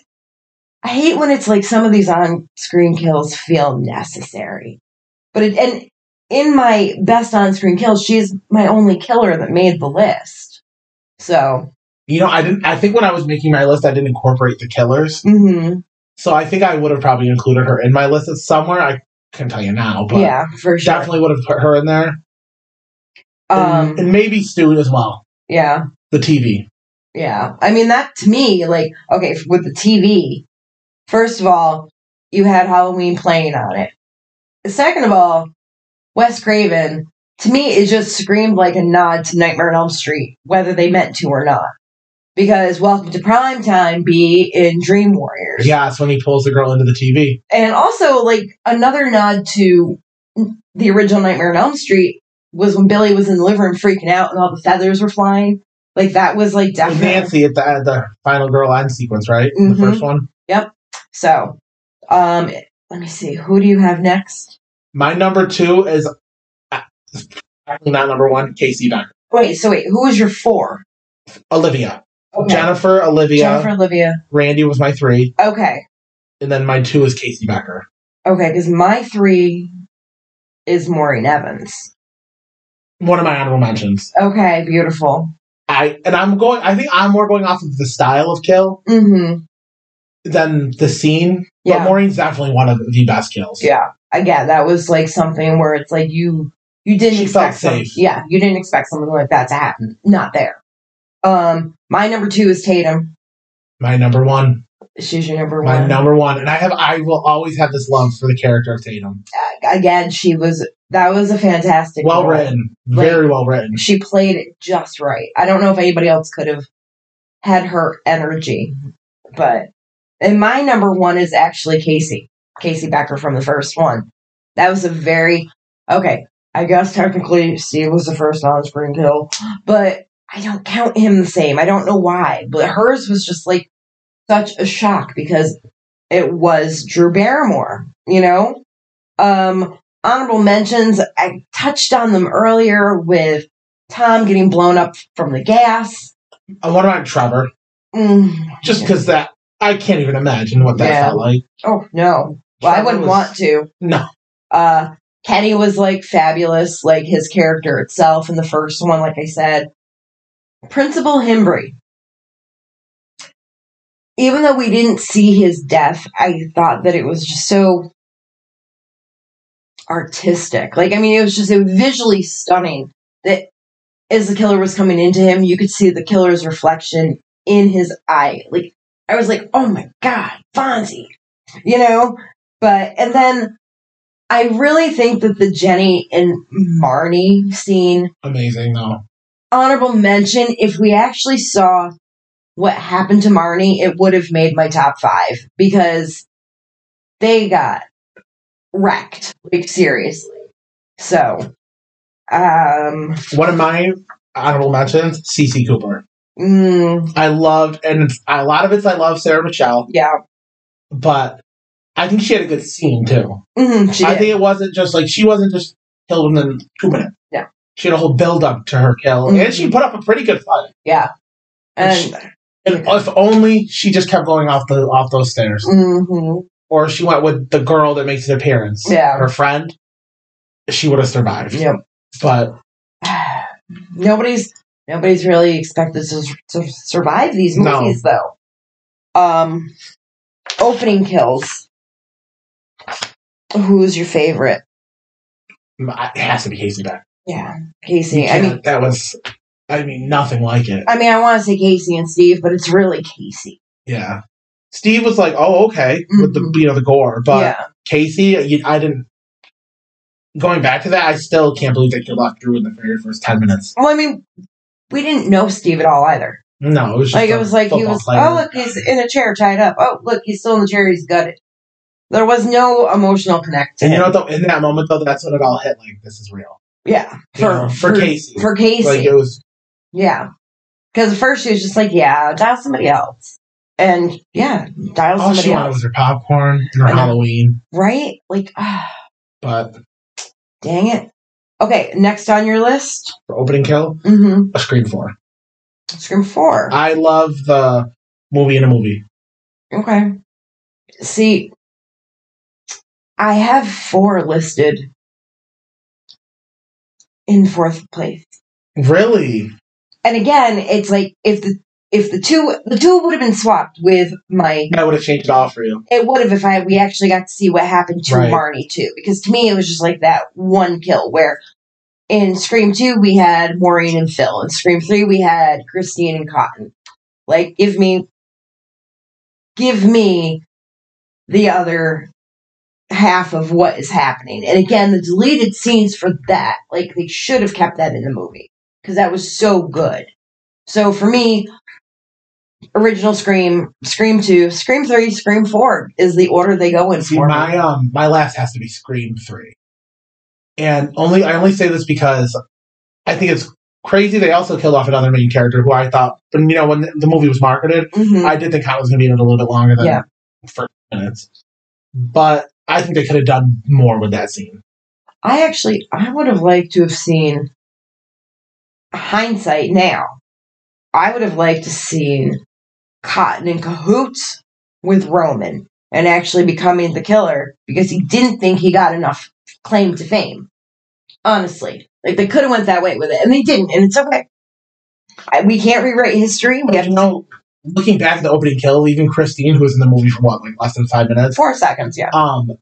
Speaker 2: I hate when it's like some of these on screen kills feel necessary. But it, and in my best on screen kills, she's my only killer that made the list. So,
Speaker 3: You know, I didn't. I think when I was making my list, I didn't incorporate the killers,
Speaker 2: hmm
Speaker 3: so I think I would have probably included her in my list It's somewhere. I can tell you now, but
Speaker 2: yeah, for sure.
Speaker 3: definitely would have put her in there, and,
Speaker 2: Um,
Speaker 3: and maybe Stu as well.
Speaker 2: yeah.
Speaker 3: The TV.
Speaker 2: Yeah. I mean, that to me, like, okay, f- with the TV, first of all, you had Halloween playing on it. Second of all, Wes Craven, to me, it just screamed like a nod to Nightmare on Elm Street, whether they meant to or not. Because Welcome to Prime Time be in Dream Warriors.
Speaker 3: Yes, when he pulls the girl into the TV.
Speaker 2: And also, like, another nod to the original Nightmare on Elm Street was when Billy was in the living room freaking out and all the feathers were flying. Like, that was, like,
Speaker 3: With
Speaker 2: definitely.
Speaker 3: Nancy at the at the final girl line sequence, right?
Speaker 2: Mhm.
Speaker 3: The first one.
Speaker 2: So, um, let me see. Who do you have next?
Speaker 3: My number two is uh, probably not number one. Casey Becker,
Speaker 2: Wait, so wait, who was your four?
Speaker 3: Olivia, Jennifer, Olivia,
Speaker 2: Jennifer Olivia.
Speaker 3: Randy was my three,
Speaker 2: Okay,
Speaker 3: and then my two is Casey Becker.
Speaker 2: okay, because my three is Maureen Evans.
Speaker 3: One of my honorable mentions.
Speaker 2: Okay, beautiful.
Speaker 3: I and I'm going. I think I'm more going off of the style of kill
Speaker 2: Mm-hmm.
Speaker 3: than the scene. But
Speaker 2: Yeah,
Speaker 3: Maureen's definitely one of the best kills.
Speaker 2: yeah. Again, that was like something where it's like you you didn't
Speaker 3: She felt
Speaker 2: expect some-
Speaker 3: safe.
Speaker 2: yeah you didn't expect something like that to happen. Not there. Um, my number two is Tatum.
Speaker 3: My number one.
Speaker 2: She's your number
Speaker 3: My
Speaker 2: one.
Speaker 3: number one. And I have. I will always have this love for the character of Tatum.
Speaker 2: Again, she was that was a fantastic
Speaker 3: Well
Speaker 2: role.
Speaker 3: written.
Speaker 2: Like-
Speaker 3: Very well written.
Speaker 2: she played it just right. I don't know if anybody else could have had her energy, but and my number one is actually Casey, Casey Becker from the first one. That was a very okay. I guess technically Steve was the first on-screen kill, but I don't count him the same. I don't know why, but hers was just like such a shock because it was Drew Barrymore, you know. Um, honorable mentions. I touched on them earlier with Tom getting blown up from the gas.
Speaker 3: And what about Trevor?
Speaker 2: Mm.
Speaker 3: Just because that I can't even imagine what that
Speaker 2: Yeah.
Speaker 3: felt like.
Speaker 2: Oh no. Well, I
Speaker 3: Trevor
Speaker 2: wouldn't
Speaker 3: was-
Speaker 2: want to.
Speaker 3: No.
Speaker 2: Uh, Kenny was like fabulous, like his character itself in the first one, like I said. Principal Himbry. Even though we didn't see his death, I thought that it was just so artistic. Like, I mean, it was just it was visually stunning that as the killer was coming into him, you could see the killer's reflection in his eye. Like, I was like, oh my God, Fonzie, you know? But, and then I really think that the Jenny and Marnie scene,
Speaker 3: Amazing though.
Speaker 2: honorable mention, if we actually saw what happened to Marnie, it would have made my top five because they got wrecked, like, seriously. So, um,
Speaker 3: One of my honorable mentions, CC Cooper.
Speaker 2: Mm,
Speaker 3: I loved, and it's, a lot of it's I love Sarah Michelle,
Speaker 2: yeah.
Speaker 3: but I think she had a good scene too.
Speaker 2: Mhm, she
Speaker 3: I
Speaker 2: did.
Speaker 3: think it wasn't just like she wasn't just killed within two minutes.
Speaker 2: Yeah.
Speaker 3: she had a whole build up to her kill, and she
Speaker 2: Mhm.
Speaker 3: put up a pretty good fight.
Speaker 2: yeah. And
Speaker 3: And if only she just kept going off the off those stairs,
Speaker 2: hmm
Speaker 3: or she went with the girl that makes an appearance,
Speaker 2: Yeah.
Speaker 3: her friend, she would have survived.
Speaker 2: Yep.
Speaker 3: But
Speaker 2: nobody's nobody's really expected to, to survive these
Speaker 3: No.
Speaker 2: movies though. Um, opening kills. Who's your favorite?
Speaker 3: it has to be Casey back.
Speaker 2: Yeah, Casey. I mean,
Speaker 3: that was, I mean, nothing like it.
Speaker 2: I mean, I want to say Casey and Steve, but it's really Casey.
Speaker 3: Yeah. Steve was like, "Oh, okay," with the
Speaker 2: Mhm.
Speaker 3: you know the gore, but
Speaker 2: yeah,
Speaker 3: Casey, uh, you, I didn't. Going back to that, I still can't believe that you locked Drew in the very first ten minutes.
Speaker 2: well, I mean, we didn't know Steve at all either.
Speaker 3: No, it was just
Speaker 2: Like
Speaker 3: a
Speaker 2: it was like he
Speaker 3: football
Speaker 2: was.
Speaker 3: player.
Speaker 2: Oh, look, he's in a chair tied up. Oh, look, he's still in the chair. He's gutted. There was no emotional connect. To
Speaker 3: and you
Speaker 2: him.
Speaker 3: know, though, in that moment, though, that's when it all hit. Like, this is real.
Speaker 2: yeah,
Speaker 3: You know, for Casey.
Speaker 2: For Casey,
Speaker 3: Like it was,
Speaker 2: Yeah. Because at first she was just like, yeah, dial somebody else. And yeah, dial
Speaker 3: all Oh, she
Speaker 2: somebody
Speaker 3: wanted
Speaker 2: else.
Speaker 3: was her popcorn and her
Speaker 2: I know.
Speaker 3: Halloween.
Speaker 2: Right? Like, ah,
Speaker 3: But
Speaker 2: dang it. Okay, next on your list,
Speaker 3: for opening kill,
Speaker 2: mm-hmm.
Speaker 3: a screen four.
Speaker 2: Scream 4.
Speaker 3: I love the movie in a movie.
Speaker 2: okay. See, I have four listed in fourth place.
Speaker 3: Really,
Speaker 2: And again, it's like if the if the two the two would have been swapped with my
Speaker 3: that would have changed it all for you.
Speaker 2: it would have if I we actually got to see what happened to
Speaker 3: Right.
Speaker 2: Marnie too. Because to me, it was just like that one kill. Where in Scream two we had Maureen and Phil, in Scream three we had Christine and Cotton. Like, give me, give me the other half of what is happening. And again, the deleted scenes for that, like they should have kept that in the movie because that was so good. So for me, original Scream, Scream 2, Scream 3, Scream 4 is the order they go in
Speaker 3: See,
Speaker 2: for. me.
Speaker 3: my um, my last has to be Scream three, and only I only say this because I think it's crazy. They also killed off another main character who I thought, but you know, when the the movie was marketed,
Speaker 2: Mhm.
Speaker 3: I did think Hot was going to be in it a little bit longer than
Speaker 2: Yeah.
Speaker 3: first minutes, but I think they could have done more with that scene.
Speaker 2: I actually, I would have liked to have seen hindsight now. I would have liked to seen Cotton in cahoots with Roman and actually becoming the killer because he didn't think he got enough claim to fame. Honestly, like they could have went that way with it, and they didn't, and it's okay. I, we can't rewrite history. We have
Speaker 3: You know, looking back at the opening kill, even Christine, who was in the movie for what like less than five minutes,
Speaker 2: four seconds. Yeah,
Speaker 3: um. I-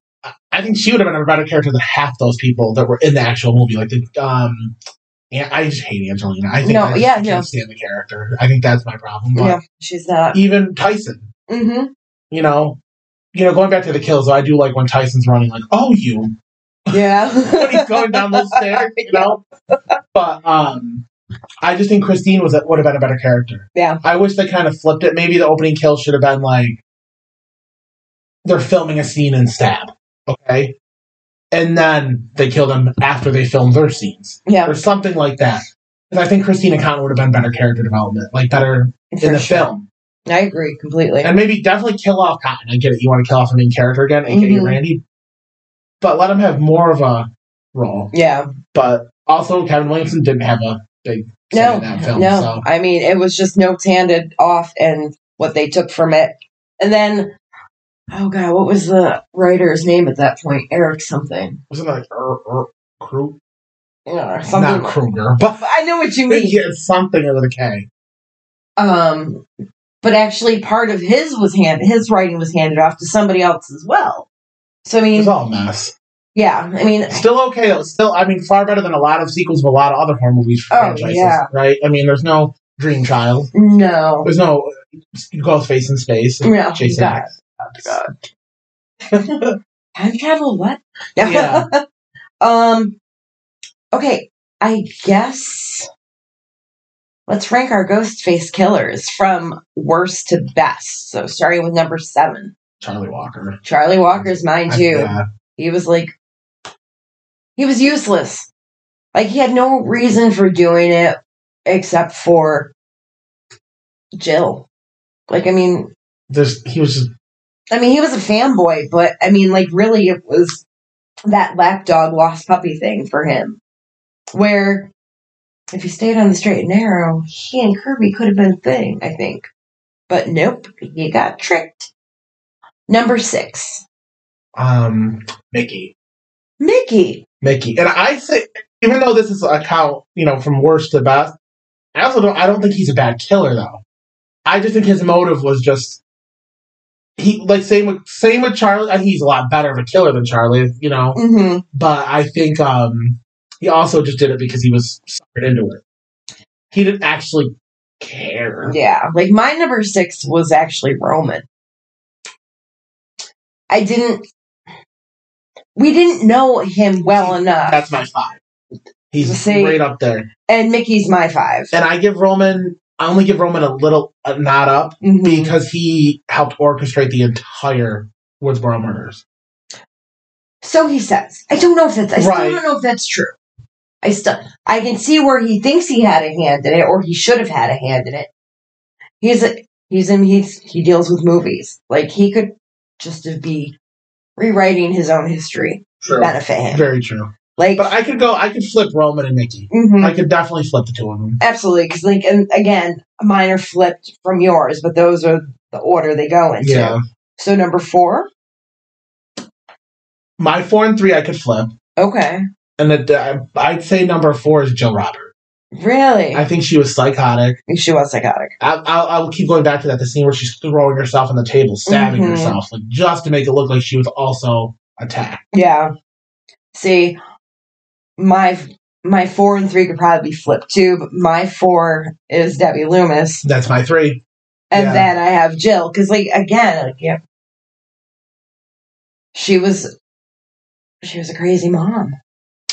Speaker 3: I think she would have been a better character than half those people that were in the actual movie. Like the um, yeah, I just hate Angelina. I think
Speaker 2: No,
Speaker 3: I just
Speaker 2: yeah,
Speaker 3: can't
Speaker 2: no.
Speaker 3: stand the character. I think that's my problem. But
Speaker 2: yeah, she's not.
Speaker 3: even Tyson,
Speaker 2: hmm
Speaker 3: you know, you know, going back to the kills, I do like when Tyson's running, like, "Oh, you," when he's
Speaker 2: Yeah,
Speaker 3: going down those stairs, you know. But um, I just think Christine was would have been a better character.
Speaker 2: Yeah.
Speaker 3: I wish they kind of flipped it. Maybe the opening kill should have been like they're filming a scene and stab, okay, and then they kill them after they film their scenes
Speaker 2: yeah,
Speaker 3: or something like that. Because I think Christina Cotton would have been better character development, like better in
Speaker 2: for
Speaker 3: the
Speaker 2: sure.
Speaker 3: film.
Speaker 2: I agree completely.
Speaker 3: And maybe definitely kill off Cotton. I get it. You want to kill off the main character again, aka
Speaker 2: Mhm.
Speaker 3: Randy. But let him have more of a role.
Speaker 2: yeah.
Speaker 3: But also, Kevin Williamson didn't have a big say
Speaker 2: No,
Speaker 3: in that film.
Speaker 2: no.
Speaker 3: So
Speaker 2: I mean, it was just notes handed off and what they took from it. And then, oh God, what was the writer's name at that point? Eric something.
Speaker 3: wasn't it like er, er, Kru-
Speaker 2: You know, or something.
Speaker 3: not Kruger, but
Speaker 2: But I know what you mean.
Speaker 3: yeah, it's something with a K.
Speaker 2: Um, but actually, part of his was hand his writing was handed off to somebody else as well. So I
Speaker 3: It
Speaker 2: mean,
Speaker 3: was all a mess.
Speaker 2: yeah, I mean,
Speaker 3: Still okay though. Still, I mean, far better than a lot of sequels of a lot of other horror movies for
Speaker 2: Oh,
Speaker 3: franchises,
Speaker 2: yeah.
Speaker 3: right? I mean, there's no Dream Child.
Speaker 2: no,
Speaker 3: There's no Ghostface in space.
Speaker 2: no,
Speaker 3: Jason
Speaker 2: God, God, time travel? What?
Speaker 3: Yeah.
Speaker 2: Um. Okay, I guess let's rank our ghost face killers from worst to best. So starting with number seven,
Speaker 3: Charlie Walker.
Speaker 2: Charlie Walker's mine
Speaker 3: I-
Speaker 2: too.
Speaker 3: yeah.
Speaker 2: He was like, he was useless. Like he had no reason for doing it except for Jill. Like, I mean,
Speaker 3: There's, he was just,
Speaker 2: I mean, he was a fanboy, but I mean, like, really, it was that lapdog lost puppy thing for him. Where if he stayed on the straight and narrow, he and Kirby could have been a thing, I think. But nope, he got tricked. Number six,
Speaker 3: um, Mickey.
Speaker 2: Mickey.
Speaker 3: Mickey. And I say, even though this is a count, you know, from worst to best, I also don't, I don't think he's a bad killer though. I just think his motive was just, he, like, same with, same with Charlie. I think he's a lot better of a killer than Charlie, you know,
Speaker 2: Mm-hmm.
Speaker 3: but I think, um, he also just did it because he was suckered into it. He didn't actually care.
Speaker 2: Yeah, like my number six was actually Roman. I didn't. We didn't know him well enough.
Speaker 3: That's my five. He's
Speaker 2: See?
Speaker 3: right up there.
Speaker 2: and Mickey's my 5
Speaker 3: And I give Roman, I only give Roman a little a nod up
Speaker 2: Mhm.
Speaker 3: because he helped orchestrate the entire Woodsboro murders.
Speaker 2: So he says. I don't know if that's. I
Speaker 3: Right.
Speaker 2: still don't know if that's true. I still. I can see where he thinks he had a hand in it, or he should have had a hand in it. He's a. He's in. He's he deals with movies. Like he could just be rewriting his own history to benefit him.
Speaker 3: Very true.
Speaker 2: Like.
Speaker 3: But I could go, I could flip Roman and Mickey.
Speaker 2: mhm.
Speaker 3: I could definitely flip the two of them.
Speaker 2: Absolutely, because like, and again, mine are flipped from yours, but those are the order they go into.
Speaker 3: Yeah.
Speaker 2: So number four,
Speaker 3: My four and three I could flip.
Speaker 2: okay,
Speaker 3: And it, uh, I'd say number four is Jill Robert.
Speaker 2: really,
Speaker 3: I think she was psychotic.
Speaker 2: she was psychotic.
Speaker 3: I, I'll, I'll keep going back to that. The scene where she's throwing herself on the table, stabbing
Speaker 2: Mhm.
Speaker 3: herself, like just to make it look like she was also attacked.
Speaker 2: Yeah. See, my my four and three could probably be flipped too, but my four is Debbie Loomis,
Speaker 3: That's my three.
Speaker 2: and
Speaker 3: Yeah.
Speaker 2: then I have Jill, because like again, like yeah, she was she was a crazy mom.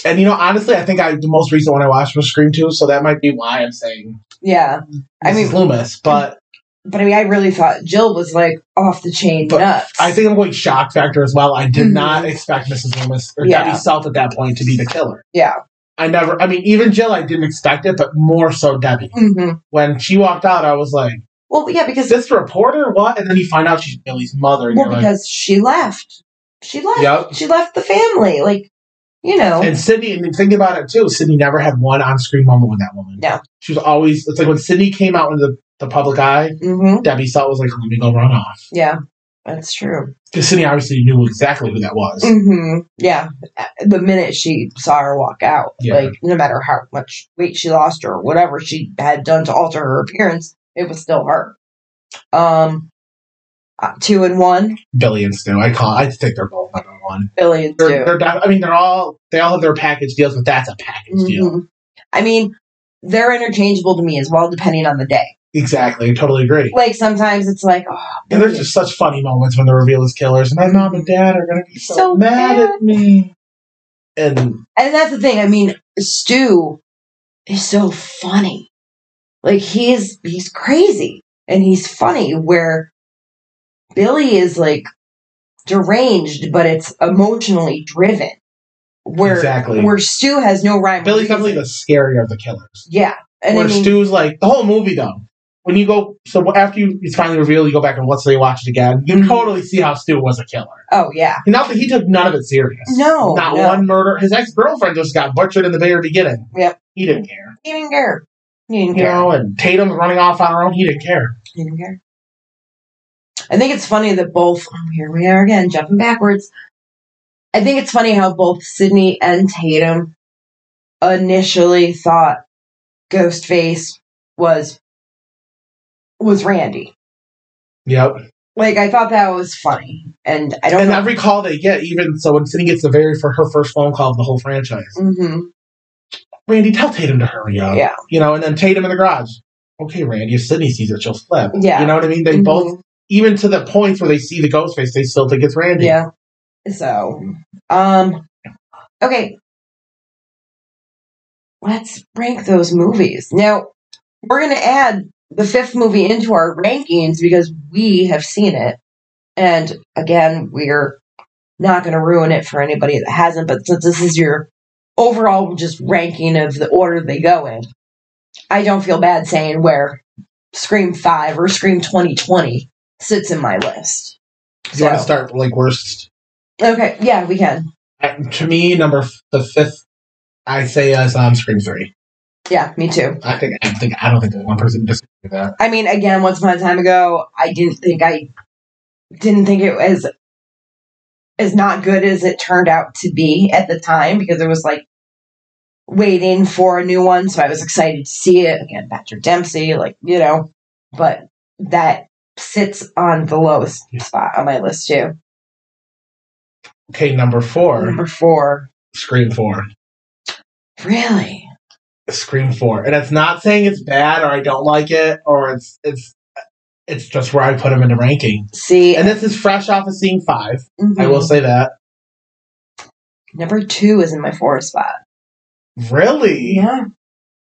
Speaker 3: And you know, honestly, I think I the most recent one I watched was Scream Two, so that might be why I'm saying
Speaker 2: Yeah, I
Speaker 3: Mrs.
Speaker 2: mean-
Speaker 3: Loomis. But
Speaker 2: but I mean, I really thought Jill was like off the chain
Speaker 3: But
Speaker 2: nuts.
Speaker 3: I think I'm going shock factor as well. I did
Speaker 2: Mhm.
Speaker 3: not expect Mrs. Loomis or
Speaker 2: Yeah.
Speaker 3: Debbie Salt at that point to be the killer.
Speaker 2: Yeah.
Speaker 3: I never. I mean, even Jill, I didn't expect it, but more so Debbie.
Speaker 2: hmm
Speaker 3: When she walked out, I was like,
Speaker 2: Well, yeah,
Speaker 3: "Is
Speaker 2: because
Speaker 3: this reporter? What?" And then you find out she's Billy's mother, and
Speaker 2: well,
Speaker 3: you're like,
Speaker 2: because she left. She left.
Speaker 3: "Yep."
Speaker 2: She left the family. Like, you know,
Speaker 3: And Sydney, and think about it too. Sydney never had one on-screen moment with that woman.
Speaker 2: No.
Speaker 3: she was always. It's like when Sydney came out in the, the public eye,
Speaker 2: hmm
Speaker 3: Debbie Salt was like, "Let me go run off."
Speaker 2: yeah, that's true.
Speaker 3: Because Sydney obviously knew exactly who that was.
Speaker 2: hmm Yeah, the minute she saw her walk out,
Speaker 3: Yeah.
Speaker 2: like no matter how much weight she lost or whatever she had done to alter her appearance, it was still her. Um, uh, two and one,
Speaker 3: Billy and Stu. I call. I think they're both number one.
Speaker 2: Billy and
Speaker 3: They're,
Speaker 2: Stu.
Speaker 3: they're. def- I mean, they're all. They all have their package deals, but that's a package deal.
Speaker 2: Mhm. I mean, they're interchangeable to me as well, depending on the day.
Speaker 3: Exactly. I totally agree.
Speaker 2: Like sometimes it's like, oh,
Speaker 3: And there's just such funny moments when the reveal is killers, and my mom and dad are gonna be so,
Speaker 2: So
Speaker 3: mad
Speaker 2: mad.
Speaker 3: at me. And
Speaker 2: and that's the thing. I mean, Stu is so funny. Like he is, he's crazy and he's funny. Where Billy is like deranged, but it's emotionally driven. Where
Speaker 3: Exactly.
Speaker 2: where Stu has no rhyme. or
Speaker 3: Billy's
Speaker 2: reason.
Speaker 3: definitely the scarier of the killers.
Speaker 2: yeah, and I
Speaker 3: Where
Speaker 2: mean,
Speaker 3: Stu's like the whole movie though. When you go, so after you it's finally revealed, you go back and once they watch it again, you
Speaker 2: Mhm.
Speaker 3: totally see how Stu was a killer.
Speaker 2: oh yeah,
Speaker 3: Not that he took none of it serious.
Speaker 2: No,
Speaker 3: Not
Speaker 2: no.
Speaker 3: one murder. His ex girlfriend just got butchered in the very beginning.
Speaker 2: Yep.
Speaker 3: He didn't care.
Speaker 2: he didn't care. He didn't
Speaker 3: You
Speaker 2: care.
Speaker 3: know, and Tatum running off on her own, he didn't care.
Speaker 2: didn't care. I think it's funny that both oh, here we are again jumping backwards. I think it's funny how both Sydney and Tatum initially thought Ghostface was was Randy.
Speaker 3: Yep.
Speaker 2: Like I thought that was funny, and I don't
Speaker 3: And
Speaker 2: know.
Speaker 3: every call they get, even so when Sydney gets the very for her first phone call of the whole franchise.
Speaker 2: hmm
Speaker 3: Randy, tell Tatum to hurry up.
Speaker 2: Yeah.
Speaker 3: You know, and then Tatum in the garage. Okay, Randy, if Sydney sees it, she'll flip.
Speaker 2: Yeah.
Speaker 3: You know what I mean? They
Speaker 2: Mhm.
Speaker 3: both even to the points where they see the ghost face, they still think it's Randy.
Speaker 2: yeah. So, um, okay, let's rank those movies now. We're gonna add the fifth movie into our rankings because we have seen it, and again, we're not gonna ruin it for anybody that hasn't. But since this is your overall just ranking of the order they go in, I don't feel bad saying where Scream 5 or Scream 2020 sits in my list.
Speaker 3: You want
Speaker 2: So-
Speaker 3: to start like worst?
Speaker 2: Okay, yeah, we can.
Speaker 3: Uh, To me, number f- the fifth, I say is um, Scream Three.
Speaker 2: Yeah, me too.
Speaker 3: I think I think I don't think that one person disagrees with that.
Speaker 2: I mean, again, once upon a time ago, I didn't think I didn't think it was as not good as it turned out to be at the time because it was like waiting for a new one, so I was excited to see it again. Patrick Dempsey, like you know, but that sits on the lowest spot on my list too.
Speaker 3: Okay, number four,
Speaker 2: Number four,
Speaker 3: Scream Four,
Speaker 2: really?
Speaker 3: Scream Four, and it's not saying it's bad or I don't like it or it's it's it's just where I put them in the ranking.
Speaker 2: See,
Speaker 3: And this is fresh off of seeing 5 I
Speaker 2: mhm.
Speaker 3: will say that.
Speaker 2: number two is in my four spot.
Speaker 3: Really,
Speaker 2: Yeah.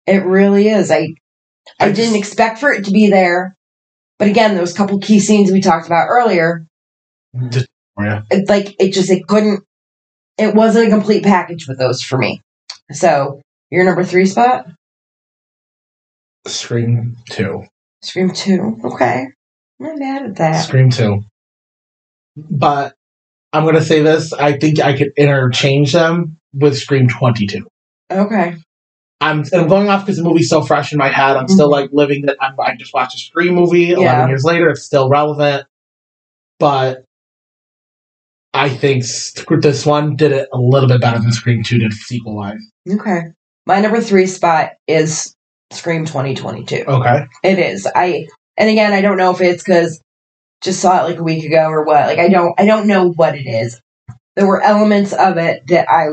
Speaker 2: It really is. I I,
Speaker 3: I just-
Speaker 2: didn't expect for it to be there. But again, those couple key scenes we talked about earlier,
Speaker 3: Just- yeah.
Speaker 2: it's like it just it couldn't it wasn't a complete package with those for me. So your number three spot?
Speaker 3: Scream Two.
Speaker 2: Scream two. Okay. I'm not mad at that.
Speaker 3: Scream 2. But I'm going to say this. I think I could interchange them with Scream 22.
Speaker 2: Okay.
Speaker 3: I'm, and I'm going off because the movie's so fresh in my head. I'm still
Speaker 2: Mhm.
Speaker 3: like living that. I'm, I just watched a Scream movie 11
Speaker 2: Yeah.
Speaker 3: years later. It's still relevant. But I think Sc- this one did it a little bit better than Scream 2 did sequel wise.
Speaker 2: Okay. My number three spot is Scream twenty twenty two.
Speaker 3: Okay.
Speaker 2: It is. I and again, I don't know if it's because just saw it like a week ago or what. Like I don't, I don't know what it is. There were elements of it that I,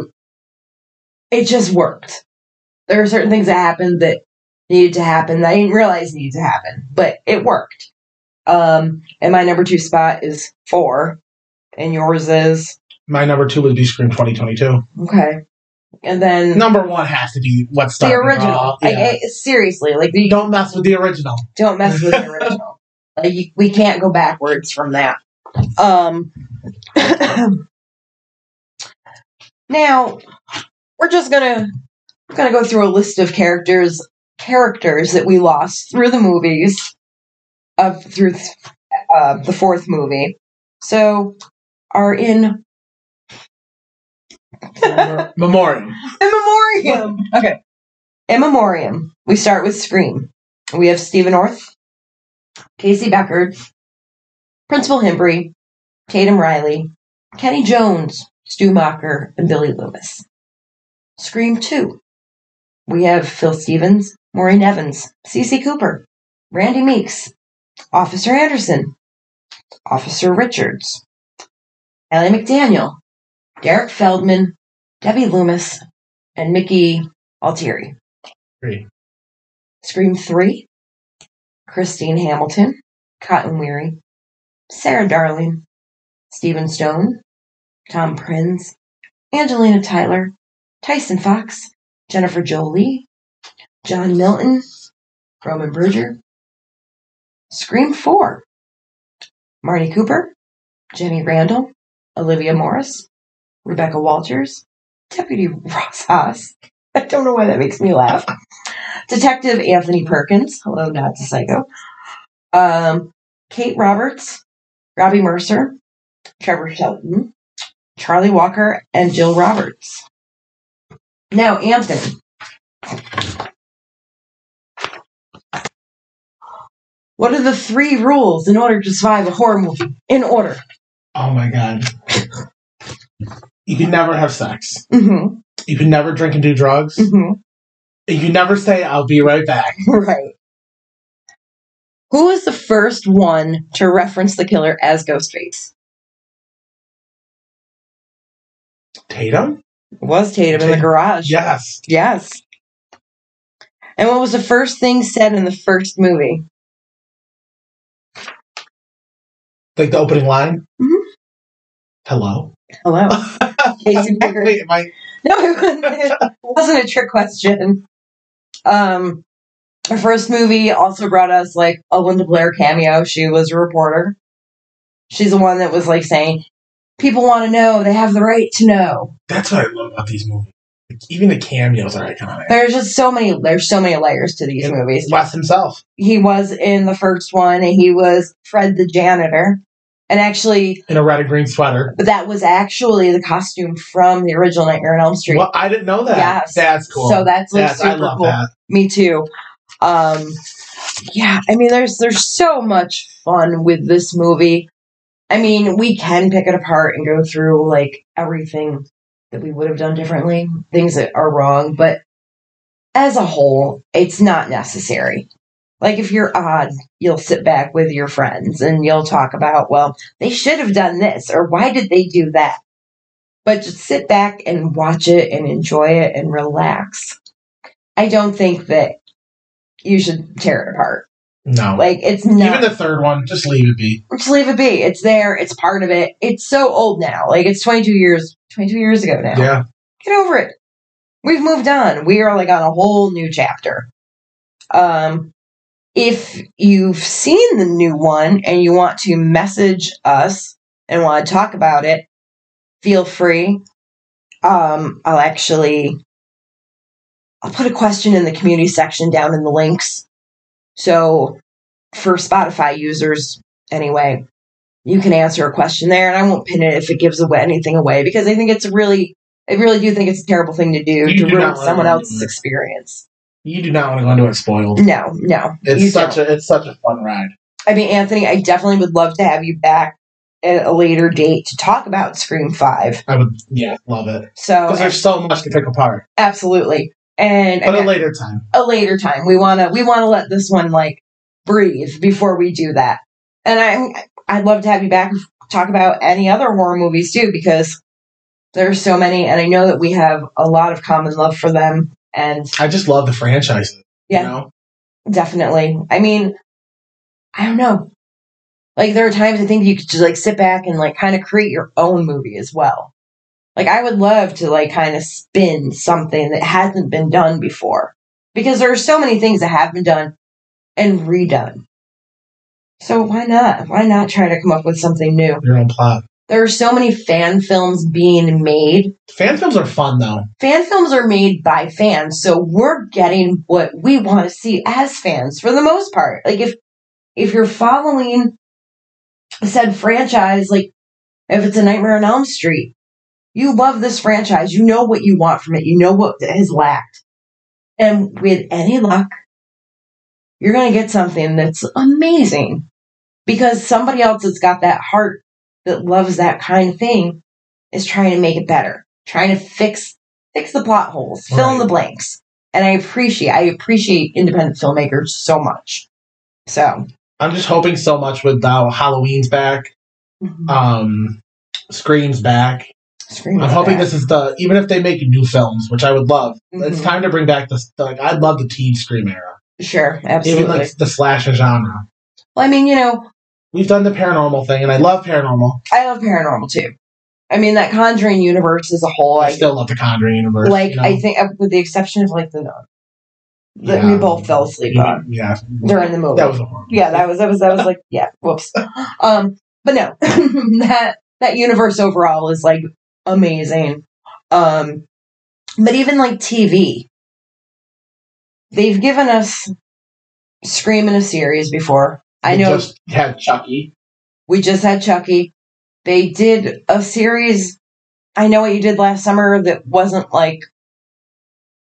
Speaker 2: it just worked. There were certain things that happened that needed to happen that I didn't realize needed to happen, but it worked. Um, and my number two spot is four, and yours is
Speaker 3: My number two would be Scream 2022.
Speaker 2: okay. And then
Speaker 3: Number one has to be What's
Speaker 2: the
Speaker 3: Starting
Speaker 2: original.
Speaker 3: Off.
Speaker 2: I-
Speaker 3: Yeah.
Speaker 2: I- seriously, like the
Speaker 3: Don't mess with the original.
Speaker 2: don't mess with the original. like you, we can't go backwards from that. Um, now we're just gonna we're gonna go through a list of characters characters that we lost through the movies of through uh, the fourth movie. So are in
Speaker 3: Memoriam.
Speaker 2: in memoriam. Okay, in memoriam. We start with Scream. We have Stephen Orth, Casey Beckard, Principal Hembry, Tatum Riley, Kenny Jones, Stu Mocker, and Billy Loomis. Scream 2. We have Phil Stevens, Maureen Evans, Cece Cooper, Randy Meeks, Officer Anderson, Officer Richards, Ellie McDaniel, Derek Feldman, Debbie Loomis, and Mickey Altieri.
Speaker 3: Three.
Speaker 2: Scream 3, Christine Hamilton, Cotton Weary, Sarah Darling, Stephen Stone, Tom Prinz, Angelina Tyler, Tyson Fox, Jennifer Jolie, John Milton, Roman Bruger. Scream 4, Marty Cooper, Jenny Randall, Olivia Morris, Rebecca Walters, Deputy Ross Haas. I don't know why that makes me laugh. Detective Anthony Perkins, hello, not to psycho. Um, Kate Roberts, Robbie Mercer, Trevor Shelton, Charlie Walker, and Jill Roberts. Now, Anthony. What are the three rules in order to survive a horror movie? In order.
Speaker 3: Oh my god. You can never have sex.
Speaker 2: Mm-hmm.
Speaker 3: You can never drink and do drugs.
Speaker 2: Mm-hmm.
Speaker 3: You can never say, I'll be right back.
Speaker 2: Right. Who was the first one to reference the killer as Ghostface?
Speaker 3: Tatum?
Speaker 2: Was Tatum in the
Speaker 3: Tatum.
Speaker 2: garage?
Speaker 3: Yes.
Speaker 2: Yes. And what was the first thing said in the first movie?
Speaker 3: Like the opening line?
Speaker 2: Mhm.
Speaker 3: Hello?
Speaker 2: Hello. Casey Becker.
Speaker 3: Wait, am I?
Speaker 2: No, it wasn't, it wasn't a trick question. Um, our first movie also brought us like a Linda Blair cameo. She was a reporter. She's the one that was like saying, "People want to know. They have the right to know."
Speaker 3: That's what I love about these movies. Even the cameos are iconic.
Speaker 2: There's just so many. There's so many layers to these
Speaker 3: Yeah.
Speaker 2: movies.
Speaker 3: Wes himself.
Speaker 2: He was in the first one, and he was Fred the janitor. And actually,
Speaker 3: in a red and green sweater.
Speaker 2: that was actually the costume from the original Nightmare on Elm Street.
Speaker 3: Well, I didn't know that.
Speaker 2: Yes.
Speaker 3: That's cool.
Speaker 2: So that's like
Speaker 3: Yes,
Speaker 2: super
Speaker 3: I love
Speaker 2: cool.
Speaker 3: that.
Speaker 2: Me too. Um, yeah, I mean, there's there's so much fun with this movie. I mean, we can pick it apart and go through like everything that we would have done differently, things that are wrong, but as a whole, it's not necessary. Like if you're odd, you'll sit back with your friends and you'll talk about, well, they should have done this or why did they do that? But just sit back and watch it and enjoy it and relax. I don't think that you should tear it apart.
Speaker 3: No.
Speaker 2: Like it's not
Speaker 3: Even the third one, just leave it be.
Speaker 2: just leave it be. It's there. It's part of it. It's so old now. Like it's 22 years, 22 years ago now.
Speaker 3: Yeah.
Speaker 2: Get over it. We've moved on. We are like on a whole new chapter. Um, if you've seen the new one and you want to message us and want to talk about it, feel free. Um, I'll actually I'll put a question in the community section down in the links. So for Spotify users, anyway. You can answer a question there, and I won't pin it if it gives away anything away because I think it's really, I really do think it's a terrible thing to do
Speaker 3: You
Speaker 2: to
Speaker 3: do not
Speaker 2: ruin
Speaker 3: wanna
Speaker 2: someone
Speaker 3: ruin
Speaker 2: else's
Speaker 3: it.
Speaker 2: experience.
Speaker 3: You do not want to go into it spoiled.
Speaker 2: No, no,
Speaker 3: It's
Speaker 2: Mm-hmm. you
Speaker 3: such a it's such a fun ride.
Speaker 2: I mean, Anthony, I definitely would love to have you back at a later date to talk about Scream Five.
Speaker 3: I would yeah, love it.
Speaker 2: So
Speaker 3: Because there's so much to pick apart.
Speaker 2: absolutely, and
Speaker 3: But
Speaker 2: I
Speaker 3: a
Speaker 2: mean,
Speaker 3: later time.
Speaker 2: a later time. We wanna we wanna let this one like breathe before we do that. And I I'd love to have you back and talk about any other horror movies too because there's so many, and I know that we have a lot of common love for them. And
Speaker 3: I just love the franchise.
Speaker 2: Yeah.
Speaker 3: You know?
Speaker 2: definitely, I mean, I don't know. Like there are times I think you could just like sit back and like kind of create your own movie as well. Like I would love to like kind of spin something that hasn't been done before because there are so many things that have been done and redone. So why not? Why not try to come up with something new?
Speaker 3: Your own plot.
Speaker 2: There are so many fan films being made.
Speaker 3: Fan films are fun though.
Speaker 2: Fan films are made by fans, so we're getting what we want to see as fans for the most part. Like if if you're following said franchise, like if it's a Nightmare on Elm Street, you love this franchise. You know what you want from it. You know what it has lacked. And with any luck, you're going to get something that's amazing because somebody else that's got that heart that loves that kind of thing is trying to make it better, trying to fix fix the plot holes, fill in
Speaker 3: Right.
Speaker 2: the blanks. And I appreciate I appreciate independent filmmakers so much. So,
Speaker 3: I'm just hoping so much with now Halloween's back,
Speaker 2: Mm-hmm.
Speaker 3: um Scream's back.
Speaker 2: Scream
Speaker 3: I'm
Speaker 2: is
Speaker 3: hoping
Speaker 2: bad.
Speaker 3: this is the even if they make new films, which I would love. It's
Speaker 2: Mhm.
Speaker 3: time to bring back the like I'd love the teen scream era,
Speaker 2: Mm-hmm. Sure, absolutely.
Speaker 3: even like the slasher genre.
Speaker 2: well, I mean, you know,
Speaker 3: We've done the paranormal thing, and I love paranormal.
Speaker 2: I love paranormal too. I mean, that Conjuring universe as a whole,
Speaker 3: I
Speaker 2: I
Speaker 3: still love the Conjuring universe.
Speaker 2: like.
Speaker 3: you know?
Speaker 2: I think, uh, with the exception of like the nun that we
Speaker 3: Yeah.
Speaker 2: both fell asleep
Speaker 3: Yeah,
Speaker 2: on
Speaker 3: Yeah,
Speaker 2: during the movie.
Speaker 3: that was a horror.
Speaker 2: yeah, that was that was that was like yeah, whoops. Um, but no, that that universe overall is like amazing. Um, but even like TV, they've given us Scream in a series before. I
Speaker 3: We
Speaker 2: know
Speaker 3: just had Chucky.
Speaker 2: We just had Chucky. They did a series. I know what you did last summer that wasn't like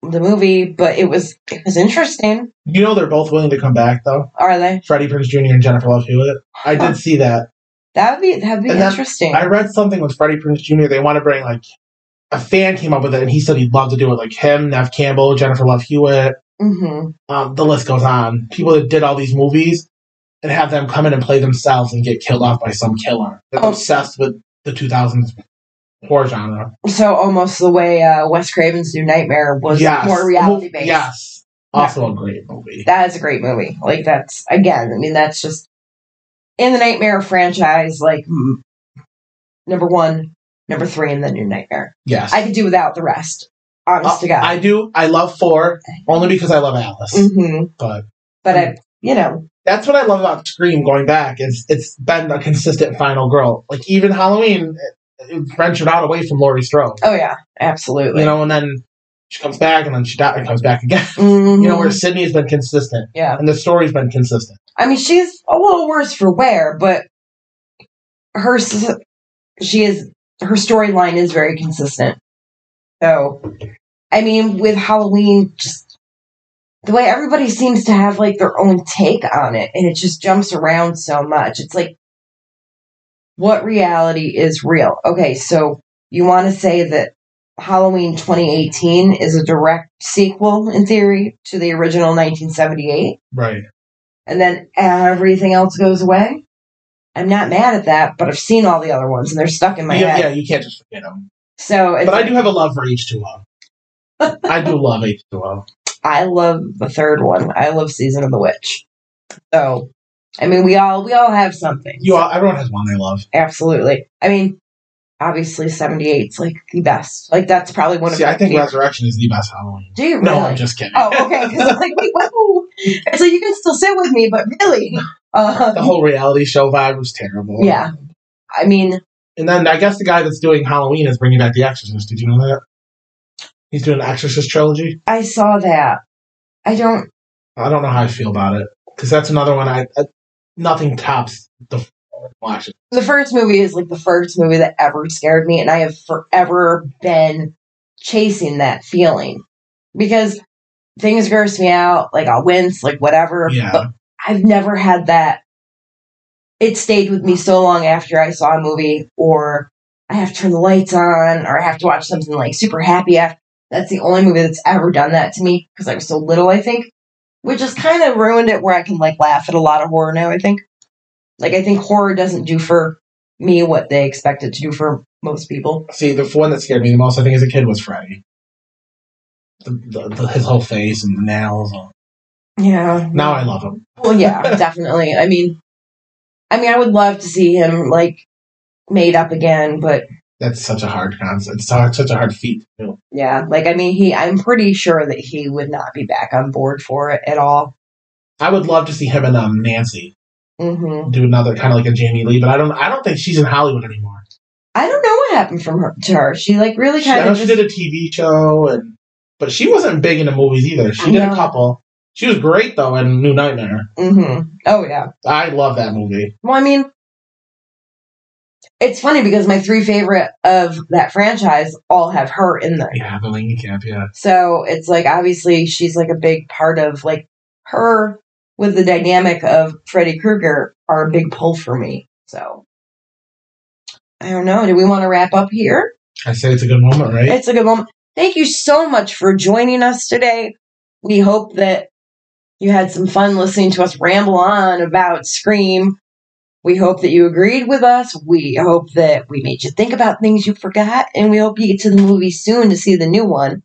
Speaker 2: the movie, but it was it was interesting.
Speaker 3: You know they're both willing to come back though.
Speaker 2: Are they?
Speaker 3: Freddie Prinze Jr. and Jennifer Love Hewitt. I
Speaker 2: Huh.
Speaker 3: did see that.
Speaker 2: That would be that'd be
Speaker 3: And that-
Speaker 2: interesting.
Speaker 3: I read something with Freddie Prinze Jr. They want to bring like a fan came up with it, and he said he'd love to do it. Like him, Nev Campbell, Jennifer Love Hewitt.
Speaker 2: hmm
Speaker 3: um, the list goes on. People that did all these movies and have them come in and play themselves and get killed off by some killer that's
Speaker 2: Oh.
Speaker 3: obsessed with the 2000s horror genre.
Speaker 2: So almost the way uh, Wes Craven's New Nightmare was
Speaker 3: Yes.
Speaker 2: more reality based.
Speaker 3: Yes. Also a great movie.
Speaker 2: That is a great movie. Like that's again, I mean that's just in the Nightmare franchise. Like m- number one, number three, and then New Nightmare.
Speaker 3: Yes.
Speaker 2: I could do without the rest. Honest to
Speaker 3: Uh,
Speaker 2: God.
Speaker 3: I do. I love four only because I love Alice.
Speaker 2: hmm
Speaker 3: But
Speaker 2: But
Speaker 3: Mm.
Speaker 2: I, you know,
Speaker 3: that's what I love about Scream going back. It's it's been a consistent final girl. Like even Halloween, it, it ventured out away from Laurie Strode.
Speaker 2: oh yeah, absolutely.
Speaker 3: You know, and then She comes back and then she dies and comes back again.
Speaker 2: Mhm.
Speaker 3: You know, where Sydney's been consistent
Speaker 2: yeah.
Speaker 3: and the story's been consistent.
Speaker 2: I mean, she's a little worse for wear, but her s- she is her storyline is very consistent. So, I mean, with Halloween, just the way everybody seems to have like their own take on it, and it just jumps around so much. It's like, what reality is real? Okay, so you want to say that Halloween 2018 is a direct sequel, in theory, to the original 1978
Speaker 3: Right.
Speaker 2: and then everything else goes away. I'm not mad at that, but I've seen all the other ones and they're stuck in my
Speaker 3: yeah,
Speaker 2: head.
Speaker 3: yeah, you can't just forget them.
Speaker 2: So it's,
Speaker 3: But I do have a love for H2O. I do love H2O.
Speaker 2: I love the third one. I love Season of the Witch. So, I mean, we all we all have something.
Speaker 3: You all, everyone has one they love.
Speaker 2: absolutely. I mean, obviously, 78's like the best. Like that's probably one of.
Speaker 3: See,
Speaker 2: my
Speaker 3: I think
Speaker 2: favorite-
Speaker 3: Resurrection is the best Halloween.
Speaker 2: Do you really?
Speaker 3: No, I'm just kidding.
Speaker 2: oh, okay. Because I'm like, wait, whoa. So you can still sit with me, but really, uh,
Speaker 3: The whole reality show vibe was terrible.
Speaker 2: yeah. I mean,
Speaker 3: And then I guess the guy that's doing Halloween is bringing back The Exorcist. Did you know that? He's doing an Exorcist trilogy.
Speaker 2: I saw that. I don't
Speaker 3: I don't know how I feel about it because that's another one I, I nothing tops the watch. it.
Speaker 2: the first movie is like the first movie that ever scared me, and I have forever been chasing that feeling because things gross me out. Like I'll wince, like whatever.
Speaker 3: Yeah,
Speaker 2: But I've never had that. It stayed with me so long after I saw a movie, or I have to turn the lights on, or I have to watch something like super happy. After. That's the only movie that's ever done that to me because I was so little, I think, which has kind of ruined it where I can like laugh at a lot of horror now, I think. Like, I think horror doesn't do for me what they expect it to do for most people.
Speaker 3: see, the one that scared me the most, I think, as a kid was Freddy. The, the, the, his whole face and the nails.
Speaker 2: Yeah.
Speaker 3: Now I love him.
Speaker 2: Well, yeah, definitely. I mean, I mean, I would love to see him like made up again, but
Speaker 3: That's such a hard concept. It's hard, such a hard feat. to do.
Speaker 2: Yeah, like I mean, he. I'm pretty sure that he would not be back on board for it at all.
Speaker 3: I would love to see him and um, Nancy
Speaker 2: hmm
Speaker 3: do another kind of like a Jamie Lee, but I don't. I don't think she's in Hollywood anymore.
Speaker 2: I don't know what happened from her to her. She like really
Speaker 3: She, I
Speaker 2: kind
Speaker 3: know
Speaker 2: of
Speaker 3: she did a TV show, and but she wasn't big into movies either. She
Speaker 2: I
Speaker 3: did
Speaker 2: know.
Speaker 3: a couple. She was great though in New Nightmare.
Speaker 2: hmm Oh yeah.
Speaker 3: I love that movie.
Speaker 2: Well, I mean, it's funny because my three favorite of that franchise all have her in them.
Speaker 3: Yeah, the Lingy Camp. Yeah,
Speaker 2: So it's like obviously she's like a big part of like her with the dynamic of Freddy Krueger are a big pull for me. So I don't know. Do we want to wrap up here?
Speaker 3: I say it's a good moment, right?
Speaker 2: It's a good moment. Thank you so much for joining us today. We hope that you had some fun listening to us ramble on about Scream. We hope that you agreed with us. We hope that we made you think about things you forgot, and we hope you get to the movie soon to see the new one.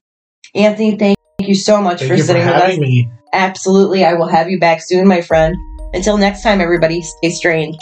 Speaker 2: Anthony, thank you so much
Speaker 3: Thank
Speaker 2: for
Speaker 3: you for
Speaker 2: sitting with us.
Speaker 3: having me.
Speaker 2: Absolutely. I will have you back soon, my friend. Until next time, everybody, stay strange.